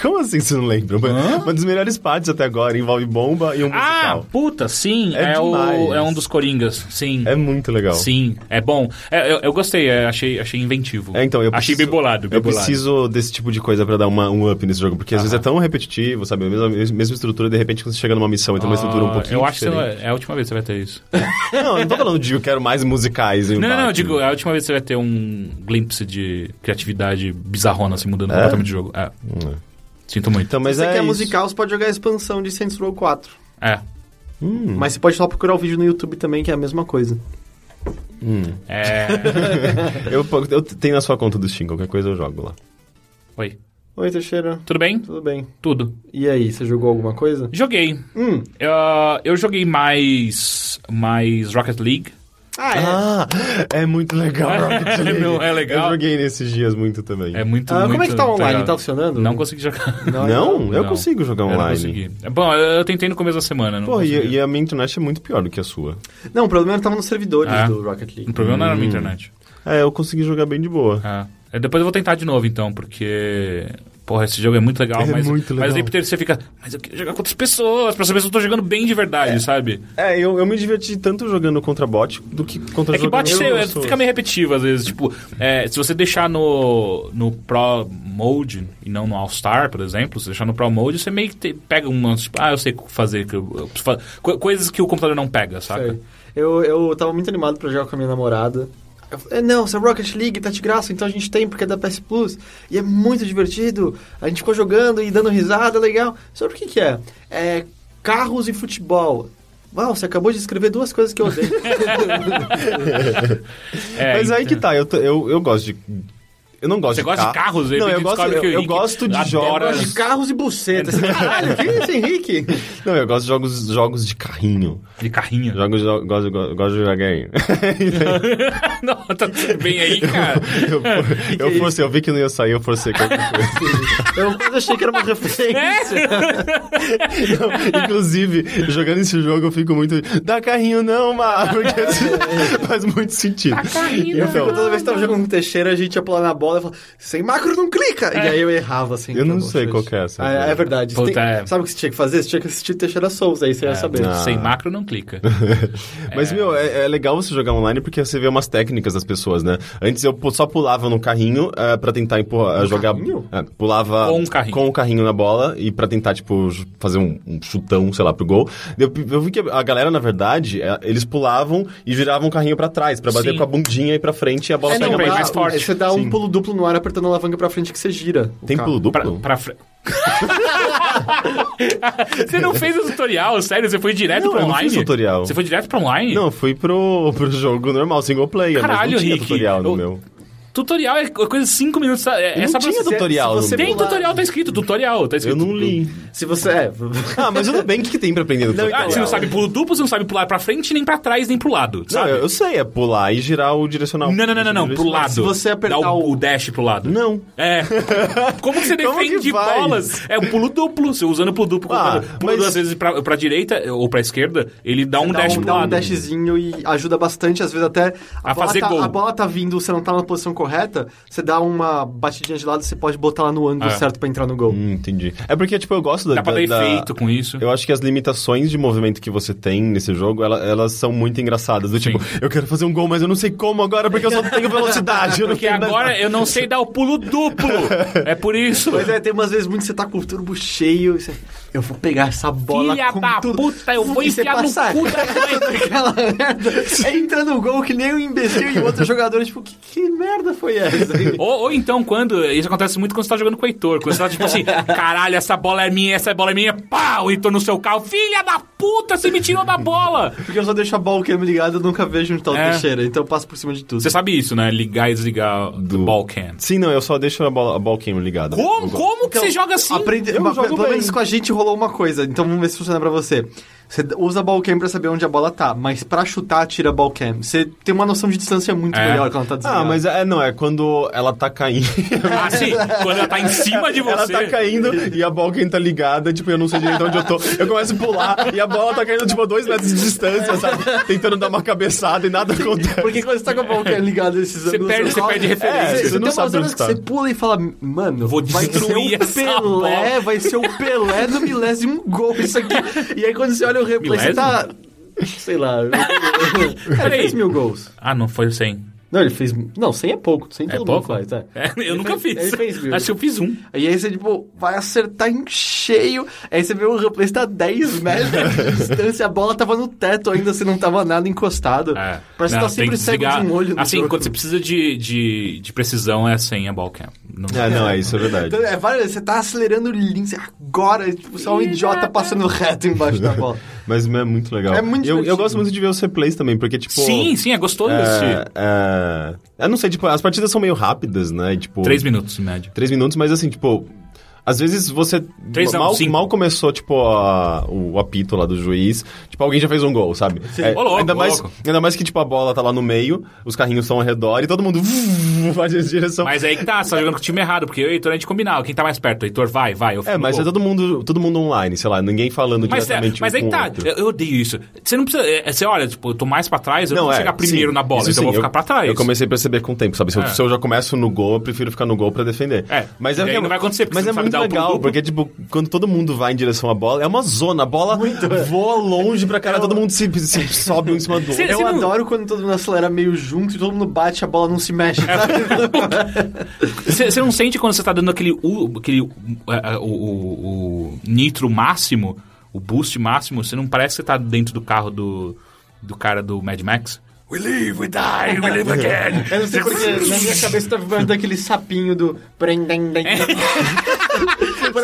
Speaker 2: Como assim você não lembra? Uma das melhores partes até agora envolve bomba e um
Speaker 1: ah,
Speaker 2: musical.
Speaker 1: puta, sim.
Speaker 2: É
Speaker 1: É, o,
Speaker 2: demais.
Speaker 1: é um dos Coringas. Sim.
Speaker 2: É muito legal.
Speaker 1: Sim, é bom. É, eu, eu gostei, é, achei, achei inventivo.
Speaker 2: É, então, eu
Speaker 1: achei bem bolado, bem
Speaker 2: Eu
Speaker 1: bolado.
Speaker 2: preciso desse tipo de coisa pra dar uma, um up nesse jogo, porque às vezes é tão repetitivo, sabe? A mesma, mesma estrutura, de repente, quando você chega numa missão e tem uma estrutura um
Speaker 1: Ah,
Speaker 2: pouquinho
Speaker 1: Eu acho que
Speaker 2: diferente. um
Speaker 1: você vai- é a última vez que você vai ter isso.
Speaker 2: não... não, eu não tô falando de eu quero mais musicais. em
Speaker 1: não, não, não,
Speaker 2: Batman.
Speaker 1: eu digo, é a última vez que você vai ter um glimpse de criatividade bizarrona, assim, mudando completamente o jogo. É.
Speaker 2: Hum,
Speaker 1: Sinto muito.
Speaker 2: Então, mas
Speaker 3: Se você
Speaker 2: é
Speaker 3: quer
Speaker 2: isso.
Speaker 3: musical, você pode jogar a expansão de Saints Row 4.
Speaker 1: É.
Speaker 3: Mas você pode só procurar o vídeo no YouTube também, que é a mesma coisa.
Speaker 1: É.
Speaker 2: *laughs* Eu, eu tenho na sua conta do Steam, qualquer coisa eu jogo lá.
Speaker 1: Oi.
Speaker 3: Oi, Teixeira.
Speaker 1: Tudo bem?
Speaker 3: Tudo bem.
Speaker 1: Tudo.
Speaker 3: E aí, você jogou alguma coisa?
Speaker 1: Joguei.
Speaker 3: Hum.
Speaker 1: Eu, eu joguei mais. Mais Rocket League.
Speaker 3: Ah, é.
Speaker 2: Ah, é muito legal.
Speaker 1: *laughs*
Speaker 2: Rocket League.
Speaker 1: Não, é legal.
Speaker 2: Eu joguei nesses dias muito também.
Speaker 1: É muito,
Speaker 3: Ah,
Speaker 1: muito
Speaker 3: como é que tá online?
Speaker 1: legal.
Speaker 3: Tá funcionando?
Speaker 1: Não consegui
Speaker 3: *laughs*
Speaker 1: jogar.
Speaker 2: Não, eu
Speaker 1: Não.
Speaker 2: consigo jogar
Speaker 1: Eu não
Speaker 2: online.
Speaker 1: consegui. Bom, eu, eu tentei no começo da semana. Não
Speaker 2: Pô, e,
Speaker 1: consegui.
Speaker 2: e a minha internet é muito pior do que a sua.
Speaker 3: Não, o problema é tava nos servidores
Speaker 1: Ah.
Speaker 3: do Rocket League.
Speaker 1: O problema não era a
Speaker 3: Hum.
Speaker 1: minha internet.
Speaker 2: É, eu consegui jogar bem de boa.
Speaker 1: Ah. É, Depois eu vou tentar de novo, então, porque. porra, esse jogo é muito legal,
Speaker 4: É
Speaker 1: mas,
Speaker 4: muito
Speaker 1: mas
Speaker 4: legal.
Speaker 1: aí você fica, mas eu queria jogar com outras pessoas, pra saber se eu tô jogando bem de verdade, sabe?
Speaker 2: É, eu, eu me diverti tanto jogando contra bot do que contra
Speaker 1: É que
Speaker 2: jogando
Speaker 1: bot você- é,
Speaker 2: pessoas.
Speaker 1: fica meio repetitivo às vezes. Tipo, é, se você deixar no, no Pro Mode e não no All-Star, por exemplo, se deixar no Pro Mode, você meio que te- pega umas, tipo, ah, eu sei o que fazer, que eu, eu preciso fa- co- coisas que o computador não pega, é saca?
Speaker 3: Sei. Eu, eu tava muito animado pra jogar com a minha namorada. Eu falei, "É, não, essa Rocket League tá de graça, então a gente tem porque é da PS Plus. E é muito divertido. A gente ficou jogando e dando risada, legal. Sobre o que que é? É carros e futebol. Uau, você acabou de escrever duas coisas que eu odeio.
Speaker 1: É,
Speaker 2: Mas aí que tá, eu, tô- eu, eu gosto de. Eu não gosto
Speaker 1: Você
Speaker 2: de
Speaker 1: gosta de
Speaker 2: ca-
Speaker 1: carros? De
Speaker 2: Não,
Speaker 1: repente
Speaker 2: eu gosto,
Speaker 1: descobre
Speaker 2: eu,
Speaker 1: que o
Speaker 2: eu
Speaker 1: Henrique
Speaker 2: gosto de
Speaker 1: adora-
Speaker 2: jogos.
Speaker 3: de carros e bucetas. Caralho, que isso, Henrique?
Speaker 2: Não, eu gosto de jogos, jogos de carrinho.
Speaker 1: de carrinho. *laughs*
Speaker 2: *laughs* Jogos, de- eu gosto, eu gosto, eu gosto de jogar carrinho.
Speaker 1: não, tá tudo bem aí, cara.
Speaker 2: *laughs* *laughs* Eu,
Speaker 1: *laughs*
Speaker 2: eu, forcei, eu vi que não ia sair, eu forcei qualquer coisa.
Speaker 3: Eu quase achei que era uma
Speaker 1: É,
Speaker 3: referência.
Speaker 2: Não, inclusive, jogando esse jogo eu fico muito. Dá carrinho não, Mar, porque isso *laughs* faz muito sentido. Então, Dá carrinho
Speaker 3: Eu fico toda vez que tava jogando com Teixeira, a gente ia pular na bola e falava, sem macro não clica! E aí eu errava, assim.
Speaker 2: É. Eu não
Speaker 3: tá bom,
Speaker 2: sei
Speaker 3: gente.
Speaker 2: qual que é essa.
Speaker 3: Ah, é, verdade. Você
Speaker 1: Puta,
Speaker 3: tem-
Speaker 1: é.
Speaker 3: Sabe o que você tinha que fazer? Você tinha que assistir Teixeira Souza, aí você ia saber.
Speaker 1: Sem macro não clica.
Speaker 2: Mas, meu, é, é legal você jogar online porque você vê umas técnicas das pessoas, né? Antes eu pu- só pulava no carrinho eh, pra tentar empurrar, jogar.
Speaker 3: carrinho?
Speaker 2: É, pulava
Speaker 1: Com o carrinho.
Speaker 2: com o carrinho na bola e pra tentar, tipo, j- fazer um, um chutão, sei lá, pro gol. Eu, eu vi que a galera, na verdade, eh, eles pulavam e viravam o carrinho pra trás, pra bater
Speaker 1: Sim.
Speaker 2: com a bundinha e pra frente e a bola
Speaker 1: É, não,
Speaker 2: pega
Speaker 1: pra ir
Speaker 2: mais
Speaker 1: mais
Speaker 2: forte.
Speaker 1: forte.
Speaker 3: Você dá um pulo duplo no ar apertando a alavanca pra frente que você gira. o
Speaker 2: Tem
Speaker 3: carro.
Speaker 2: pulo
Speaker 1: Pra,
Speaker 2: duplo?
Speaker 1: pra fre- *laughs* você não fez o tutorial, sério? Você foi direto
Speaker 2: Não,
Speaker 1: pra
Speaker 2: eu não
Speaker 1: online?
Speaker 2: fiz tutorial.
Speaker 1: Você foi direto pra online?
Speaker 2: Não, eu fui pro, pro jogo normal, single player, mas
Speaker 1: Caralho,
Speaker 2: não tinha
Speaker 1: Rick.
Speaker 2: tutorial no
Speaker 1: Eu-
Speaker 2: meu.
Speaker 1: Tutorial é co- coisa de 5 minutos. tá? É, é
Speaker 2: Não
Speaker 1: só pra
Speaker 2: tinha
Speaker 1: você-
Speaker 2: tutorial
Speaker 3: se você
Speaker 2: no meu.
Speaker 1: Tem
Speaker 3: pular-
Speaker 1: tutorial, tá escrito tutorial, tá escrito.
Speaker 2: Eu não li.
Speaker 3: Se você. É.
Speaker 2: Ah, mas tudo bem, o que, que tem pra aprender no tutorial?
Speaker 1: Ah, você não sabe pulo duplo, você não sabe pular pra frente, nem pra trás, nem pro lado.
Speaker 2: Não,
Speaker 1: Sabe?
Speaker 2: eu eu sei, é pular e girar o direcional.
Speaker 1: Não, não, não, não, não, pro lado.
Speaker 3: se você apertar
Speaker 1: Dá o,
Speaker 3: o-
Speaker 1: o dash pro lado.
Speaker 2: Não.
Speaker 3: *laughs*
Speaker 1: É. Como que você
Speaker 2: Como que
Speaker 1: defende
Speaker 2: faz?
Speaker 1: bolas? É o pulo duplo. Você usando o pulo duplo,
Speaker 2: Ah,
Speaker 1: quando
Speaker 2: mas-
Speaker 1: pula duas vezes pra, pra direita ou pra esquerda, ele dá *laughs* um
Speaker 3: dá
Speaker 1: dash
Speaker 3: um,
Speaker 1: pro
Speaker 3: dá um
Speaker 1: lado.
Speaker 3: dashzinho e ajuda bastante, às vezes até.
Speaker 1: A
Speaker 3: bola
Speaker 1: fazer
Speaker 3: tá-
Speaker 1: gol.
Speaker 3: A bola tá vindo, você não tá na posição correta, você dá uma batidinha de lado, você pode botar lá no ângulo
Speaker 1: É.
Speaker 3: certo pra entrar no gol.
Speaker 2: Hum, entendi. É porque, tipo, eu gosto da...
Speaker 1: Dá pra dar
Speaker 2: da- da-
Speaker 1: efeito com isso.
Speaker 2: Eu acho que as limitações de movimento que você tem nesse jogo, ela- elas são muito engraçadas. Do tipo, eu quero fazer um gol, mas eu não sei como agora, porque eu só
Speaker 1: *laughs*
Speaker 2: tenho velocidade. Eu não
Speaker 1: Porque
Speaker 2: tenho mais
Speaker 1: agora
Speaker 2: nada.
Speaker 1: eu não sei dar o pulo
Speaker 3: *laughs*
Speaker 1: duplo. É por isso.
Speaker 3: Mas é, tem umas vezes muito que você tá com o turbo cheio, e você, eu vou pegar essa bola
Speaker 1: Filha
Speaker 3: com
Speaker 1: da
Speaker 3: tudo.
Speaker 1: puta, eu vou
Speaker 3: E você
Speaker 1: enfiar no
Speaker 3: passa *laughs*
Speaker 1: cu da mãe.
Speaker 3: Aquela merda. É entrando no gol que nem um imbecil e o outro jogador, tipo, que, que merda
Speaker 1: *laughs*
Speaker 3: foi essa?
Speaker 1: Ou, ou então, quando. Isso acontece muito quando você tá jogando com o Heitor. Quando você tá tipo assim, caralho, essa bola é minha, essa bola é minha, pá, o Heitor no seu carro, filha da puta, você me tirou da bola!
Speaker 3: Porque eu só deixo a bola que é ligada, eu nunca vejo onde tá o
Speaker 1: É.
Speaker 3: Teixeira, então eu passo por cima de tudo.
Speaker 1: Você sabe isso, né? Ligar e desligar do ball can.
Speaker 2: Sim, não, eu só deixo a bola, a ball cam ligada.
Speaker 1: Como, como que você joga assim?
Speaker 3: Então, Aprende,
Speaker 2: Eu
Speaker 3: mas
Speaker 2: jogo
Speaker 3: pelo
Speaker 2: bem.
Speaker 3: menos com a gente rolou uma coisa, então vamos ver se funciona pra você. Você usa a ballcam pra saber onde a bola tá, mas pra chutar, tira a ballcam. Você tem uma noção de distância muito
Speaker 1: É.
Speaker 3: melhor quando ela tá desligada.
Speaker 2: Ah, mas é, não, é quando ela tá caindo.
Speaker 1: *laughs* Ah, sim, quando ela tá em
Speaker 3: *laughs*
Speaker 1: cima de
Speaker 2: Ela
Speaker 1: você.
Speaker 2: tá caindo e a bola quem tá ligada, tipo, eu não sei direito onde eu tô. Eu começo a pular e a bola tá caindo, tipo, a dois metros de distância, sabe? Tentando dar uma cabeçada e nada
Speaker 3: *laughs*
Speaker 2: acontece.
Speaker 3: Porque quando você tá com a ballcam ligada esses
Speaker 1: Você
Speaker 3: ângulos...
Speaker 1: perde- você
Speaker 3: corre-
Speaker 1: perde referência.
Speaker 2: Você
Speaker 3: tem
Speaker 2: não
Speaker 3: umas
Speaker 2: sabe
Speaker 3: horas
Speaker 2: onde
Speaker 3: que
Speaker 2: tá.
Speaker 3: Você pula e fala, mano,
Speaker 1: Vou
Speaker 3: vai ser
Speaker 1: destruir
Speaker 3: o
Speaker 1: essa
Speaker 3: Pelé,
Speaker 1: bola."
Speaker 3: vai ser o Pelé do milésimo gol isso aqui. E aí quando você olha o replay,
Speaker 1: Milésimo?
Speaker 3: você tá... Sei lá...
Speaker 1: *laughs*
Speaker 3: Cara,
Speaker 1: Peraí.
Speaker 3: ele fez mil gols.
Speaker 1: Ah, não foi 100.
Speaker 3: Não, ele fez... Não, 100 é pouco. 100
Speaker 1: É
Speaker 3: todo
Speaker 1: pouco?
Speaker 3: mundo faz, é.
Speaker 1: É, eu
Speaker 3: Ele
Speaker 1: nunca
Speaker 3: fez-
Speaker 1: fiz.
Speaker 3: ele fez mil.
Speaker 1: Acho que eu fiz um.
Speaker 3: E aí você, tipo, vai acertar em cheio. Aí você vê o replay, você tá a 10
Speaker 1: *laughs*
Speaker 3: metros de distância, a bola tava no teto ainda, você não tava nada encostado.
Speaker 1: É.
Speaker 3: Parece que
Speaker 1: Não,
Speaker 3: tá
Speaker 1: tem
Speaker 3: sempre cego
Speaker 1: desligar.
Speaker 3: de um olho no
Speaker 1: Assim,
Speaker 3: jogo.
Speaker 1: quando você precisa de, de, de precisão, é sem a ball cam. Não-
Speaker 2: É, não, é isso, é verdade.
Speaker 3: Então, é, várias- você tá acelerando o lince agora, tipo, só um idiota passando reto embaixo da bola.
Speaker 2: Mas é muito legal.
Speaker 3: É muito
Speaker 2: eu, eu
Speaker 3: divertido.
Speaker 2: gosto muito de ver os replays também, porque, tipo...
Speaker 1: Sim, sim, é gostoso
Speaker 2: é,
Speaker 1: assistir.
Speaker 2: é, eu não sei, tipo, as partidas são meio rápidas, né? E, tipo...
Speaker 1: Três minutos, em média.
Speaker 2: Três minutos, mas assim, tipo... Às vezes você
Speaker 1: Três a um,
Speaker 2: mal,
Speaker 1: cinco.
Speaker 2: mal começou, tipo, a- o apito lá do juiz, tipo, alguém já fez um gol, sabe? É,
Speaker 1: Ô, louco,
Speaker 2: ainda,
Speaker 1: ô,
Speaker 2: mais,
Speaker 1: louco.
Speaker 2: ainda mais que, tipo, a bola tá lá no meio, os carrinhos estão ao redor e todo mundo *laughs* faz essa direção.
Speaker 1: Mas aí que tá, você tá jogando com o time errado, porque eu e o Heitor a gente combinava. Quem tá mais perto? Heitor, vai, vai. Eu fico
Speaker 2: É,
Speaker 1: no
Speaker 2: mas é
Speaker 1: gol.
Speaker 2: todo mundo, todo mundo online, sei lá, ninguém falando
Speaker 1: Mas, é,
Speaker 2: diretamente
Speaker 1: mas
Speaker 2: um
Speaker 1: aí
Speaker 2: com
Speaker 1: que
Speaker 2: o
Speaker 1: tá,
Speaker 2: outro.
Speaker 1: eu, eu odeio isso. Você não precisa. é, é, Você olha, tipo, eu tô mais pra trás, eu não, vou chegar primeiro
Speaker 2: é, sim,
Speaker 1: na bola,
Speaker 2: isso
Speaker 1: então eu
Speaker 2: sim,
Speaker 1: vou ficar pra trás.
Speaker 2: Eu comecei a perceber com o tempo, sabe? Se, eu,
Speaker 1: É.
Speaker 2: se eu já começo no gol, eu prefiro ficar no gol pra defender.
Speaker 1: É, e aí não vai acontecer, porque
Speaker 2: Mas
Speaker 1: você não
Speaker 2: é
Speaker 1: sabe
Speaker 2: muito
Speaker 1: dar o pulo
Speaker 2: legal,
Speaker 1: duplo.
Speaker 2: porque, tipo, quando todo mundo vai em direção à bola, é uma zona. A bola voa longe pra cara, todo mundo se, se sobe um em cima do outro.
Speaker 1: é. Sim,
Speaker 3: Eu
Speaker 1: Você não-
Speaker 3: adoro quando todo mundo acelera meio junto e todo mundo bate, a bola não se mexe.
Speaker 1: É.
Speaker 3: sabe?
Speaker 1: *laughs* Você você não sente quando você tá dando aquele. U, aquele uh, uh, o, o- o nitro máximo, o boost máximo, você não parece que você tá dentro do carro do, do cara do Mad Max? We live, we die, we
Speaker 2: *laughs*
Speaker 1: live again.
Speaker 3: Eu não sei porque na
Speaker 1: *laughs*
Speaker 3: minha cabeça tá vibrando daquele sapinho do. Por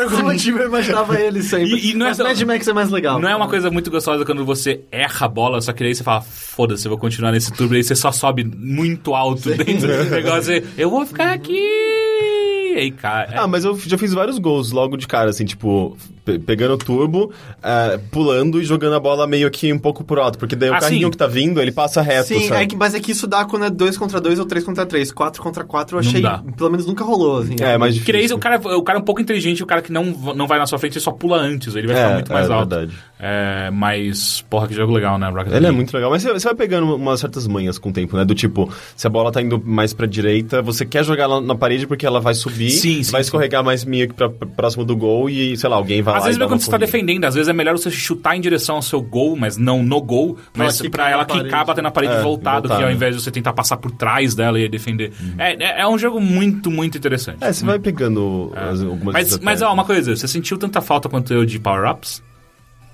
Speaker 3: *laughs* algum motivo eu imaginava ele sempre.
Speaker 1: É. E- e não é
Speaker 3: Mas
Speaker 1: só-
Speaker 3: Mad Max é mais
Speaker 2: Então.
Speaker 3: legal.
Speaker 1: Não é uma coisa muito gostosa quando você erra a bola, só que daí você fala, foda-se, eu vou continuar nesse turbo, aí você só sobe muito alto dentro
Speaker 2: *laughs*
Speaker 1: do negócio e eu vou ficar aqui. E aí, cara. é
Speaker 2: Ah, mas eu já fiz vários gols logo de cara, assim, tipo, pe- pegando o turbo, eh, pulando e jogando a bola meio aqui um pouco por alto, porque daí
Speaker 1: Ah,
Speaker 2: o carrinho
Speaker 1: sim.
Speaker 2: que tá vindo, ele passa reto,
Speaker 3: Sim,
Speaker 2: sabe?
Speaker 3: é que- mas é que isso dá quando é 2 contra 2 ou 3 contra 3. 4 contra 4 eu achei.
Speaker 1: dá.
Speaker 3: Pelo menos nunca rolou, assim.
Speaker 2: É, mais
Speaker 1: Porque
Speaker 2: difícil.
Speaker 1: daí o cara, o cara é um pouco inteligente, o cara que não, v- não vai na sua frente, ele só pula antes, ele vai
Speaker 2: É,
Speaker 1: ficar muito
Speaker 2: é,
Speaker 1: mais
Speaker 2: é
Speaker 1: alto.
Speaker 2: verdade.
Speaker 1: É, mas, porra, que jogo legal, né? Rocket
Speaker 2: Ele é
Speaker 1: League.
Speaker 2: muito legal, mas você você vai pegando umas certas manhas com o tempo, né? Do tipo, se a bola tá indo mais pra direita, você quer jogar ela na parede porque ela vai subir,
Speaker 1: Sim, sim,
Speaker 2: vai
Speaker 1: sim.
Speaker 2: escorregar mais meio que pra, pra- próximo do gol e, sei lá, alguém vai
Speaker 1: Às
Speaker 2: lá
Speaker 1: vezes
Speaker 2: e
Speaker 1: não
Speaker 2: dá
Speaker 1: é quando
Speaker 2: uma
Speaker 1: você tá
Speaker 2: corrida.
Speaker 1: defendendo, às vezes é melhor você chutar em direção ao seu gol, mas não no gol, mas
Speaker 3: quicar
Speaker 1: pra ela
Speaker 3: na parede.
Speaker 1: quicar, bater na parede
Speaker 2: É,
Speaker 1: e voltar, do
Speaker 2: voltar,
Speaker 1: que ao
Speaker 2: né? Uhum.
Speaker 1: invés de você tentar passar por trás dela e defender. É, é, é um jogo muito, muito interessante.
Speaker 2: É, você vai pegando as- algumas
Speaker 1: Mas, mas ó, uma coisa, você sentiu tanta falta quanto eu de power-ups?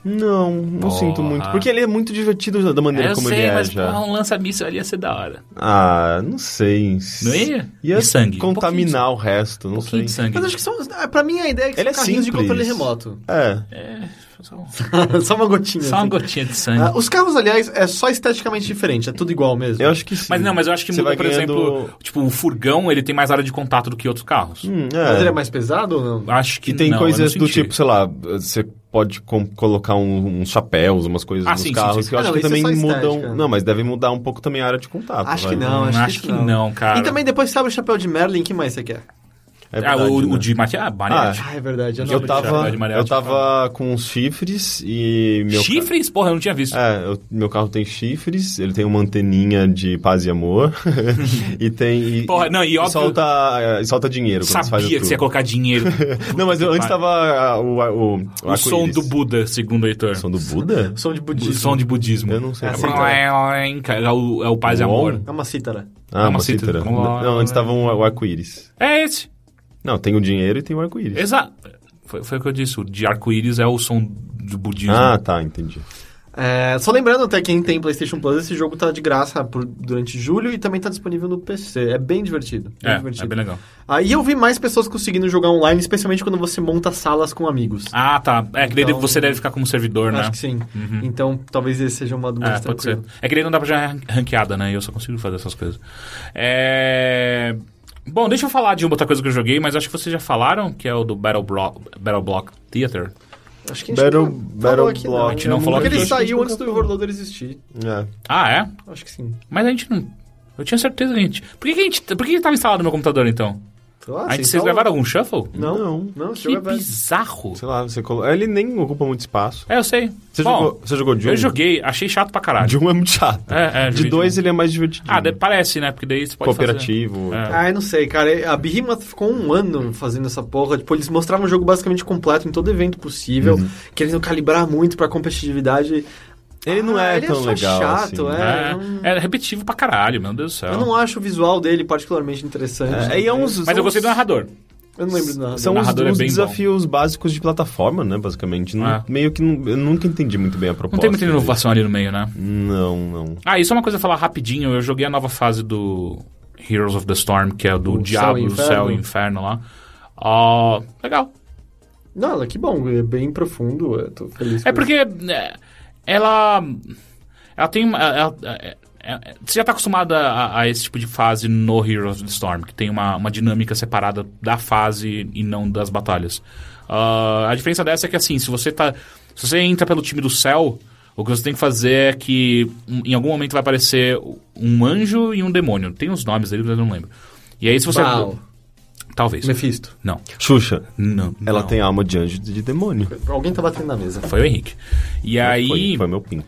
Speaker 2: Não, não sinto muito. Porque ele é muito divertido da maneira
Speaker 1: eu
Speaker 2: como
Speaker 1: sei,
Speaker 2: ele é
Speaker 1: mas
Speaker 2: já.
Speaker 1: porra, um lança-míssil ali ia ser da hora. Um
Speaker 2: Ah, não sei. S-
Speaker 1: Não ia?
Speaker 2: Ia
Speaker 1: E sangue? Um pouquinho de
Speaker 2: contaminar o resto, não
Speaker 1: Um pouquinho
Speaker 2: sei.
Speaker 1: de sangue.
Speaker 3: Mas acho que são. ah, Pra mim a ideia é que
Speaker 2: Ele
Speaker 3: são
Speaker 2: é
Speaker 3: carrinhos de
Speaker 2: simples.
Speaker 3: controle remoto. *laughs*
Speaker 2: É.
Speaker 1: Só, um
Speaker 3: Só uma gotinha.
Speaker 1: só uma
Speaker 3: assim.
Speaker 1: gotinha né? de sangue.
Speaker 3: Ah, os carros, aliás, é só esteticamente diferente, é tudo igual mesmo.
Speaker 2: Eu acho que sim.
Speaker 1: Mas não, mas eu acho que
Speaker 2: Você
Speaker 1: muda,
Speaker 2: vai
Speaker 1: por
Speaker 2: ganhando-
Speaker 1: exemplo, tipo, o furgão, ele tem mais área de contato do que outros carros.
Speaker 2: Hum,
Speaker 3: Mas ele é mais pesado ou não?
Speaker 1: Acho que
Speaker 2: E tem
Speaker 1: não, eu
Speaker 2: coisas
Speaker 1: não
Speaker 2: do
Speaker 1: senti.
Speaker 2: tipo, sei lá, você pode com- colocar um- uns chapéus, umas coisas
Speaker 1: Ah,
Speaker 2: nos
Speaker 1: sim, sim,
Speaker 2: carros
Speaker 1: sim.
Speaker 2: que eu
Speaker 3: Ah,
Speaker 2: acho
Speaker 3: não,
Speaker 2: que
Speaker 3: isso é
Speaker 2: também
Speaker 3: só estética.
Speaker 2: mudam. Não, mas deve mudar um pouco também a área de contato. né?
Speaker 3: Acho
Speaker 2: vai.
Speaker 3: que não, acho,
Speaker 1: Acho que não, cara.
Speaker 3: E também depois você abre o chapéu de Merlin, que mais você quer?
Speaker 2: É
Speaker 1: ah,
Speaker 2: verdade,
Speaker 1: o,
Speaker 2: né?
Speaker 1: o de Mati... Ah, Mariachi.
Speaker 3: Ah, é verdade, eu não
Speaker 2: Eu
Speaker 3: abri o chapéu.
Speaker 2: tava,
Speaker 1: de Mariachi,
Speaker 2: eu tava com uns chifres e meu ca-
Speaker 1: Chifres? Porra, eu não tinha visto.
Speaker 2: É, eu- meu carro tem chifres, ele tem uma anteninha de paz
Speaker 1: *laughs*
Speaker 2: e amor *laughs* e tem e,
Speaker 1: Porra, não, e óbvio-
Speaker 2: solta eh, e solta dinheiro quando você faz o
Speaker 1: Sabia que
Speaker 2: tour.
Speaker 1: você ia colocar dinheiro. Puta
Speaker 2: *laughs* Não, mas eu,
Speaker 1: que
Speaker 2: antes
Speaker 1: pariu.
Speaker 2: tava ah, o a- o, o,
Speaker 1: O som
Speaker 2: arco-íris.
Speaker 1: do Buda, segundo o Heitor.
Speaker 2: O som do Buda?
Speaker 3: Som de budismo.
Speaker 1: O som de budismo.
Speaker 2: Eu não sei.
Speaker 1: É,
Speaker 2: Assim,
Speaker 1: é o, é o paz e
Speaker 2: O
Speaker 1: amor.
Speaker 3: É uma cítara.
Speaker 2: Ah,
Speaker 1: É
Speaker 2: uma,
Speaker 1: uma
Speaker 2: cítara.
Speaker 1: cítara.
Speaker 2: Não,
Speaker 1: né?
Speaker 2: antes tava um, o arco-íris.
Speaker 1: É esse.
Speaker 2: Não, tem o dinheiro e tem o arco-íris.
Speaker 1: Exato. Foi, foi o que eu disse. O de arco-íris é o som do budismo.
Speaker 2: Ah, tá, entendi.
Speaker 3: É, só lembrando, até quem tem PlayStation Plus, esse jogo tá de graça por- durante julho e também tá disponível no PC. É bem divertido. Bem
Speaker 1: é,
Speaker 3: divertido.
Speaker 1: é bem legal.
Speaker 3: Ah, e eu vi mais pessoas conseguindo jogar online, especialmente quando você monta salas com amigos.
Speaker 1: Ah, tá. É que daí
Speaker 3: Então-
Speaker 1: você deve ficar como servidor, né?
Speaker 3: Acho que sim. Então, talvez esse seja uma do
Speaker 1: É,
Speaker 3: mais
Speaker 2: tá
Speaker 1: pode
Speaker 3: tranquilo.
Speaker 1: ser. É que daí não dá pra já ran- ranqueada, né? E Eu só consigo fazer essas coisas. É... Bom, deixa eu falar de uma outra coisa que eu joguei, mas acho que vocês já falaram, que é o do Battle, Bro Battle Block Theater.
Speaker 3: Acho que a gente
Speaker 2: Battle-
Speaker 3: não
Speaker 2: Battle
Speaker 3: falou aqui,
Speaker 2: Block.
Speaker 3: não.
Speaker 2: A gente
Speaker 1: não falou
Speaker 3: Porque
Speaker 1: aqui.
Speaker 3: ele
Speaker 1: Acho que a
Speaker 3: saiu antes do Overloader existir.
Speaker 2: É.
Speaker 1: Ah, é?
Speaker 3: Acho que sim.
Speaker 1: Mas a gente não... Eu tinha certeza que a gente... Por que, que a gente... Por que que tava instalado no meu computador, então?
Speaker 3: Ah,
Speaker 1: a gente, vocês
Speaker 3: sim, falou.
Speaker 1: gravaram algum shuffle?
Speaker 3: Não,
Speaker 2: Não.
Speaker 3: não, não esse
Speaker 1: Que
Speaker 3: jogo é velho.
Speaker 1: bizarro.
Speaker 2: Sei lá, você colo... Ele nem ocupa muito espaço.
Speaker 1: É, eu sei.
Speaker 2: Você,
Speaker 1: Bom,
Speaker 2: jogou, você jogou de um?
Speaker 1: Eu joguei, achei chato pra caralho.
Speaker 2: De um é muito chato.
Speaker 1: É, é, joguei
Speaker 2: de dois
Speaker 1: de um.
Speaker 2: ele é mais divertido.
Speaker 1: Ah, de- parece, né? Porque daí você pode
Speaker 2: Cooperativo.
Speaker 1: fazer- É.
Speaker 3: Ah, eu não sei, cara. A Behemoth ficou um ano fazendo essa porra. Tipo, eles mostravam o jogo basicamente completo em todo evento possível,
Speaker 1: Uhum.
Speaker 3: querendo calibrar muito pra competitividade.
Speaker 2: Ele não
Speaker 3: Ah,
Speaker 2: é
Speaker 3: ele
Speaker 2: tão
Speaker 3: só
Speaker 2: legal.
Speaker 3: chato,
Speaker 2: assim.
Speaker 3: é.
Speaker 1: É, é repetitivo pra caralho, meu Deus do céu.
Speaker 3: Eu não acho o visual dele particularmente interessante.
Speaker 2: É, e é uns,
Speaker 1: Mas eu gostei do narrador.
Speaker 3: Eu não lembro de nada.
Speaker 2: São
Speaker 1: O
Speaker 2: uns,
Speaker 1: narrador é
Speaker 2: uns
Speaker 1: bem bom.
Speaker 2: desafios básicos de plataforma, né, basicamente. Não-
Speaker 1: É.
Speaker 2: Meio que não- eu nunca entendi muito bem a proposta.
Speaker 1: Não tem muita
Speaker 2: dele.
Speaker 1: inovação ali no meio, né?
Speaker 2: Não, não.
Speaker 1: Ah, isso é uma coisa a falar rapidinho. Eu joguei a nova fase do Heroes of the Storm, que é do
Speaker 3: O
Speaker 1: Diabo,
Speaker 3: Céu e
Speaker 1: o
Speaker 3: Inferno.
Speaker 1: Céu e o Inferno lá. Ah, legal.
Speaker 3: Não, que bom. É bem
Speaker 2: Tipo,
Speaker 3: profundo. Eu tô feliz
Speaker 1: É
Speaker 3: com isso.
Speaker 1: porque é, ela. Ela tem. uma- Ela, ela- É, é, Você já está acostumada a, a esse tipo de fase no Heroes of the Storm, que tem uma, uma dinâmica separada da fase e não das batalhas. Ah, a diferença dessa é que assim, se você tá. Se você entra pelo time do céu, o que você tem que fazer é que um- em algum momento vai aparecer um anjo e um demônio. Tem os nomes dele, mas eu não lembro. E aí se você.
Speaker 3: Baal.
Speaker 1: Talvez.
Speaker 3: Mephisto.
Speaker 1: Não.
Speaker 2: Xuxa,
Speaker 1: Não.
Speaker 2: ela
Speaker 1: não.
Speaker 2: tem alma de anjo e de demônio.
Speaker 3: Alguém tá batendo na mesa.
Speaker 1: Foi o Henrique. E aí.
Speaker 2: Foi, foi meu pin.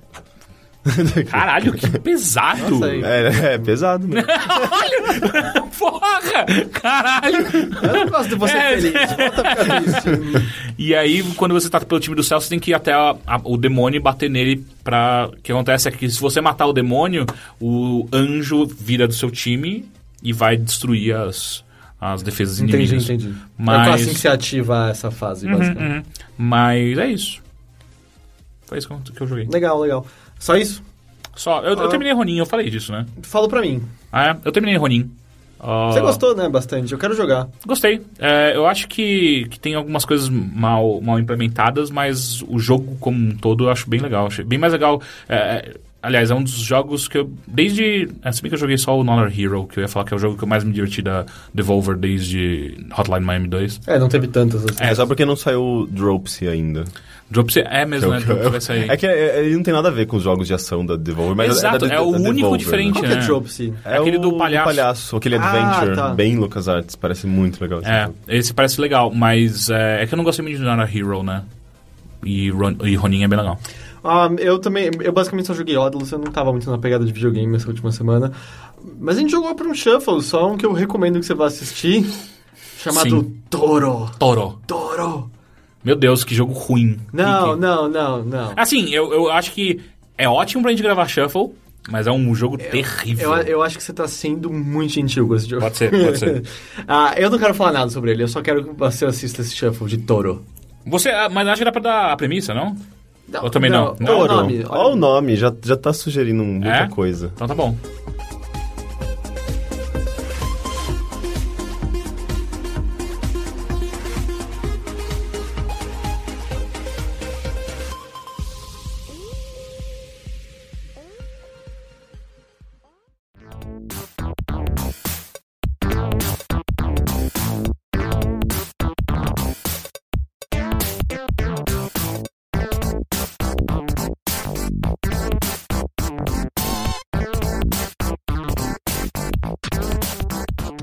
Speaker 2: *laughs*
Speaker 1: Caralho, que pesado!
Speaker 3: Nossa, aí.
Speaker 2: É, é pesado mesmo.
Speaker 1: *laughs* Porra! Caralho!
Speaker 3: Eu não gosto de você
Speaker 1: É. *laughs*
Speaker 3: feliz. Volta a ficar triste.
Speaker 1: E aí, quando você tá pelo time do céu, você tem que ir até a- a- o demônio e bater nele pra... O que acontece é que se você matar o demônio, o anjo vira do seu time e vai destruir as, as defesas
Speaker 3: Entendi,
Speaker 1: inimigas.
Speaker 3: entendi. É
Speaker 1: Mas...
Speaker 3: assim que se ativa essa fase, basicamente.
Speaker 1: Uhum. Mas é isso. Foi isso que eu- que eu joguei.
Speaker 3: Legal, legal. Só isso?
Speaker 1: Só, eu,
Speaker 3: Ah.
Speaker 1: eu terminei Ronin, eu falei disso, né?
Speaker 3: Fala pra mim.
Speaker 1: Ah, é, eu terminei Ronin. Ah,
Speaker 3: Você gostou, né? Bastante. Eu quero jogar.
Speaker 1: Gostei. É, eu acho que, que tem algumas coisas mal, mal implementadas, mas o jogo como um todo eu acho bem legal. Achei bem mais legal. é, aliás, é um dos jogos que eu. Desde. é, Se bem que eu joguei só o Honor Hero, que eu ia falar que é o jogo que eu mais me diverti da Devolver desde Hotline Miami 2.
Speaker 3: É, não teve tantas. assim.
Speaker 1: É.
Speaker 2: É só porque não saiu o Dropsy ainda.
Speaker 1: Dropsy é mesmo, né?
Speaker 2: Que eu-
Speaker 1: Dropsy vai sair.
Speaker 2: É que é- ele não tem nada a ver com os jogos de ação da Devolver, mas
Speaker 1: Exato,
Speaker 2: é, da,
Speaker 1: é o
Speaker 2: da
Speaker 1: único
Speaker 2: Devolver,
Speaker 1: diferente.
Speaker 3: Qual que é
Speaker 1: É.
Speaker 3: Dropsy?
Speaker 2: É
Speaker 1: Aquele do
Speaker 2: o
Speaker 1: palhaço.
Speaker 2: aquele
Speaker 3: Ah,
Speaker 2: Adventure,
Speaker 3: tá.
Speaker 2: bem Lucas Arts, parece muito legal. esse
Speaker 1: É,
Speaker 2: jogo.
Speaker 1: esse parece legal, mas é, é que eu não gostei muito de Honor Hero, né? E, Ron, e Ronin é bem legal.
Speaker 3: Ah, eu também, eu basicamente só joguei Odalus, eu não tava muito na pegada de videogame essa última semana. Mas a gente jogou pra um shuffle, só um que eu recomendo que você vá assistir, chamado
Speaker 1: Sim.
Speaker 3: Toro.
Speaker 1: Toro.
Speaker 3: Toro! Meu
Speaker 1: Meu Deus, que jogo ruim.
Speaker 3: Não,
Speaker 1: Que- que-
Speaker 3: não, não, não.
Speaker 1: Assim, eu, eu acho que é ótimo pra gente gravar Shuffle, mas é um jogo terrível.
Speaker 3: Eu, eu acho que você tá sendo muito gentil com esse jogo.
Speaker 1: Pode ser, pode ser.
Speaker 3: *laughs* ah, eu não quero falar nada sobre ele, eu só quero que você assista esse shuffle de Toro.
Speaker 1: Você, ah, mas acho que dá pra dar a premissa, não?
Speaker 3: Não,
Speaker 1: Eu também não.
Speaker 3: Olha o
Speaker 1: Toro.
Speaker 3: nome. olha
Speaker 2: Olha o nome, já, já tá sugerindo muita
Speaker 1: É?
Speaker 2: coisa.
Speaker 1: Então tá bom.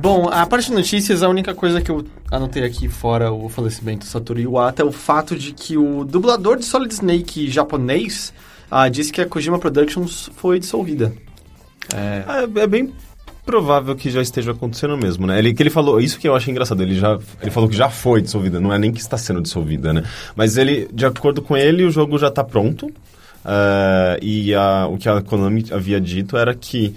Speaker 3: Bom, a parte de notícias, a única coisa que eu anotei aqui, fora o falecimento do Satoru Iwata, é o fato de que o dublador de Solid Snake japonês ah, disse que a Kojima Productions foi dissolvida.
Speaker 2: É, é bem provável que já esteja acontecendo mesmo, né? Ele que ele falou, isso que eu acho engraçado, ele já ele falou que já foi dissolvida, não é nem que está sendo dissolvida, né? Mas ele, de acordo com ele, o jogo já está pronto. ah, e a- o que a Konami havia dito era que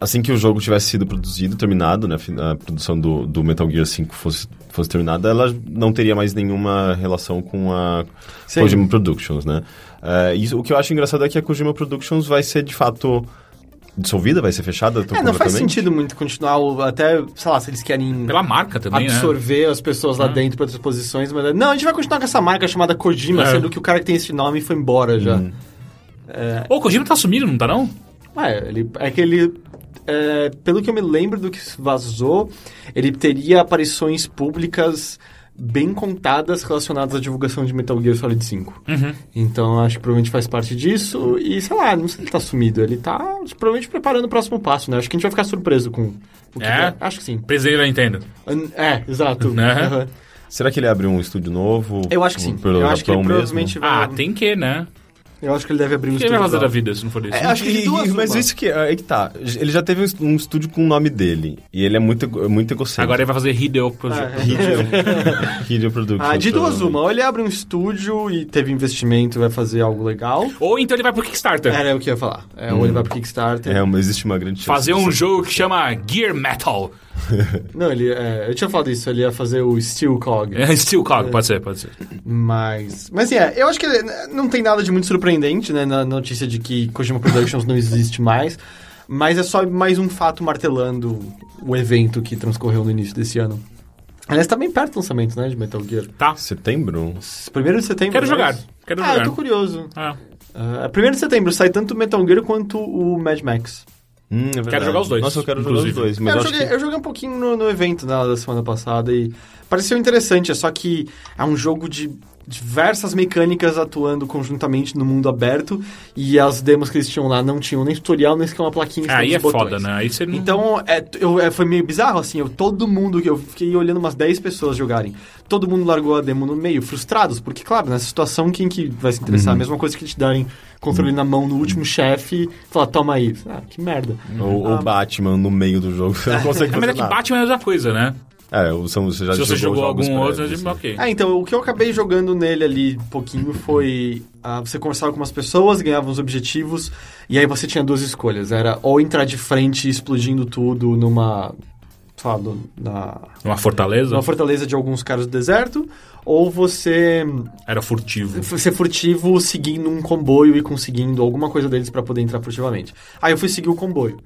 Speaker 2: assim que o jogo tivesse sido produzido, terminado, né, fi- a produção do, do Metal Gear 5 fosse, fosse terminada, ela não teria mais nenhuma relação com a
Speaker 3: Sim.
Speaker 2: Kojima Productions, né? Eh, isso- o que eu acho engraçado é que a Kojima Productions vai ser, de fato, dissolvida, vai ser fechada
Speaker 3: É, não faz
Speaker 2: Então completamente?
Speaker 3: sentido muito continuar, o- até, sei lá, se eles querem
Speaker 1: Pela marca também, né?
Speaker 3: absorver as pessoas lá dentro para outras posições, mas é, não, a gente vai continuar com essa marca chamada Kojima,
Speaker 1: É.
Speaker 3: sendo que o cara que tem esse nome foi embora já.
Speaker 1: Ô, o Kojima tá sumindo, não tá não?
Speaker 3: Ué, ele, é que ele. é, pelo que eu me lembro do que vazou, ele teria aparições públicas bem contadas relacionadas à divulgação de Metal Gear Solid 5.
Speaker 1: Uhum.
Speaker 3: Então eu acho que provavelmente faz parte disso. E sei lá, não sei se ele tá sumido. Ele tá provavelmente preparando o próximo passo, né? Acho que a gente vai ficar surpreso com o que
Speaker 1: É?
Speaker 3: vem. Acho que sim.
Speaker 1: Presidente da Nintendo.
Speaker 3: An- É, exato.
Speaker 1: Né?
Speaker 3: Aham.
Speaker 2: Será que ele abriu um estúdio novo?
Speaker 3: Eu acho que
Speaker 1: Tipo,
Speaker 3: sim.
Speaker 2: Pelo
Speaker 3: Eu acho que ele
Speaker 2: Japão
Speaker 3: provavelmente
Speaker 2: mesmo?
Speaker 1: Ah,
Speaker 3: vai. um
Speaker 1: tem que, né?
Speaker 3: Eu acho que ele deve abrir um
Speaker 1: O que ele vai
Speaker 3: estúdio.
Speaker 1: fazer da
Speaker 3: próprio.
Speaker 1: vida se não for isso?
Speaker 3: É, acho que de duas,
Speaker 2: mas
Speaker 3: uma.
Speaker 2: isso que é que tá. Ele já teve um est- um estúdio com o nome dele. E ele é muito, ego- muito egocêntrico. *laughs*
Speaker 1: Agora é- ele vai fazer Hideo Project.
Speaker 2: Hideo, Hideo Productions.
Speaker 3: Ah, de duas
Speaker 2: provavelmente.
Speaker 3: uma. Ou ele abre um estúdio e teve investimento e vai fazer algo legal.
Speaker 1: Ou então ele vai pro Kickstarter.
Speaker 3: Era o que eu ia falar. É,
Speaker 1: Hum.
Speaker 3: Ou ele vai pro Kickstarter.
Speaker 2: É, mas existe uma grande chance.
Speaker 1: Fazer um
Speaker 2: disso.
Speaker 1: jogo que chama Gear Metal.
Speaker 3: Não, ele. é, eu tinha falado isso, ele ia fazer o Steel Cog.
Speaker 1: É, Steel Cog, pode ser, pode ser.
Speaker 3: Mas. Mas é, eu acho que né, não tem nada de muito surpreendente, né? Na notícia de que Kojima Productions não existe mais. Mas é só mais um fato martelando o evento que transcorreu no início desse ano. Aliás, tá bem perto do lançamento, né? De Metal Gear.
Speaker 1: Tá?
Speaker 2: Setembro?
Speaker 3: Primeiro de setembro.
Speaker 1: Quero
Speaker 3: né?
Speaker 1: jogar, quero
Speaker 3: ah,
Speaker 1: jogar.
Speaker 3: eu tô curioso. é,
Speaker 1: Ah.
Speaker 3: Ah, primeiro de setembro sai tanto o Metal Gear quanto o Mad Max.
Speaker 2: Hum, é verdade.
Speaker 1: jogar os dois,
Speaker 2: Nossa, eu quero
Speaker 1: inclusive.
Speaker 2: jogar os dois. Mas
Speaker 3: eu,
Speaker 2: eu acho
Speaker 3: joguei,
Speaker 2: que...
Speaker 3: eu joguei um pouquinho no, no evento né, da semana passada e pareceu interessante, é só que é um jogo de diversas mecânicas atuando conjuntamente no mundo aberto e as demos que eles tinham lá não tinham nem tutorial, nem sequer uma plaquinha. em cima
Speaker 1: Aí
Speaker 3: dos
Speaker 1: é
Speaker 3: botões.
Speaker 1: foda, né? Aí você não...
Speaker 3: Então, é, t- eu- é, foi meio bizarro, assim, eu, todo mundo, eu fiquei olhando umas 10 pessoas jogarem, todo mundo largou a demo no meio, frustrados, porque, claro, nessa situação, quem que vai se interessar?
Speaker 1: Uhum.
Speaker 3: A mesma coisa que te darem controle na mão no último chefe e falar, toma aí. Ah, que merda.
Speaker 2: Ou,
Speaker 3: Ah.
Speaker 2: ou Batman no meio do jogo, você não consegue
Speaker 1: *laughs* Mas
Speaker 2: fazer
Speaker 1: é que
Speaker 2: nada.
Speaker 1: Batman é a mesma coisa, né?
Speaker 2: É, o Samu, você já
Speaker 1: Se você jogou
Speaker 2: jogos
Speaker 1: algum outro,
Speaker 2: prévios,
Speaker 1: eu digo,
Speaker 2: assim.
Speaker 1: ok.
Speaker 3: Ah, então, o que eu acabei jogando nele ali um pouquinho foi. ah, você conversava com umas pessoas, ganhava uns objetivos, e aí você tinha duas escolhas. Era ou entrar de frente explodindo tudo numa. Sei lá, no- na,
Speaker 1: Uma fortaleza?
Speaker 3: numa fortaleza de alguns caras do deserto, ou você hum,
Speaker 1: Era furtivo.
Speaker 3: f- ser furtivo seguindo um comboio e conseguindo alguma coisa deles pra poder entrar furtivamente. Aí eu fui seguir o comboio.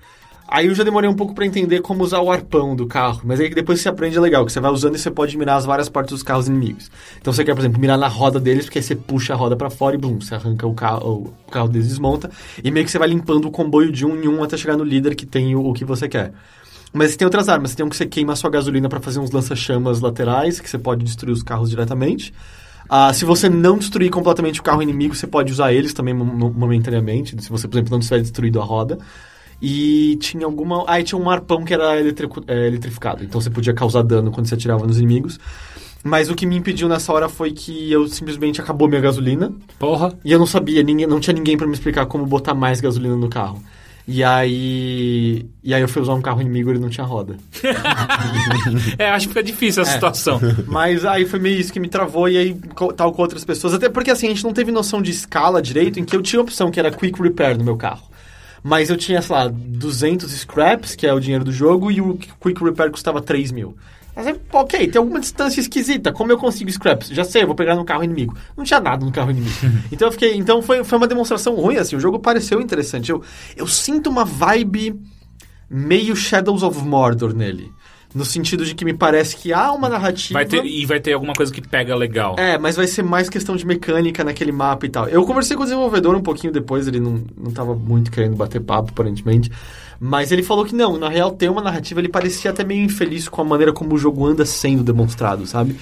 Speaker 3: Aí eu já demorei um pouco pra entender como usar o arpão do carro, mas aí que depois você aprende é legal, que você vai usando e você pode mirar as várias partes dos carros inimigos. Então você quer, por exemplo, mirar na roda deles, porque aí você puxa a roda pra fora e blum, você arranca o carro, o carro deles desmonta, e meio que você vai limpando o comboio de um em um até chegar no líder que tem o, o que você quer. Mas tem outras armas, tem um que você queima a sua gasolina pra fazer uns lança-chamas laterais, que você pode destruir os carros diretamente. Ah, se você não destruir completamente o carro inimigo, você pode usar eles também mo- mo- momentaneamente. Se você, por exemplo, não tiver destruído a roda. E tinha alguma. Ah, e tinha um arpão que era eletricu- eh, eletrificado. Então você podia causar dano quando você atirava nos inimigos. Mas o que me impediu nessa hora foi que eu simplesmente acabou minha gasolina.
Speaker 1: Porra.
Speaker 3: E eu não sabia, ninguém, não tinha ninguém pra me explicar como botar mais gasolina no carro. E aí. E aí eu fui usar um carro inimigo e ele não tinha roda.
Speaker 1: É, acho que fica difícil essa
Speaker 3: *laughs*
Speaker 1: situação.
Speaker 3: Mas aí foi meio isso que me travou e aí co- tal com outras pessoas. Até porque assim, a gente não teve noção de escala direito, em que eu tinha a opção que era quick repair no meu carro. Mas eu tinha, sei lá, 200 scraps, que é o dinheiro do jogo, e o quick repair custava 3 mil. Mas eu, ok, tem alguma distância esquisita. Como eu consigo scraps? Já sei, eu vou pegar no carro inimigo. Não tinha nada no carro inimigo. então eu fiquei. Então foi, foi uma demonstração ruim, assim. O jogo pareceu interessante. Eu, eu sinto uma vibe meio Shadows of Mordor nele. No sentido de que me parece que há uma narrativa.
Speaker 1: Vai ter, e vai ter alguma coisa que pega legal.
Speaker 3: É, mas vai ser mais questão de mecânica naquele mapa e tal. Eu conversei com o desenvolvedor um pouquinho depois, ele não, não tava muito querendo bater papo, aparentemente. Mas ele falou que não, na real tem uma narrativa, ele parecia até meio infeliz com a maneira como o jogo anda sendo demonstrado, sabe?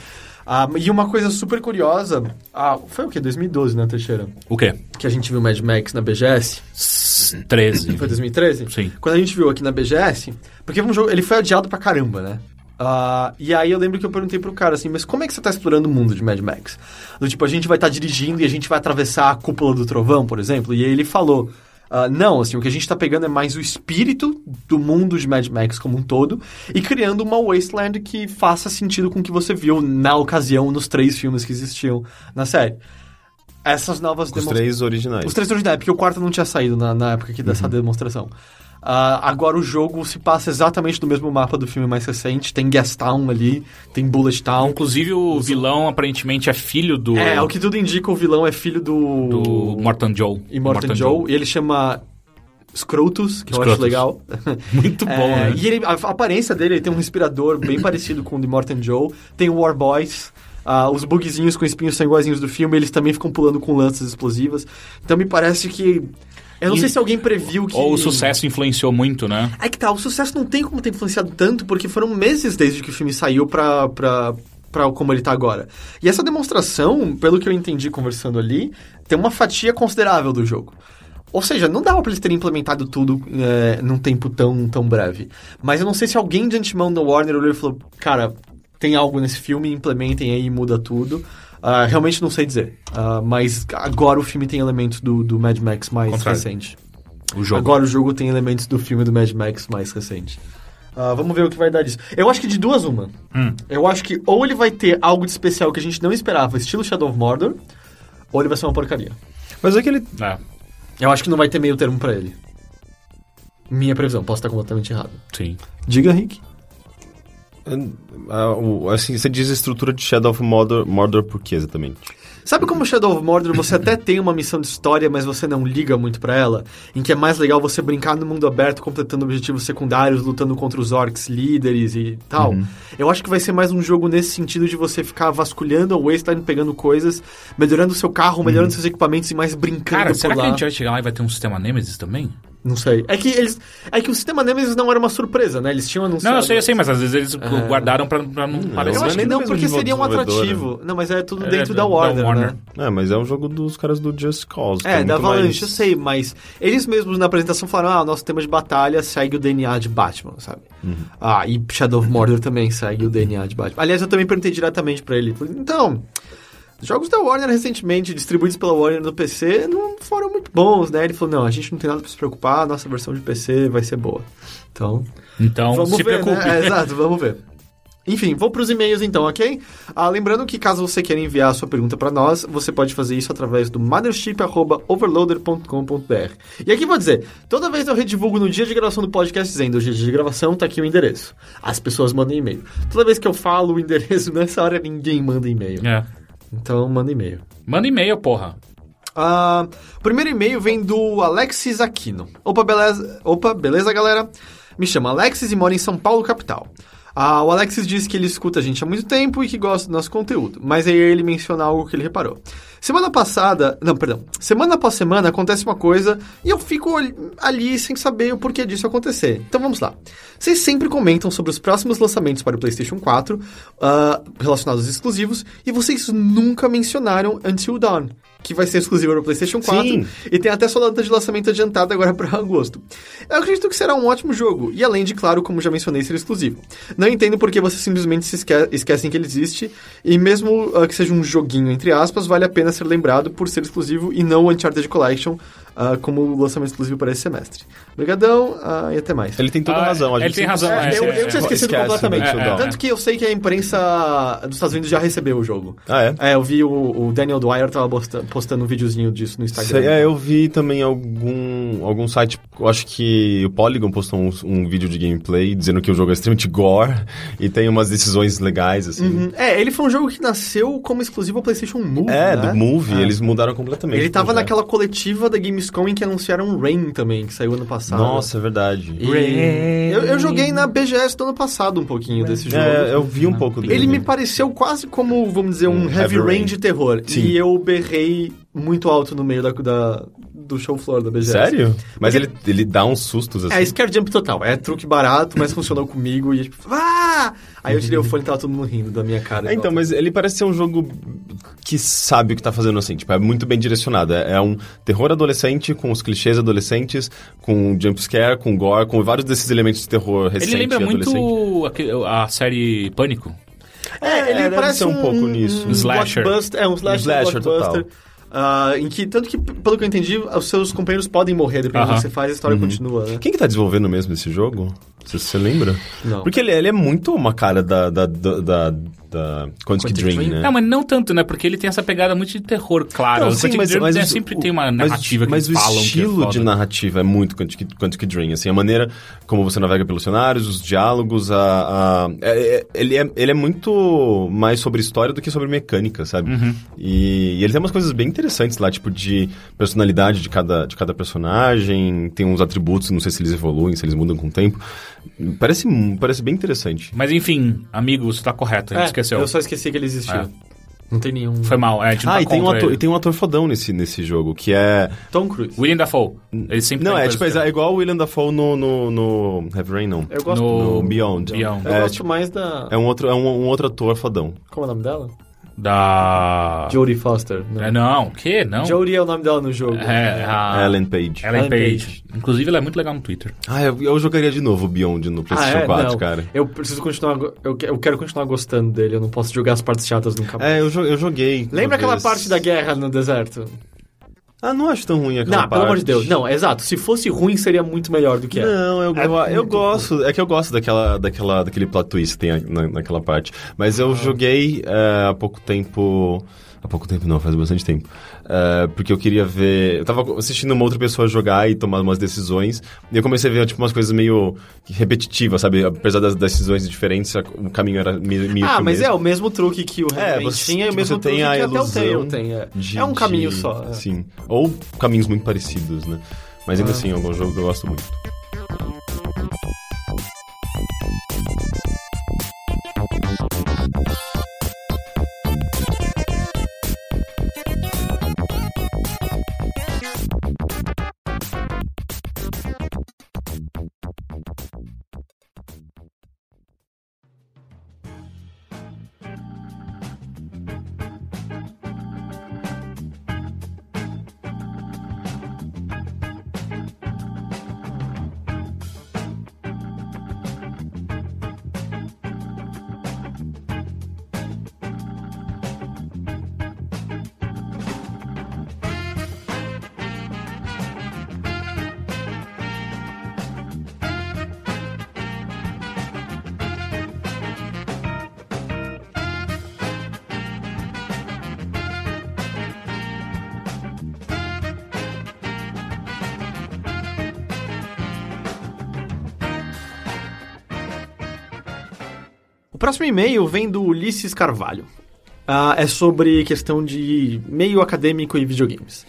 Speaker 3: Ah, e uma coisa super curiosa, ah, foi o que? 2012, né, Teixeira?
Speaker 1: O quê?
Speaker 3: Que a gente viu Mad Max na BGS.
Speaker 1: S-
Speaker 3: *laughs*
Speaker 1: 13.
Speaker 3: Foi 2013?
Speaker 1: Sim.
Speaker 3: Quando a gente viu aqui na BGS, porque um jogo, ele foi adiado pra caramba, né? Ah, e aí eu lembro que eu perguntei pro cara assim, mas como é que você tá explorando o mundo de Mad Max? Do tipo, a gente vai estar dirigindo e a gente vai atravessar a cúpula do trovão, por exemplo, e aí ele falou. ah, não, assim, o que a gente tá pegando é mais o espírito do mundo de Mad Max como um todo e criando uma wasteland que faça sentido com o que você viu na ocasião nos três filmes que existiam na série. Essas novas
Speaker 2: Os
Speaker 3: demonstra-
Speaker 2: três originais.
Speaker 3: os três originais, porque o quarto não tinha saído na, na época aqui
Speaker 1: Uhum.
Speaker 3: dessa demonstração. Ah, agora o jogo se passa exatamente no mesmo mapa do filme mais recente. Tem Gas Town ali, tem Bullet Town.
Speaker 1: Inclusive, o vilão aparentemente é filho do.
Speaker 3: É, ao que tudo indica, o vilão é filho do.
Speaker 1: Do Morton Joe.
Speaker 3: Immortan Joe, E ele chama Scrotus, que eu acho
Speaker 1: Scrotus.
Speaker 3: legal.
Speaker 1: *laughs* Muito bom,
Speaker 3: É,
Speaker 1: né?
Speaker 3: E ele- a, a aparência dele, ele tem um respirador bem *laughs* parecido com o de Morton Joe. Tem o War Boys. ah, os bugzinhos com espinhos são iguaizinhos do filme. Eles também ficam pulando com lanças explosivas. Então me parece que... Eu não
Speaker 1: E-
Speaker 3: sei se alguém previu que...
Speaker 1: Ou o sucesso influenciou muito, né?
Speaker 3: É que tá, o sucesso não tem como ter influenciado tanto, porque foram meses desde que o filme saiu pra, pra, pra como ele tá agora. E essa demonstração, pelo que eu entendi conversando ali, tem uma fatia considerável do jogo. Ou seja, não dava pra eles terem implementado tudo é, num tempo tão, tão breve. Mas eu não sei se alguém de antemão da Warner olhou e falou, cara, tem algo nesse filme, implementem aí e muda tudo. Ah, realmente não sei dizer. Ah, mas agora o filme tem elementos do, do Mad Max mais
Speaker 1: Contrário.
Speaker 3: recente.
Speaker 1: O jogo.
Speaker 3: Agora o jogo tem elementos do filme do Mad Max mais recente. Ah, vamos ver o que vai dar disso. Eu acho que de duas, uma.
Speaker 2: Hum.
Speaker 3: Eu acho que ou ele vai ter algo de especial que a gente não esperava, estilo Shadow of Mordor, ou ele vai ser uma porcaria.
Speaker 2: Mas é que ele...
Speaker 1: É,
Speaker 3: Eu acho que não vai ter meio termo pra ele. Minha previsão, posso estar completamente errado.
Speaker 1: sim.
Speaker 3: Diga, Rick.
Speaker 2: ah, o- assim, você diz estrutura de Shadow of Mordor, Mordor por quê, exatamente?
Speaker 3: Sabe como Shadow of Mordor você até tem uma missão de história, mas você não liga muito pra ela? Em que é mais legal você brincar no mundo aberto, completando objetivos secundários, lutando contra os orcs líderes e tal.
Speaker 2: Uhum.
Speaker 3: Eu acho que vai ser mais um jogo nesse sentido de você ficar vasculhando a wasteland, pegando coisas,
Speaker 2: Uhum.
Speaker 3: melhorando o seu carro, melhorando seus equipamentos e mais brincando
Speaker 1: Cara,
Speaker 3: por
Speaker 1: será
Speaker 3: lá.
Speaker 1: que a gente vai chegar lá e vai ter um sistema Nemesis também?
Speaker 3: Não sei. É que eles. É que o sistema Nemesis não era uma surpresa, né? Eles tinham anunciado.
Speaker 1: Não, eu sei, eu sei, mas às vezes eles guardaram pra, pra não parecer.
Speaker 3: Eu
Speaker 2: Não é
Speaker 3: acho
Speaker 2: nem
Speaker 3: que
Speaker 2: da
Speaker 3: É. não,
Speaker 2: mesma
Speaker 3: porque seria um
Speaker 2: desenvolvedora.
Speaker 3: atrativo. Não, mas é tudo
Speaker 1: É,
Speaker 3: dentro
Speaker 1: da-
Speaker 3: da
Speaker 1: da
Speaker 3: Warner,
Speaker 1: Warner.
Speaker 3: né?
Speaker 2: É, mas é um jogo dos caras do Just Cause. que
Speaker 3: É,
Speaker 2: muito
Speaker 3: da Avalanche,
Speaker 2: mais-
Speaker 3: eu sei, mas eles mesmos na apresentação falaram: ah, o nosso tema de batalha segue o DNA de Batman, sabe?
Speaker 2: Uhum.
Speaker 3: Ah, e Shadow of Mordor também segue o DNA de Batman. Aliás, eu também perguntei diretamente pra ele: falei, então, os jogos da Warner recentemente, distribuídos pela Warner no PC, não foram muito bons, né? Ele falou: não, a gente não tem nada pra se preocupar, a nossa versão de PC vai ser boa. Então,
Speaker 1: Então,
Speaker 3: Vamos
Speaker 1: se
Speaker 3: ver, né?
Speaker 1: preocupe.
Speaker 3: É, exato, vamos ver. Enfim, vou para os e-mails então, ok? Ah, lembrando que caso você queira enviar a sua pergunta para nós, você pode fazer isso através do mothership.overloader.com.br. E aqui vou dizer, toda vez eu redivulgo no dia de gravação do podcast dizendo o dia de gravação, tá aqui o endereço. As pessoas mandam e-mail. Toda vez que eu falo o endereço *laughs* nessa hora, ninguém manda e-mail.
Speaker 1: *laughs* É.
Speaker 3: Então, manda e-mail.
Speaker 1: Manda e-mail, porra.
Speaker 3: Ah, o primeiro e-mail vem do Alexis Aquino. Opa, beleza, opa, beleza galera? Me chama Alexis e mora em São Paulo, capital. Ah, o Alexis diz que ele escuta a gente há muito tempo e que gosta do nosso conteúdo, mas aí ele menciona algo que ele reparou. Semana passada, não, perdão, semana após semana acontece uma coisa e eu fico ol- ali sem saber o porquê disso acontecer. Então vamos lá. Vocês sempre comentam sobre os próximos lançamentos para o PlayStation 4 ah, relacionados aos exclusivos e vocês nunca mencionaram Until Dawn que vai ser exclusiva para PlayStation 4
Speaker 2: Sim.
Speaker 3: e tem até sua data de lançamento adiantada agora *laughs* para agosto. Eu acredito que será um ótimo jogo e além de claro, como já mencionei, ser exclusivo. Não entendo porque vocês simplesmente se esque- esquecem que ele existe e mesmo ah, que seja um joguinho entre aspas, vale a pena ser lembrado por ser exclusivo e não Uncharted Collection ah, como lançamento exclusivo para esse semestre. Obrigadão ah, e até mais.
Speaker 2: Ele tem toda
Speaker 1: Ah,
Speaker 2: a razão. A
Speaker 1: ele
Speaker 2: gente
Speaker 1: tem razão,
Speaker 3: É,
Speaker 1: é,
Speaker 3: eu, eu tinha esquecido
Speaker 2: Esquece,
Speaker 3: completamente.
Speaker 2: né, Until Dawn.
Speaker 3: Tanto que eu sei que a imprensa dos Estados Unidos já recebeu o jogo.
Speaker 2: Ah, é?
Speaker 3: É, eu vi o, o Daniel Dwyer tava posta- postando um videozinho disso no Instagram.
Speaker 2: Sei, é, eu vi também algum, algum site, eu acho que o Polygon postou um, um vídeo de gameplay dizendo que o jogo é extremamente gore e tem umas decisões legais, assim.
Speaker 3: Uhum. É, ele foi um jogo que nasceu como exclusivo ao PlayStation Move.
Speaker 2: É,
Speaker 3: né?
Speaker 2: do né? Movie, eles mudaram completamente.
Speaker 3: Ele
Speaker 2: o
Speaker 3: tava
Speaker 2: projeto.
Speaker 3: naquela coletiva da Gamescom em que anunciaram Rain também, que saiu ano passado.
Speaker 2: Nossa, é verdade.
Speaker 3: E- Eu, eu joguei na BGS do ano passado um pouquinho desse jogo.
Speaker 2: É, eu vi um pouco dele.
Speaker 3: Ele me pareceu quase como, vamos dizer,
Speaker 2: Um
Speaker 3: um, heavy,
Speaker 2: Heavy
Speaker 3: rain,
Speaker 2: Rain.
Speaker 3: de terror.
Speaker 2: Sim.
Speaker 3: E eu berrei muito alto no meio da, da- do show floor da BGS.
Speaker 2: Sério? Mas ele, ele dá uns sustos, assim.
Speaker 3: É, scare jump total. É truque barato, mas funcionou comigo e tipo, ah! Aí eu tirei o fone e tava todo mundo rindo da minha cara.
Speaker 2: É, então, mas ele parece ser um jogo que sabe o que tá fazendo, assim. Tipo, é muito bem direcionado. É, é um terror adolescente com os clichês adolescentes, com jumpscare, com gore, com vários desses elementos de terror recente
Speaker 1: Ele lembra
Speaker 2: e adolescente.
Speaker 1: muito aque- a série Pânico.
Speaker 3: É, ele
Speaker 2: deve
Speaker 3: parece
Speaker 2: ser um pouco nisso.
Speaker 3: um
Speaker 1: Slasher.
Speaker 3: blockbuster- é, um slasher,
Speaker 2: Slasher
Speaker 3: blockbuster.
Speaker 2: total.
Speaker 3: ah, em que, tanto que, pelo que eu entendi, os seus companheiros podem morrer, dependendo do
Speaker 1: Aham.
Speaker 3: que você faz, a história continua, né?
Speaker 2: Quem que tá desenvolvendo mesmo esse jogo? Você, você lembra?
Speaker 3: Não.
Speaker 2: Porque ele, ele é muito uma cara da, da, da, da, da Quantic
Speaker 3: Quantic
Speaker 2: Dream,
Speaker 3: Dream?
Speaker 2: né?
Speaker 1: Não, mas não tanto, né? Porque ele tem essa pegada muito de terror, claro.
Speaker 2: Não,
Speaker 1: O Quantic Dream, né,
Speaker 2: o-
Speaker 1: sempre
Speaker 2: o-
Speaker 1: tem uma
Speaker 2: mas-
Speaker 1: narrativa que
Speaker 2: mas,
Speaker 1: eles falam
Speaker 2: o estilo
Speaker 1: que é foda.
Speaker 2: de narrativa é muito Quantic, Quantic Dream, assim, a maneira como você navega pelos cenários, os diálogos, a, a- é- é- ele, é, ele é muito mais sobre história do que sobre mecânica, sabe? E, e ele tem umas coisas bem interessantes lá, tipo de personalidade de cada, de cada personagem, tem uns atributos, não sei se eles evoluem, se eles mudam com o tempo. Parece, parece bem interessante.
Speaker 1: Mas enfim, amigo, você tá correto, a gente
Speaker 3: É,
Speaker 1: esqueceu.
Speaker 3: Eu só esqueci que ele
Speaker 1: É.
Speaker 3: existia. Não tem nenhum.
Speaker 1: Foi mal, é, a gente não
Speaker 2: Ah,
Speaker 1: tá
Speaker 2: e tem, um
Speaker 1: contra
Speaker 2: ator,
Speaker 1: ele.
Speaker 2: e tem um ator fodão nesse, nesse jogo, que é...
Speaker 3: Tom Cruise.
Speaker 1: William Dafoe. Ele sempre
Speaker 2: Não,
Speaker 1: tá em
Speaker 2: é
Speaker 1: coisa
Speaker 2: tipo,
Speaker 1: que-
Speaker 2: é igual o William Dafoe no, no, no Heavy Rain, não.
Speaker 3: Eu gosto,
Speaker 1: No-
Speaker 2: No Beyond.
Speaker 1: Beyond.
Speaker 3: eu
Speaker 2: É,
Speaker 3: gosto
Speaker 2: tipo,
Speaker 3: mais da.
Speaker 2: é um outro, é um, um Ah. outro ator fodão.
Speaker 3: Como é o nome dela?
Speaker 1: Da.
Speaker 3: Jodie Foster.
Speaker 1: É,
Speaker 2: né?
Speaker 3: Não.
Speaker 1: não, o quê? Não.
Speaker 3: Jodie é o nome dela no jogo.
Speaker 1: É, a...
Speaker 2: Ellen Page.
Speaker 1: Ellen
Speaker 3: Ellen
Speaker 1: Page. Inclusive, ela é muito legal no Twitter.
Speaker 2: Ah, eu, eu jogaria de novo o Beyond no PlayStation
Speaker 3: Ah, é?
Speaker 2: 4,
Speaker 3: Não.
Speaker 2: cara.
Speaker 3: Eu preciso continuar. go- Eu, que- eu quero continuar gostando dele. Eu não posso jogar as partes chatas nunca mais.
Speaker 2: É, eu, jo- eu joguei.
Speaker 3: Lembra
Speaker 2: uma
Speaker 3: aquela
Speaker 2: vez.
Speaker 3: parte da guerra no deserto?
Speaker 2: Ah, não acho tão ruim aquela
Speaker 3: Não,
Speaker 2: parte.
Speaker 3: pelo amor de Deus. Não, exato. Se fosse ruim, seria muito melhor do que é.
Speaker 2: Não, eu, eu,
Speaker 3: É
Speaker 2: eu
Speaker 3: muito
Speaker 2: gosto. É que eu gosto daquela, daquela, daquele plot twist que tem a- na, naquela parte. Mas
Speaker 3: Ah.
Speaker 2: eu joguei é, há pouco tempo. Há pouco tempo não, faz bastante tempo. É, porque eu queria ver. Eu tava assistindo uma outra pessoa jogar e tomar umas decisões. E eu comecei a ver tipo, umas coisas meio repetitivas, sabe? Apesar das decisões diferentes, a- o caminho era meio, meio que
Speaker 3: Ah,
Speaker 2: o
Speaker 3: mas
Speaker 2: mesmo.
Speaker 3: é o mesmo truque que o
Speaker 2: É,
Speaker 3: Rayman
Speaker 2: você-
Speaker 3: tinha e o
Speaker 2: você
Speaker 3: mesmo
Speaker 2: tem
Speaker 3: truque que
Speaker 2: a
Speaker 3: até o
Speaker 2: ilusão
Speaker 3: Tail tem. É,
Speaker 2: de-
Speaker 3: é um caminho
Speaker 2: de-
Speaker 3: só. é.
Speaker 2: Sim. Ou caminhos muito parecidos, né? Mas
Speaker 3: Ah.
Speaker 2: ainda assim, é um jogo que eu gosto muito.
Speaker 3: próximo e-mail vem do Ulisses Carvalho. Ah, é sobre questão de meio acadêmico e videogames.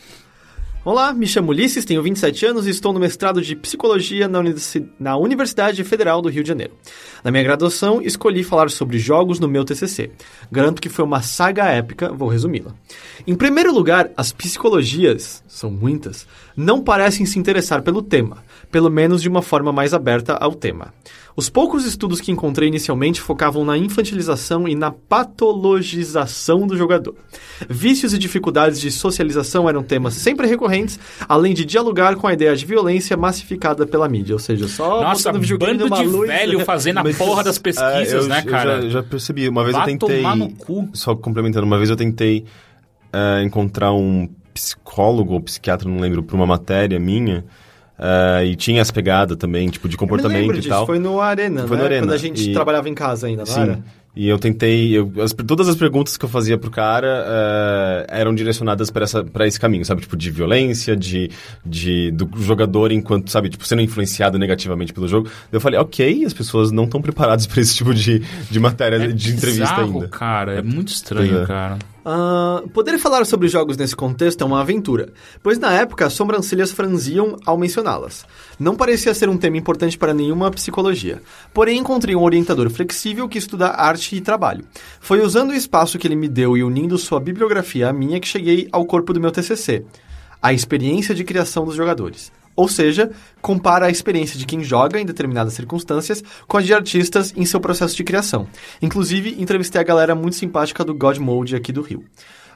Speaker 3: Olá, me chamo Ulisses, tenho 27 anos e estou no mestrado de Psicologia na, Universi- na Universidade Federal do Rio de Janeiro. Na minha graduação, escolhi falar sobre jogos no meu TCC. Garanto que foi uma saga épica, vou resumi-la. Em primeiro lugar, as psicologias, são muitas, não parecem se interessar pelo tema, pelo menos de uma forma mais aberta ao tema. Os poucos estudos que encontrei inicialmente focavam na infantilização e na patologização do jogador. Vícios e dificuldades de socialização eram temas sempre recorrentes, além de dialogar com a ideia de violência massificada pela mídia, ou seja, só
Speaker 1: Nossa,
Speaker 3: botando videogame
Speaker 1: bando
Speaker 3: numa
Speaker 1: de
Speaker 3: luz. *laughs*
Speaker 1: velho fazendo a
Speaker 2: *laughs* Mas-
Speaker 1: porra das
Speaker 2: É, eu-
Speaker 1: pesquisas, né,
Speaker 2: eu
Speaker 1: cara?
Speaker 2: já, já percebi. Uma vez
Speaker 1: Vá
Speaker 2: eu tentei.
Speaker 1: tomar no cu.
Speaker 2: Só complementando, uma vez eu tentei é, encontrar um psicólogo ou psiquiatra, não lembro, para uma matéria minha. é, e tinha essa pegada também, tipo, de
Speaker 3: Eu me
Speaker 2: comportamento
Speaker 3: lembro
Speaker 2: e
Speaker 3: disso,
Speaker 2: tal.
Speaker 3: foi no Arena,
Speaker 2: Foi
Speaker 3: né?
Speaker 2: no Arena,
Speaker 3: Quando a gente
Speaker 2: e-
Speaker 3: trabalhava em casa ainda, não era?
Speaker 2: Sim. E eu tentei. eu- as- todas as perguntas que eu fazia pro cara eh, eram direcionadas pra essa- pra esse caminho, sabe? Tipo, de violência, de, de do jogador enquanto, sabe, tipo, sendo influenciado negativamente pelo jogo. Eu falei, ok, as pessoas não estão preparadas *laughs* pra esse tipo de, de matéria, de entrevista
Speaker 1: É bizarro,
Speaker 2: ainda.
Speaker 1: cara. É muito estranho,
Speaker 2: é.
Speaker 1: cara.
Speaker 3: Ah, poder falar sobre jogos nesse contexto é uma aventura, pois na época as sobrancelhas franziam ao mencioná-las. Não parecia ser um tema importante para nenhuma psicologia. Porém, encontrei um orientador flexível que estuda arte e trabalho. Foi usando o espaço que ele me deu e unindo sua bibliografia à minha que cheguei ao corpo do meu TCC. A experiência de criação dos jogadores. Ou seja, compara a experiência de quem joga em determinadas circunstâncias com a de artistas em seu processo de criação. Inclusive, entrevistei a galera muito simpática do God Mode aqui do Rio.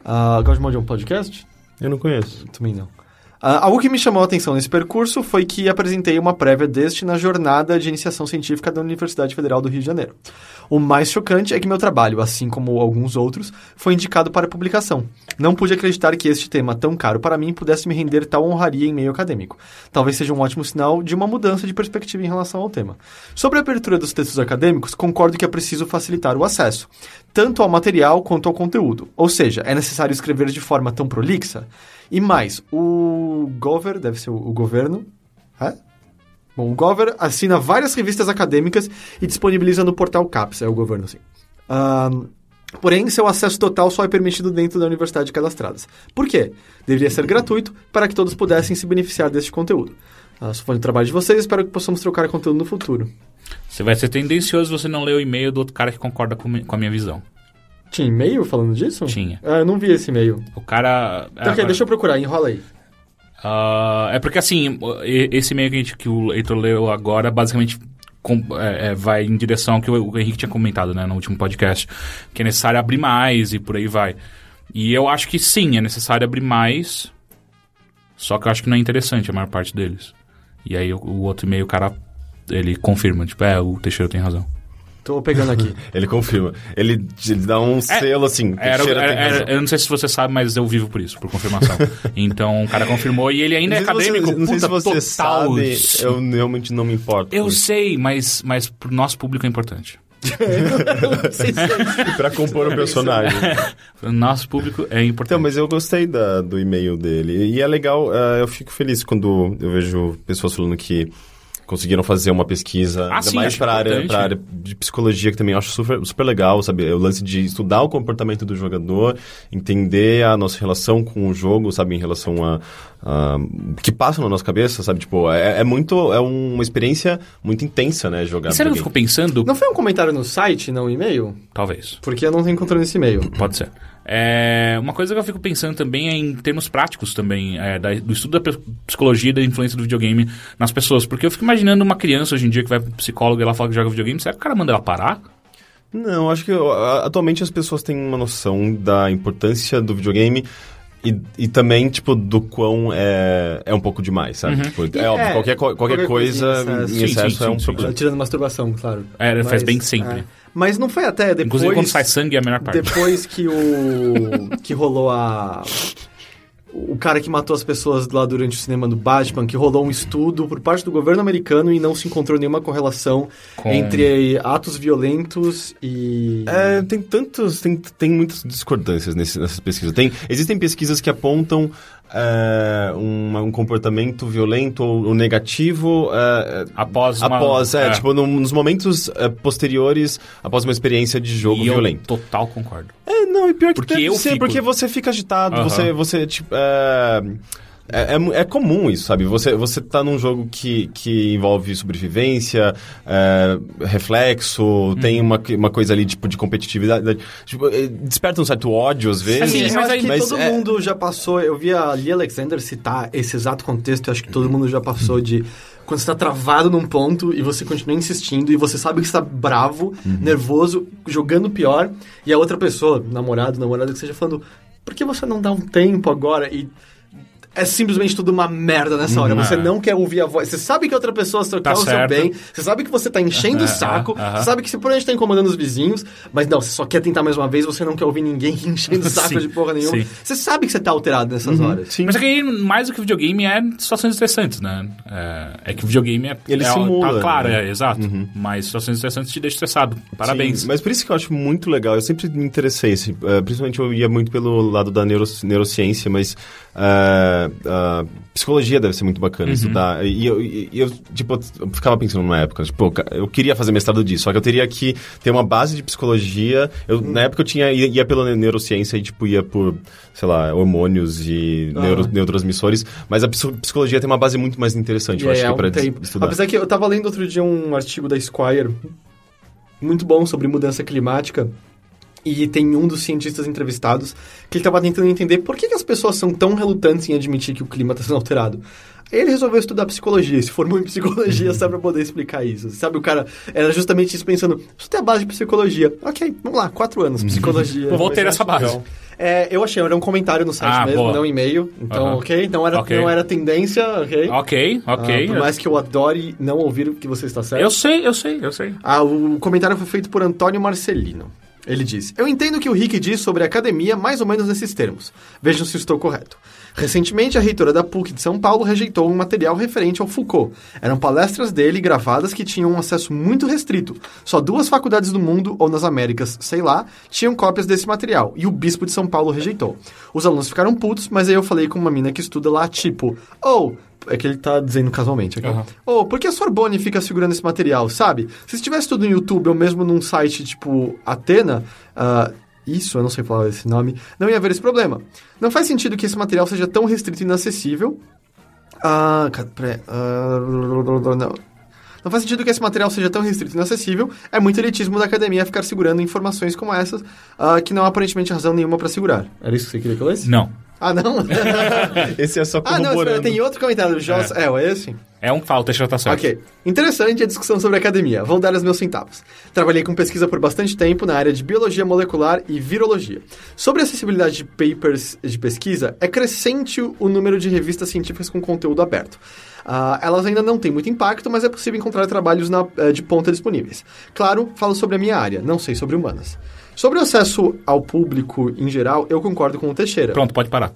Speaker 3: Ah, God Mode é um podcast?
Speaker 2: Eu não conheço.
Speaker 3: Também não. Ah, algo que me chamou a atenção nesse percurso foi que apresentei uma prévia deste na jornada de iniciação científica da Universidade Federal do Rio de Janeiro. O mais chocante é que meu trabalho, assim como alguns outros, foi indicado para publicação. Não pude acreditar que este tema tão caro para mim pudesse me render tal honraria em meio acadêmico. Talvez seja um ótimo sinal de uma mudança de perspectiva em relação ao tema. Sobre a abertura dos textos acadêmicos, concordo que é preciso facilitar o acesso, tanto ao material quanto ao conteúdo. Ou seja, é necessário escrever de forma tão prolixa? E mais, o Gover, deve ser o o governo, é? Bom, o Gover assina várias revistas acadêmicas e disponibiliza no portal CAPS, é o governo, sim. Ahn, porém, seu acesso total só é permitido dentro da universidade cadastradas. Por quê? Deveria ser gratuito para que todos pudessem se beneficiar deste conteúdo. Ah, sou fã do trabalho de vocês espero que possamos trocar conteúdo no futuro.
Speaker 1: Você vai ser tendencioso se você não ler o e-mail do outro cara que concorda com, mi- com a minha visão.
Speaker 3: Tinha e-mail falando disso?
Speaker 1: Tinha.
Speaker 3: Ah, eu não vi esse e-mail.
Speaker 1: O cara. é
Speaker 3: Então, ok, deixa eu procurar, enrola aí.
Speaker 1: Ah, é porque assim, e- esse e-mail que, a gente- que o Heitor leu agora basicamente com- é- é, vai em direção ao que o o Henrique tinha comentado né, no último podcast, que é necessário abrir mais e por aí vai. E eu acho que sim, é necessário abrir mais, só que eu acho que não é interessante a maior parte deles. E aí o, o outro e-mail, o cara, ele confirma, tipo, é, o Teixeira tem razão.
Speaker 3: Tô pegando aqui.
Speaker 2: Ele confirma. Ele, ele dá um selo assim.
Speaker 1: É, Era,
Speaker 2: "Teixeira
Speaker 1: era-
Speaker 2: tem razão."
Speaker 1: era- eu não sei se você sabe, mas eu vivo por isso, por
Speaker 2: *laughs*
Speaker 1: confirmação. então o cara confirmou e ele ainda é
Speaker 2: Não sei se
Speaker 1: acadêmico,
Speaker 2: você- não sei
Speaker 1: puta,
Speaker 2: se você
Speaker 1: total.
Speaker 2: sabe, eu realmente não me importo.
Speaker 1: Eu
Speaker 2: com isso.
Speaker 1: sei, mas, mas pro nosso público é importante. *laughs*
Speaker 2: pra compor o personagem.
Speaker 1: Pro nosso público é importante.
Speaker 2: Então, mas eu gostei da- do e-mail dele. E é legal, eh, eu fico feliz quando eu vejo pessoas falando que conseguiram fazer uma pesquisa,
Speaker 1: Ah,
Speaker 2: ainda
Speaker 1: sim,
Speaker 2: mais
Speaker 1: acho
Speaker 2: para área,
Speaker 1: importante.
Speaker 2: pra área de psicologia, que também eu acho super, super legal, sabe? O lance de estudar o comportamento do jogador, entender a nossa relação com o jogo, sabe? Em relação a... a- que passa na nossa cabeça, sabe? Tipo, é, é muito... É uma experiência muito intensa, né? Jogar
Speaker 1: E será que eu
Speaker 2: videogame.
Speaker 1: fico pensando?
Speaker 3: Não foi um comentário no site, não um e-mail?
Speaker 1: Talvez.
Speaker 3: Porque eu não tô encontrando esse e-mail.
Speaker 1: Pode ser. É, uma coisa que eu fico pensando também é em termos práticos também, é, da- do estudo da pe- psicologia e da influência do videogame nas pessoas. Porque eu fico imaginando uma criança hoje em dia que vai pro psicólogo e ela fala que joga videogame, será que o cara manda ela parar?
Speaker 2: Não, acho que ó, atualmente as pessoas têm uma noção da importância do videogame e, e também, tipo, do quão é, é um pouco demais, sabe? Tipo, é,
Speaker 3: E
Speaker 2: óbvio,
Speaker 3: é,
Speaker 2: qualquer, co- qualquer
Speaker 3: qualquer coisa
Speaker 2: coisa
Speaker 3: em excesso.
Speaker 2: em excesso
Speaker 1: Uhum. Sim, sim,
Speaker 2: é um
Speaker 1: sim, sim.
Speaker 2: problema.
Speaker 3: Tirando masturbação, claro.
Speaker 1: É, faz bem sempre.
Speaker 3: Mas não foi até depois...
Speaker 1: Inclusive quando sai sangue é a melhor parte.
Speaker 3: Depois que o... que rolou a... o cara que matou as pessoas lá durante o cinema do Batman, que rolou um estudo por parte do governo americano e não se encontrou nenhuma correlação
Speaker 1: Com-
Speaker 3: entre atos violentos e.
Speaker 2: É, tem tantos, tem, tem muitas discordâncias nesse- nessas pesquisas. Tem, existem pesquisas que apontam é, uma- um, comportamento violento ou, ou negativo é, é,
Speaker 1: Após uma-
Speaker 2: após, é,
Speaker 1: é.
Speaker 2: tipo num- nos momentos é, posteriores após uma experiência de um jogo
Speaker 1: e
Speaker 2: violento.
Speaker 1: eu total concordo.
Speaker 2: É, não, e pior que
Speaker 1: Porque
Speaker 2: deve
Speaker 1: eu
Speaker 2: ser,
Speaker 1: fico.
Speaker 2: porque você fica agitado,
Speaker 1: Aham.
Speaker 2: você, você, tipo, é... É, é mu- é comum isso, sabe? Você, você tá num jogo que, que envolve sobrevivência, é, reflexo,
Speaker 1: Uhum.
Speaker 2: tem uma, uma coisa ali, tipo, de competitividade. Tipo, é, desperta um certo ódio, às vezes.
Speaker 1: Assim,
Speaker 3: Sim, eu
Speaker 1: mas
Speaker 3: acho
Speaker 1: aí-
Speaker 3: que
Speaker 2: mas
Speaker 3: todo
Speaker 2: é-
Speaker 3: mundo já passou. Eu vi a Lee Alexander citar esse exato contexto, eu acho que todo mundo já passou de. Quando você tá travado num ponto e você continua insistindo e você sabe que você tá bravo,
Speaker 1: Uhum.
Speaker 3: nervoso, jogando pior, e a outra pessoa, namorado, namorada, que seja, falando: por que você não dá um tempo agora? E. É simplesmente tudo uma merda nessa hora. Você não quer ouvir a voz. Você sabe que a outra pessoa só
Speaker 1: Uhum. É. Tá
Speaker 3: quer o seu
Speaker 1: certo. É,
Speaker 3: bem. Você sabe que você tá enchendo o saco.
Speaker 1: aham.
Speaker 3: Você sabe que você provavelmente tá incomodando os vizinhos. Mas não, você só quer tentar mais uma vez. Você não quer ouvir ninguém *laughs* enchendo o saco
Speaker 1: Sim,
Speaker 3: de porra nenhuma.
Speaker 1: sim.
Speaker 3: Você sabe que você tá alterado nessas horas.
Speaker 2: Sim.
Speaker 1: Mas é que aí, mais do que videogame é situações estressantes, né? É, é que videogame é.
Speaker 2: Ele
Speaker 1: é,
Speaker 2: simula,
Speaker 1: Tá claro,
Speaker 2: né?
Speaker 1: é, exato. Mas situações estressantes te deixam estressado. Parabéns.
Speaker 2: Sim, mas por isso que eu acho muito legal. Eu sempre me interessei, assim, eh, principalmente eu ia muito pelo lado da neuro- neurociência, mas ah, ah, psicologia deve ser muito bacana estudar. E eu, e eu, tipo, eu ficava pensando numa época, tipo, ca- eu queria fazer mestrado disso, só que eu teria que ter uma base de psicologia. Eu,
Speaker 3: Uhum.
Speaker 2: Na época eu tinha, ia, ia pela ne- neurociência e, tipo, ia por, sei lá, hormônios e neuro- neurotransmissores, mas a psi- psicologia tem uma base muito mais interessante, eu
Speaker 3: E
Speaker 2: acho
Speaker 3: é,
Speaker 2: que
Speaker 3: há um
Speaker 2: pra des-
Speaker 3: tempo.
Speaker 2: estudar.
Speaker 3: Apesar que eu tava lendo outro dia um artigo da Esquire muito bom sobre mudança climática. E tem um dos cientistas entrevistados que ele estava tentando entender por que, que as pessoas são tão relutantes em admitir que o clima está sendo alterado. Aí Ele resolveu estudar psicologia, se formou em
Speaker 2: Uhum.
Speaker 3: psicologia só para poder explicar isso. Sabe, o cara era justamente isso pensando, isso tem a base de psicologia. Ok, vamos lá, quatro anos,
Speaker 2: Uhum.
Speaker 3: psicologia.
Speaker 1: Vou ter
Speaker 3: Mas eu
Speaker 1: essa
Speaker 3: acho legal.
Speaker 1: base.
Speaker 3: É, eu achei, era um comentário no site
Speaker 1: Ah,
Speaker 3: mesmo,
Speaker 1: boa.
Speaker 3: não um e-mail. Então,
Speaker 1: Aham.
Speaker 3: ok, não era,
Speaker 1: Ok.
Speaker 3: não era tendência, ok.
Speaker 1: Ok,
Speaker 3: Ah,
Speaker 1: ok.
Speaker 3: por mais que eu adore não ouvir o que você está certo.
Speaker 1: Eu sei, eu sei, eu sei.
Speaker 3: Ah, o comentário foi feito por Antônio Marcelino. Ele diz: Eu entendo o que o Rick diz sobre a academia mais ou menos nesses termos. Vejam se estou correto. Recentemente, a reitora da PUC de São Paulo rejeitou um material referente ao Foucault. Eram palestras dele gravadas que tinham um acesso muito restrito. Só duas faculdades do mundo, ou nas Américas, sei lá, tinham cópias desse material. E o bispo de São Paulo rejeitou. Os alunos ficaram putos, mas aí eu falei com uma mina que estuda lá, tipo: Ou. é que ele tá dizendo casualmente aqui. Ô, por que a Sorbonne fica segurando esse material, sabe? Se estivesse tudo no YouTube ou mesmo num site tipo Atena, ah, isso, eu não sei falar esse nome, não ia haver esse problema. Não faz sentido que esse material seja tão restrito e inacessível. Ah, cadê? pera- ah, não. Não faz sentido que esse material seja tão restrito e inacessível. É muito elitismo da academia ficar segurando informações como essas, ah, que não há aparentemente razão nenhuma pra segurar. Era isso que você queria que eu lesse?
Speaker 1: Não.
Speaker 3: Ah, *laughs* não?
Speaker 2: Esse é só
Speaker 3: ah, não, espera,
Speaker 2: corroborando.
Speaker 3: tem outro comentário. Joss... É. é esse?
Speaker 1: É um que fala, o Teixeira tá certo.
Speaker 3: Ok. Interessante a discussão sobre academia. Vou dar os meus centavos. Trabalhei com pesquisa por bastante tempo na área de biologia molecular e virologia. Sobre a acessibilidade de papers de pesquisa, é crescente o número de revistas científicas com conteúdo aberto. Ah, elas ainda não têm muito impacto, mas é possível encontrar trabalhos na- eh, de ponta disponíveis. Claro, falo sobre a minha área, não sei sobre humanas. Sobre o acesso ao público em geral, eu concordo com o Teixeira.
Speaker 1: Pronto, pode
Speaker 2: *laughs*
Speaker 1: parar.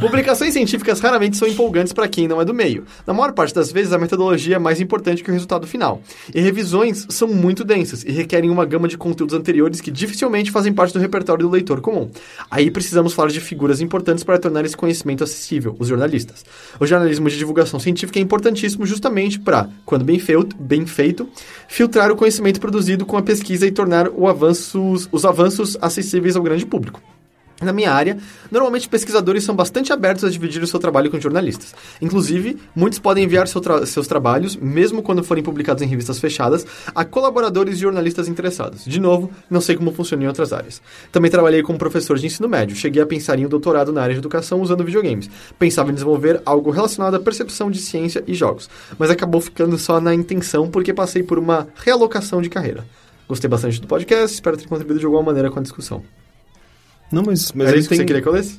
Speaker 3: Publicações científicas raramente são empolgantes para quem não é do meio. Na maior parte das vezes, a metodologia é mais importante que o resultado final. E revisões são muito densas e requerem uma gama de conteúdos anteriores que dificilmente fazem parte do repertório do leitor comum. Aí precisamos falar de figuras importantes para tornar esse conhecimento acessível, os jornalistas. O jornalismo de divulgação científica é importantíssimo justamente para, quando bem feito, bem feito, filtrar o conhecimento produzido com a pesquisa e tornar o avanços- os avanços acessíveis ao grande público. Na minha área, normalmente pesquisadores são bastante abertos a dividir o seu trabalho com jornalistas. Inclusive, muitos podem enviar seu tra- seus trabalhos, mesmo quando forem publicados em revistas fechadas, a colaboradores e jornalistas interessados. De novo, não sei como funciona em outras áreas. Também trabalhei como professor de ensino médio. Cheguei a pensar em um doutorado na área de educação usando videogames. Pensava em desenvolver algo relacionado à percepção de ciência e jogos, mas acabou ficando só na intenção porque passei por uma realocação de carreira. Gostei bastante do podcast, espero ter contribuído de alguma maneira com a discussão.
Speaker 2: Não, mas, mas
Speaker 3: Era
Speaker 2: ele
Speaker 3: isso que
Speaker 2: tem-
Speaker 1: Ah.
Speaker 3: você queria que eu lesse?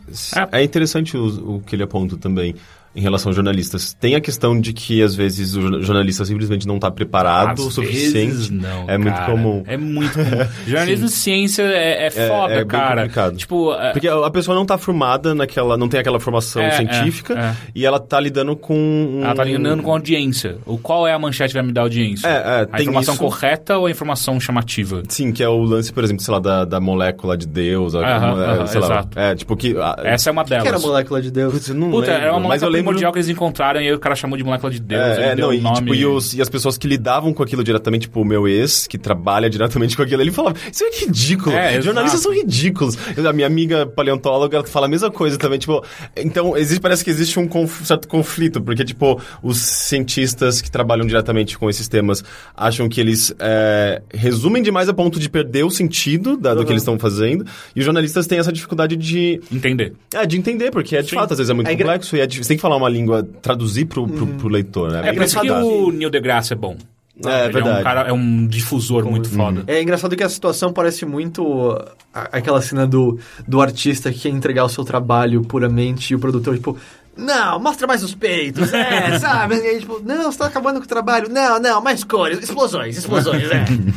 Speaker 2: É interessante o, o que ele aponta também. em relação aos jornalistas. Tem a questão de que, às vezes, o jor- jornalista simplesmente não está preparado o
Speaker 1: Às
Speaker 2: suficiente.
Speaker 1: vezes não,
Speaker 2: é muito
Speaker 1: cara.
Speaker 2: comum.
Speaker 1: É muito
Speaker 2: *laughs*
Speaker 1: comum. Jornalismo de ciência é, é foda,
Speaker 2: é bem
Speaker 1: cara.
Speaker 2: complicado.
Speaker 1: Tipo, é,
Speaker 2: Porque a a pessoa não tá formada naquela, não tem aquela formação
Speaker 1: É, é,
Speaker 2: científica
Speaker 1: é.
Speaker 2: e ela tá lidando com um-
Speaker 1: ela tá lidando com audiência. O qual é a manchete que vai me dar audiência?
Speaker 2: É, é,
Speaker 1: a
Speaker 2: tem
Speaker 1: informação
Speaker 2: isso.
Speaker 1: correta ou a informação chamativa?
Speaker 2: Sim, que é o lance, por exemplo, sei lá, da, da molécula de Deus, a-
Speaker 1: Aham,
Speaker 2: é,
Speaker 1: aham,
Speaker 2: sei lá.
Speaker 1: exato.
Speaker 2: É, tipo que a-
Speaker 1: Essa é uma delas.
Speaker 3: que era a molécula de Deus?
Speaker 2: Putz, eu não
Speaker 1: Puta,
Speaker 2: lembro,
Speaker 1: era uma molécula
Speaker 2: mas eu lembro um
Speaker 1: primordial que eles encontraram e aí o cara chamou de molécula de Deus.
Speaker 2: É,
Speaker 1: ele
Speaker 2: é,
Speaker 1: deu o
Speaker 2: não, e,
Speaker 1: nome...
Speaker 2: tipo, e, os- e as pessoas que lidavam com aquilo diretamente, tipo, o meu ex, que trabalha diretamente com aquilo, ele falava, isso é ridículo,
Speaker 1: É,
Speaker 2: jornalistas
Speaker 1: exato.
Speaker 2: são ridículos. A minha amiga paleontóloga, ela fala a mesma coisa também, tipo, então, existe, parece que existe um conf- certo conflito, porque, tipo, os cientistas que trabalham diretamente com esses temas acham que eles é, resumem demais a ponto de perder o sentido da-
Speaker 1: Uhum.
Speaker 2: do que eles estão fazendo, e os jornalistas têm essa dificuldade de
Speaker 1: Entender.
Speaker 2: é, de entender, porque é de fato, às vezes é muito
Speaker 3: É engra-
Speaker 2: complexo e é difícil. Você tem que falar uma língua, traduzir pro, pro, pro leitor, né?
Speaker 1: É, por isso que
Speaker 2: complicado.
Speaker 1: o Neil deGrasse é bom.
Speaker 2: É, é
Speaker 1: Ele É um,
Speaker 2: verdade.
Speaker 1: cara, é um difusor muito foda.
Speaker 3: É engraçado que a situação parece muito a- aquela cena do, do artista que quer entregar o seu trabalho puramente e o produtor, tipo, não, mostra mais os peitos, é, sabe? E aí, tipo, não, você tá acabando com o trabalho, não, não, mais cores, explosões, explosões, é.
Speaker 2: Uhum.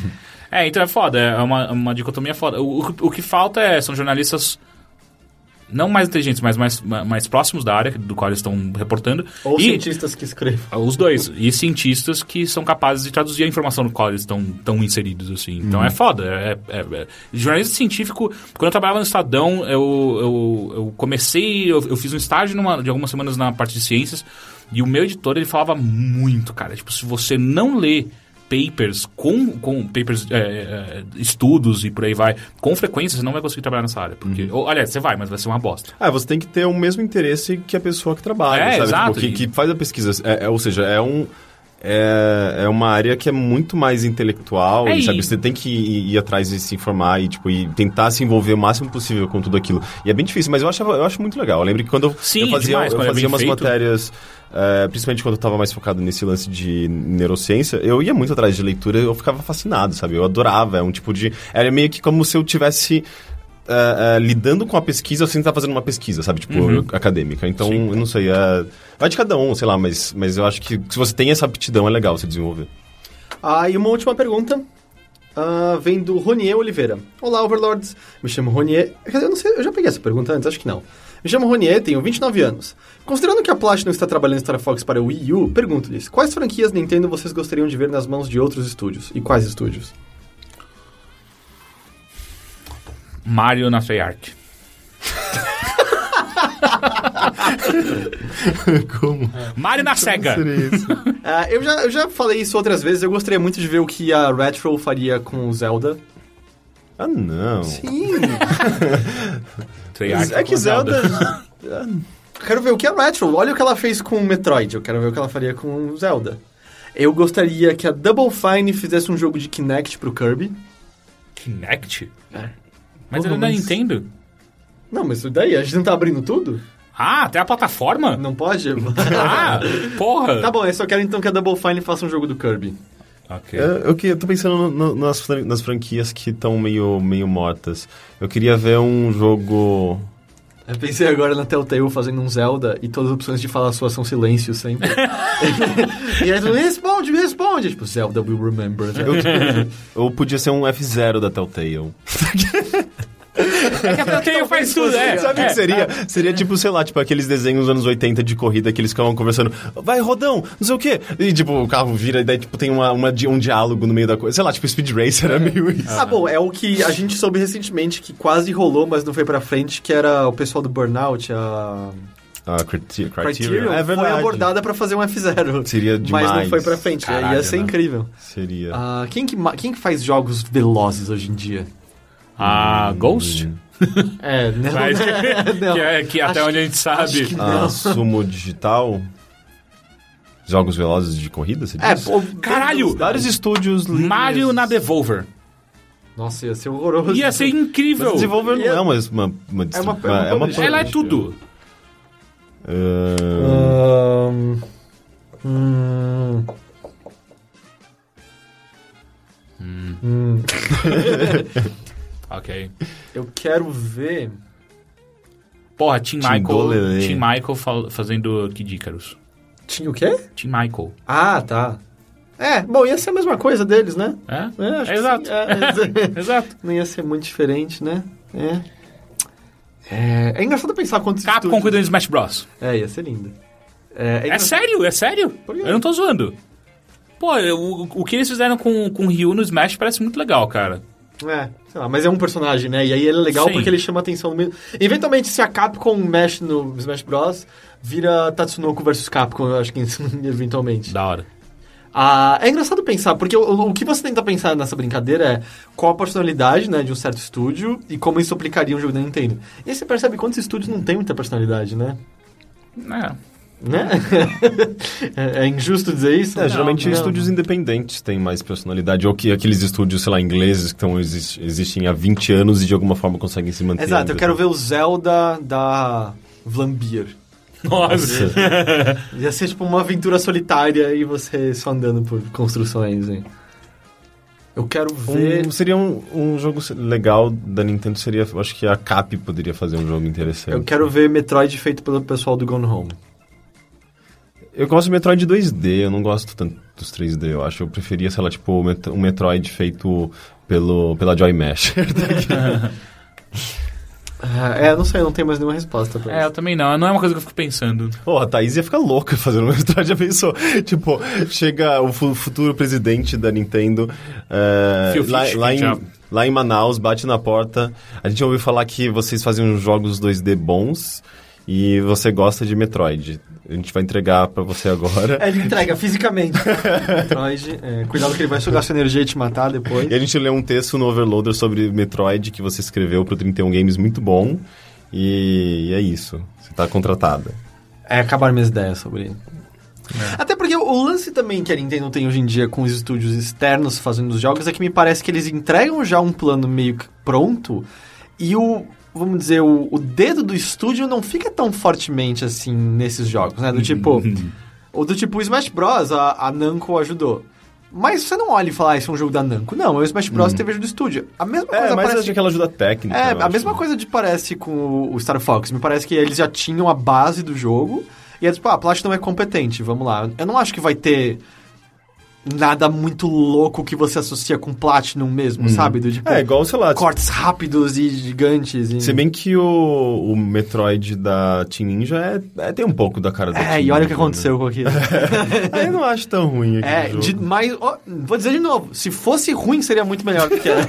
Speaker 1: É, então é foda, é uma, uma dicotomia foda. O, o que- o que falta é, são jornalistas não mais inteligentes, mas mais, ma- mais próximos da área do qual eles estão reportando.
Speaker 3: Ou
Speaker 1: e
Speaker 3: cientistas que escrevam.
Speaker 1: Os dois. E cientistas que são capazes de traduzir a informação no qual eles estão tão inseridos, assim. Então é foda. É, é- é- Jornalismo científico... Quando eu trabalhava no Estadão, eu, eu, eu comecei... Eu, eu fiz um estágio numa- de algumas semanas na parte de ciências e o meu editor, ele falava muito, cara. Tipo, se você não lê papers com, com papers é, é, estudos e por aí vai com frequência você não vai conseguir trabalhar nessa área porque ou, aliás você vai mas vai ser uma bosta
Speaker 2: Ah, você tem que ter o mesmo interesse que a pessoa que trabalha,
Speaker 1: É,
Speaker 2: sabe?
Speaker 1: exato.
Speaker 2: Tipo, que, que faz a pesquisa. É, é, ou seja, é um. É, é uma área que é muito mais intelectual,
Speaker 1: É,
Speaker 2: e, sabe?
Speaker 1: e-
Speaker 2: Você tem que ir, ir atrás e se informar e, tipo, e tentar se envolver o máximo possível com tudo aquilo. E é bem difícil, mas eu, achava, eu acho muito legal. Eu lembro que quando eu,
Speaker 1: Sim,
Speaker 2: eu fazia,
Speaker 1: demais,
Speaker 2: eu
Speaker 1: quando é
Speaker 2: fazia
Speaker 1: bem
Speaker 2: umas
Speaker 1: feito.
Speaker 2: matérias, é, principalmente quando eu estava mais focado nesse lance de neurociência, eu ia muito atrás de leitura, eu ficava fascinado, sabe? Eu adorava, é um tipo de... Era meio que como se eu tivesse... é, é, lidando com a pesquisa sem estar fazendo uma pesquisa, sabe? Tipo,
Speaker 1: Uhum.
Speaker 2: acadêmica. Então, eu não sei. é, vai de cada um, sei lá, mas, mas eu acho que se você tem essa aptidão, é legal você desenvolver.
Speaker 3: Ah, e uma última pergunta. ah, vem do Ronier Oliveira. Olá, Overlords. Me chamo Ronier. Quer dizer, eu não sei, eu já peguei essa pergunta antes, acho que não. Me chamo Ronier, tenho 29 anos. Considerando que a Platinum está trabalhando Star Fox para o Wii U, pergunto-lhes: quais franquias Nintendo vocês gostariam de ver nas mãos de outros estúdios? E quais estúdios?
Speaker 1: Mario na Treyarch
Speaker 2: *laughs* Como?
Speaker 1: Mario na Sega
Speaker 3: Ah, eu, já, eu já falei isso outras vezes, eu gostaria muito de ver o que a Retro faria com o Zelda.
Speaker 2: Ah, não.
Speaker 3: Sim!
Speaker 1: Treyarch
Speaker 2: É que
Speaker 1: com
Speaker 2: Zelda...
Speaker 3: *laughs* quero ver o que é Retro. Olha o que ela fez com o Metroid. Eu quero ver o que ela faria com o Zelda. Eu gostaria que a Double Fine fizesse um jogo de Kinect pro Kirby.
Speaker 1: Kinect?
Speaker 3: É.
Speaker 1: Mas
Speaker 3: Porra,
Speaker 1: ele não é
Speaker 3: mas-
Speaker 1: Nintendo?
Speaker 3: Não, mas isso daí? A gente não tá abrindo tudo?
Speaker 1: Ah, até a plataforma?
Speaker 3: Não pode?
Speaker 1: Ah, porra!
Speaker 3: *laughs* tá bom, eu só quero então que a Double Fine faça um jogo do Kirby.
Speaker 1: Ok.
Speaker 2: É, Eu, eu, que- eu tô pensando no- no- nas, fran- nas franquias que estão meio, meio mortas. Eu queria ver um jogo.
Speaker 3: Eu pensei agora na Telltale fazendo um Zelda e todas as opções de falar sua são
Speaker 2: *laughs*
Speaker 3: silêncio sempre. *laughs* e aí tu me responde, me responde. Tipo, Zelda will remember.
Speaker 2: Ou tipo, podia ser um F0 da Telltale.
Speaker 1: É que a Telltale faz tudo, é.
Speaker 2: Então Sabe o
Speaker 1: é.
Speaker 2: que seria? Seria tipo, sei lá, tipo aqueles desenhos dos anos 80 de corrida que eles ficavam conversando. Vai, rodão, não sei o quê. E tipo, o carro vira e daí tipo, tem uma, uma di- um diálogo no meio da coisa. Sei lá, tipo Speed Racer é meio isso.
Speaker 3: Ah, bom, é o que a gente soube recentemente que quase rolou, mas não foi pra frente, que era o pessoal do Burnout, a
Speaker 2: Ah, criteria.
Speaker 3: Criterion,
Speaker 2: É
Speaker 3: foi
Speaker 2: verdade.
Speaker 3: abordada pra fazer um F0.
Speaker 2: Seria demais.
Speaker 3: Mas não foi pra frente,
Speaker 1: Caralho,
Speaker 3: ia ser
Speaker 1: né?
Speaker 3: incrível.
Speaker 2: Seria.
Speaker 3: Ah, quem, que, ma- quem que faz jogos velozes hoje em dia?
Speaker 1: Ah, Ghost?
Speaker 3: É,
Speaker 1: *laughs*
Speaker 3: não,
Speaker 1: Mas que,
Speaker 3: *laughs* não.
Speaker 1: que é- que até onde a gente sabe.
Speaker 2: Ah, sumo digital. Jogos velozes de corrida, você
Speaker 3: É,
Speaker 2: diz?
Speaker 3: pô,
Speaker 1: Caralho!
Speaker 2: Vários estúdios lindos.
Speaker 1: Mario na Devolver.
Speaker 3: Nossa, ia ser horroroso.
Speaker 1: Ia ser incrível.
Speaker 2: Desenvolver não é uma, uma, uma,
Speaker 3: É uma-
Speaker 2: uma- é uma-
Speaker 1: Ela é tudo.
Speaker 2: Ah,
Speaker 3: Ahn, hum.
Speaker 1: Ok.
Speaker 3: eu quero ver.
Speaker 1: Porra, Tim,
Speaker 2: Tim
Speaker 1: Michael,
Speaker 2: Dolele.
Speaker 1: Tim Michael fal- fazendo Kid Icarus.
Speaker 3: Tinha o quê?
Speaker 1: Tim Michael.
Speaker 3: Ah, tá. É, bom, ia ser a mesma coisa deles, né?
Speaker 1: É?
Speaker 3: É, acho que
Speaker 1: Exato. *laughs*
Speaker 3: sim. É, *laughs*
Speaker 1: Exato.
Speaker 3: Não ia ser muito diferente, né? É. É, é engraçado pensar quantos
Speaker 1: Capcom
Speaker 3: estúdios...
Speaker 1: cuidando de Smash Bros.
Speaker 3: É, ia ser lindo. É, é
Speaker 1: É
Speaker 3: engra-
Speaker 1: sério, é sério.
Speaker 3: quê?
Speaker 1: Eu não tô zoando. Pô, eu- o, o que eles fizeram com, com o Ryu no Smash parece muito legal, cara.
Speaker 3: É, sei lá, mas é um personagem, né? E aí ele é legal
Speaker 1: Sim.
Speaker 3: porque ele chama atenção mesmo. Eventualmente, se a Capcom mexe no Smash Bros., vira Tatsunoko versus Capcom, eu acho que *laughs* eventualmente.
Speaker 1: Da hora.
Speaker 3: Ah, é engraçado pensar, porque o, o que você tenta pensar nessa brincadeira é qual a personalidade né, de um certo estúdio e como isso aplicaria um jogo da Nintendo. E aí você percebe quantos estúdios não tem muita personalidade, né?
Speaker 1: É.
Speaker 3: Né? *laughs* é, é injusto dizer isso?
Speaker 2: É, geralmente
Speaker 3: Não.
Speaker 2: estúdios independentes têm mais personalidade, ou que aqueles estúdios, sei lá, ingleses que estão, exis- existem há 20 anos e de alguma forma conseguem se manter.
Speaker 3: Exato,
Speaker 2: ainda.
Speaker 3: eu quero ver o Zelda da Vlambeer.
Speaker 1: Nossa.
Speaker 3: Ia ser tipo uma aventura solitária e você só andando por construções, hein? Eu quero ver.
Speaker 2: Um, seria um, um jogo se- legal da Nintendo, seria. eu Acho que a Cap poderia fazer um jogo interessante.
Speaker 3: Eu quero ver Metroid feito pelo pessoal do Gone Home.
Speaker 2: Eu gosto de Metroid 2D, eu não gosto tanto dos 3D, eu acho. Eu preferia, sei lá, tipo, o Met- um Metroid feito pelo, pela Joy Mesh. *laughs*
Speaker 3: Ah, É, não sei, não tem mais nenhuma resposta pra
Speaker 1: É, eu
Speaker 3: isso.
Speaker 1: também não. Não é uma coisa que eu fico pensando.
Speaker 2: Pô, a Thaís ia ficar louca fazendo um Metroid, já pensou? *laughs* Tipo, chega o fu- futuro presidente da Nintendo é,
Speaker 1: Phil
Speaker 2: lá,
Speaker 1: Fish,
Speaker 2: lá em,
Speaker 1: já.
Speaker 2: lá em Manaus, bate na porta. A gente ouviu falar que vocês faziam uns jogos 2D bons e você gosta de Metroid. A gente vai entregar pra você agora.
Speaker 3: *laughs* É, ele entrega fisicamente. Metroid, é, cuidado que ele vai sugar sua energia e te matar depois.
Speaker 2: E a gente leu um texto no Overloader sobre Metroid que você escreveu pro 31 Games muito bom. E é isso. Você tá contratada.
Speaker 3: É, acabar minhas ideias sobre ele.
Speaker 2: É.
Speaker 3: Até porque o lance também que a Nintendo tem hoje em dia com os estúdios externos fazendo os jogos é que me parece que eles entregam já um plano meio que pronto e o, vamos dizer, o, o dedo do estúdio não fica tão fortemente assim nesses jogos,
Speaker 2: Uhum.
Speaker 3: né? Do tipo. ou do tipo o Smash Bros. A, a Namco ajudou. Mas você não olha e fala, ah, isso é um jogo da Namco. Não, é o Smash Bros. TV do estúdio. A mesma
Speaker 2: Uhum. É,
Speaker 3: coisa
Speaker 2: mas
Speaker 3: parece
Speaker 2: acho que ela ajuda técnica.
Speaker 3: é,
Speaker 2: Então, eu
Speaker 3: a
Speaker 2: acho.
Speaker 3: mesma coisa de parece com o- o Star Fox. Me parece que eles já tinham a base do jogo. E é tipo, ah, a Platinum é competente, vamos lá. Eu não acho que vai ter nada muito louco que você associa com Platinum mesmo, sabe? Do tipo,
Speaker 2: É, igual, sei lá,
Speaker 3: cortes rápidos e gigantes. E...
Speaker 2: Se bem que o, o Metroid da Team Ninja é, é- tem um pouco da cara da Team
Speaker 3: É, e olha o que
Speaker 2: Ninja,
Speaker 3: aconteceu com aquilo.
Speaker 2: Né? Ah, *laughs* eu não acho tão ruim aqui.
Speaker 3: é, de, mas, ó, vou dizer de novo, se fosse ruim seria muito melhor do que
Speaker 2: *laughs*
Speaker 3: era.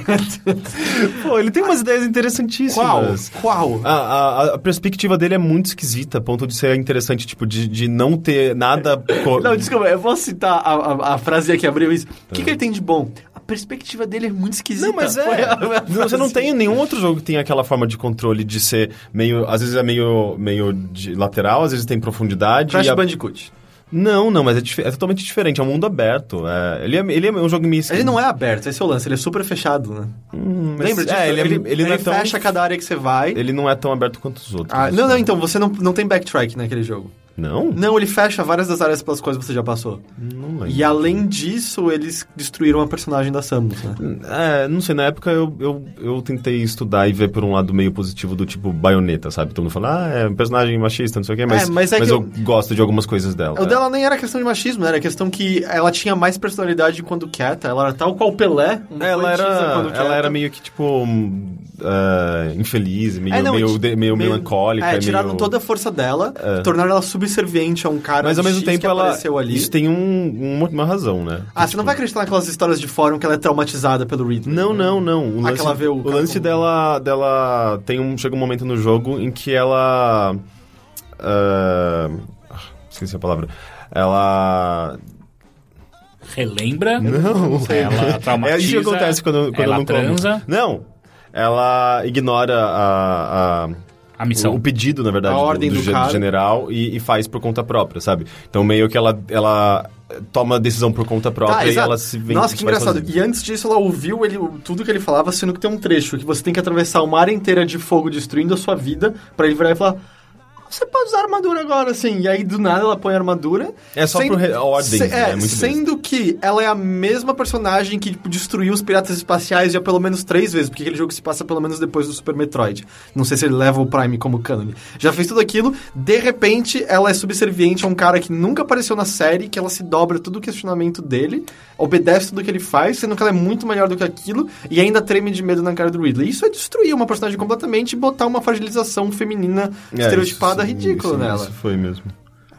Speaker 2: Pô, ele tem umas ideias interessantíssimas.
Speaker 3: Qual? Qual?
Speaker 2: A, a- a perspectiva dele é muito esquisita, a ponto de ser interessante, tipo, de, de não ter nada. co-
Speaker 3: Não, desculpa, eu vou citar a, a, a frase que abriu isso. O que, que ele tem de bom? A perspectiva dele é muito esquisita.
Speaker 2: É. Não, mas
Speaker 3: *laughs* Foi
Speaker 2: é.
Speaker 3: a- a
Speaker 2: Você não
Speaker 3: frase.
Speaker 2: tem nenhum outro jogo que tenha aquela forma de controle de ser meio. Às vezes é meio, meio de lateral, às vezes tem profundidade.
Speaker 3: Crash
Speaker 2: e a-
Speaker 3: Bandicoot.
Speaker 2: Não, não, mas é, dif- é totalmente diferente. É um mundo aberto. é. ele, é, ele é um jogo meio
Speaker 3: Ele não é aberto, esse é o lance, ele é super fechado, né?
Speaker 2: mas-
Speaker 3: Lembra disso?
Speaker 2: é, ele é- ele não é tão-
Speaker 3: fecha cada área que você vai.
Speaker 2: Ele não é tão aberto quanto os outros. né?
Speaker 3: Ah, não, não, então, você não, não tem backtrack naquele jogo.
Speaker 2: Não?
Speaker 3: Não, ele fecha várias das áreas pelas quais você já passou.
Speaker 2: Não lembro.
Speaker 3: E além disso, eles destruíram a personagem da Samus, né?
Speaker 2: É, não sei, na época eu, eu, eu tentei estudar e ver por um lado meio positivo do tipo baioneta, sabe? Todo mundo fala, ah, é um personagem machista, não sei o quê, mas,
Speaker 3: mas é que
Speaker 2: eu...
Speaker 3: eu-
Speaker 2: gosto de algumas coisas dela. é.
Speaker 3: O dela nem era questão de machismo, era questão que ela tinha mais personalidade quando quieta. Ela era tal qual Pelé. uma
Speaker 2: É, Ela era,
Speaker 3: poetisa quando
Speaker 2: ela
Speaker 3: quieta.
Speaker 2: era meio que, tipo, hum, ah, infeliz, meio,
Speaker 3: É, não,
Speaker 2: meio,
Speaker 3: ti-
Speaker 2: de- meio, melancólica.
Speaker 3: É, tiraram
Speaker 2: meio... É.
Speaker 3: toda a força dela, tornaram ela subserviente a um cara
Speaker 2: Mas ao mesmo
Speaker 3: X
Speaker 2: tempo
Speaker 3: que
Speaker 2: ela...
Speaker 3: apareceu ali.
Speaker 2: Isso tem um, um- uma razão, né?
Speaker 3: Ah, você não vai acreditar naquelas histórias de fórum que ela é traumatizada pelo Ridley.
Speaker 2: Não, não, não. O
Speaker 3: Ah,
Speaker 2: lance,
Speaker 3: que ela vê o
Speaker 2: o
Speaker 3: cara
Speaker 2: lance
Speaker 3: como-
Speaker 2: dela, dela tem um chega um momento no jogo em que ela ah, esqueci a palavra. Ela
Speaker 1: Relembra?
Speaker 2: não.
Speaker 1: Ela traumatiza.
Speaker 2: *laughs* É isso que acontece quando, quando
Speaker 1: ela
Speaker 2: eu não como.
Speaker 1: transa.
Speaker 2: Não. Ela ignora a, a-
Speaker 1: A missão.
Speaker 2: o pedido, na verdade,
Speaker 3: A
Speaker 2: do-
Speaker 3: ordem
Speaker 2: do,
Speaker 3: do
Speaker 2: ge-
Speaker 3: cara.
Speaker 2: general e, e faz por conta própria, sabe? Então meio que ela ela toma a decisão por conta própria
Speaker 3: Tá,
Speaker 2: e
Speaker 3: exato.
Speaker 2: ela se vem
Speaker 3: Nossa, que
Speaker 2: vai
Speaker 3: engraçado.
Speaker 2: sozinha.
Speaker 3: E antes disso, ela ouviu ele, tudo que ele falava, sendo que tem um trecho que você tem que atravessar uma área inteira de fogo destruindo a sua vida pra ele virar e falar: você pode usar armadura agora, assim. E aí, do nada, ela põe a armadura.
Speaker 2: É só pro re- a ordem, né? É
Speaker 3: é,
Speaker 2: muito
Speaker 3: sendo que ela é a mesma personagem que tipo, destruiu os piratas espaciais já pelo menos três vezes, porque aquele jogo se passa pelo menos depois do Super Metroid. Não sei se ele leva o Prime como cânone. Já fez tudo aquilo, de repente, ela é subserviente a um cara que nunca apareceu na série, que ela se dobra todo o questionamento dele, obedece tudo que ele faz, sendo que ela é muito melhor do que aquilo, e ainda treme de medo na cara do Ridley. Isso é destruir uma personagem completamente e botar uma fragilização feminina
Speaker 2: É,
Speaker 3: estereotipada
Speaker 2: isso-
Speaker 3: ridícula
Speaker 2: isso-
Speaker 3: nela.
Speaker 2: Isso foi mesmo.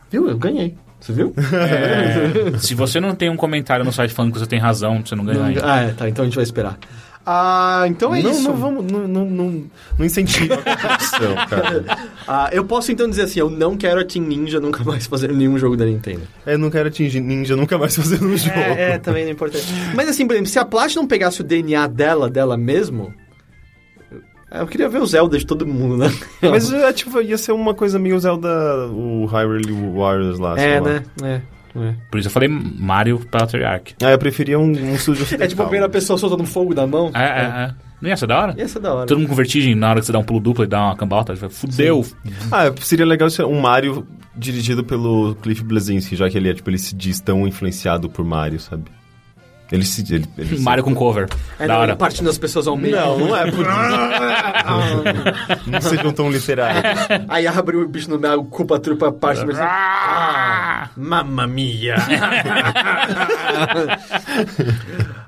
Speaker 3: Viu? Eu ganhei. Você *laughs* viu?
Speaker 1: É, se você não tem um comentário no site falando que você tem razão, você não ganha ainda.
Speaker 3: Ah, é, tá. Então a gente vai esperar. Ah, então é
Speaker 2: não,
Speaker 3: isso.
Speaker 2: não vamos, não, não, não, não incentiva a
Speaker 3: *laughs*
Speaker 2: competição, cara.
Speaker 3: Ah, eu posso então dizer assim, eu não quero a Team Ninja nunca mais fazer nenhum jogo da Nintendo.
Speaker 2: É, não quero atingir ninja nunca mais fazendo um jogo.
Speaker 3: É, também não importa. Mas assim, por exemplo, se a Platinum pegasse o DNA dela, dela mesmo... Eu queria ver o Zelda de todo mundo, né?
Speaker 2: Mas é, tipo, ia ser uma coisa meio Zelda, o Hyrule Warriors lá. sei
Speaker 3: É,
Speaker 2: lá.
Speaker 3: né? É. é.
Speaker 1: Por isso eu falei Mario Patriarch.
Speaker 2: Ah, eu preferia um, um estúdio ocidental.
Speaker 3: *laughs* É tipo a primeira pessoa soltando fogo da mão.
Speaker 1: É, é, é. Não ia ser da hora?
Speaker 3: Ia ser é da hora.
Speaker 1: Todo mundo com vertigem na hora que você dá um pulo duplo e dá uma cambalta. tipo, Fudeu.
Speaker 2: Ah, seria legal ser um Mario dirigido pelo Cliff Blazinski, já que ele é, tipo, ele se diz tão influenciado por Mario, sabe? Ele se... Ele, ele se-
Speaker 1: Mario com cover.
Speaker 3: É,
Speaker 1: da
Speaker 3: não,
Speaker 1: hora.
Speaker 3: partindo as pessoas ao meio.
Speaker 2: Não, não é por isso. não sejam tão literários.
Speaker 3: *laughs* Aí abre o bicho no meio, culpa a trupa, parte... mas- Ah, mamma mia! *laughs*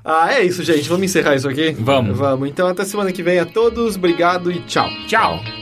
Speaker 3: ah, é isso, gente. Vamos encerrar isso aqui?
Speaker 1: Vamos.
Speaker 3: Vamos. Então, até semana que vem a todos. Obrigado e tchau.
Speaker 1: Tchau.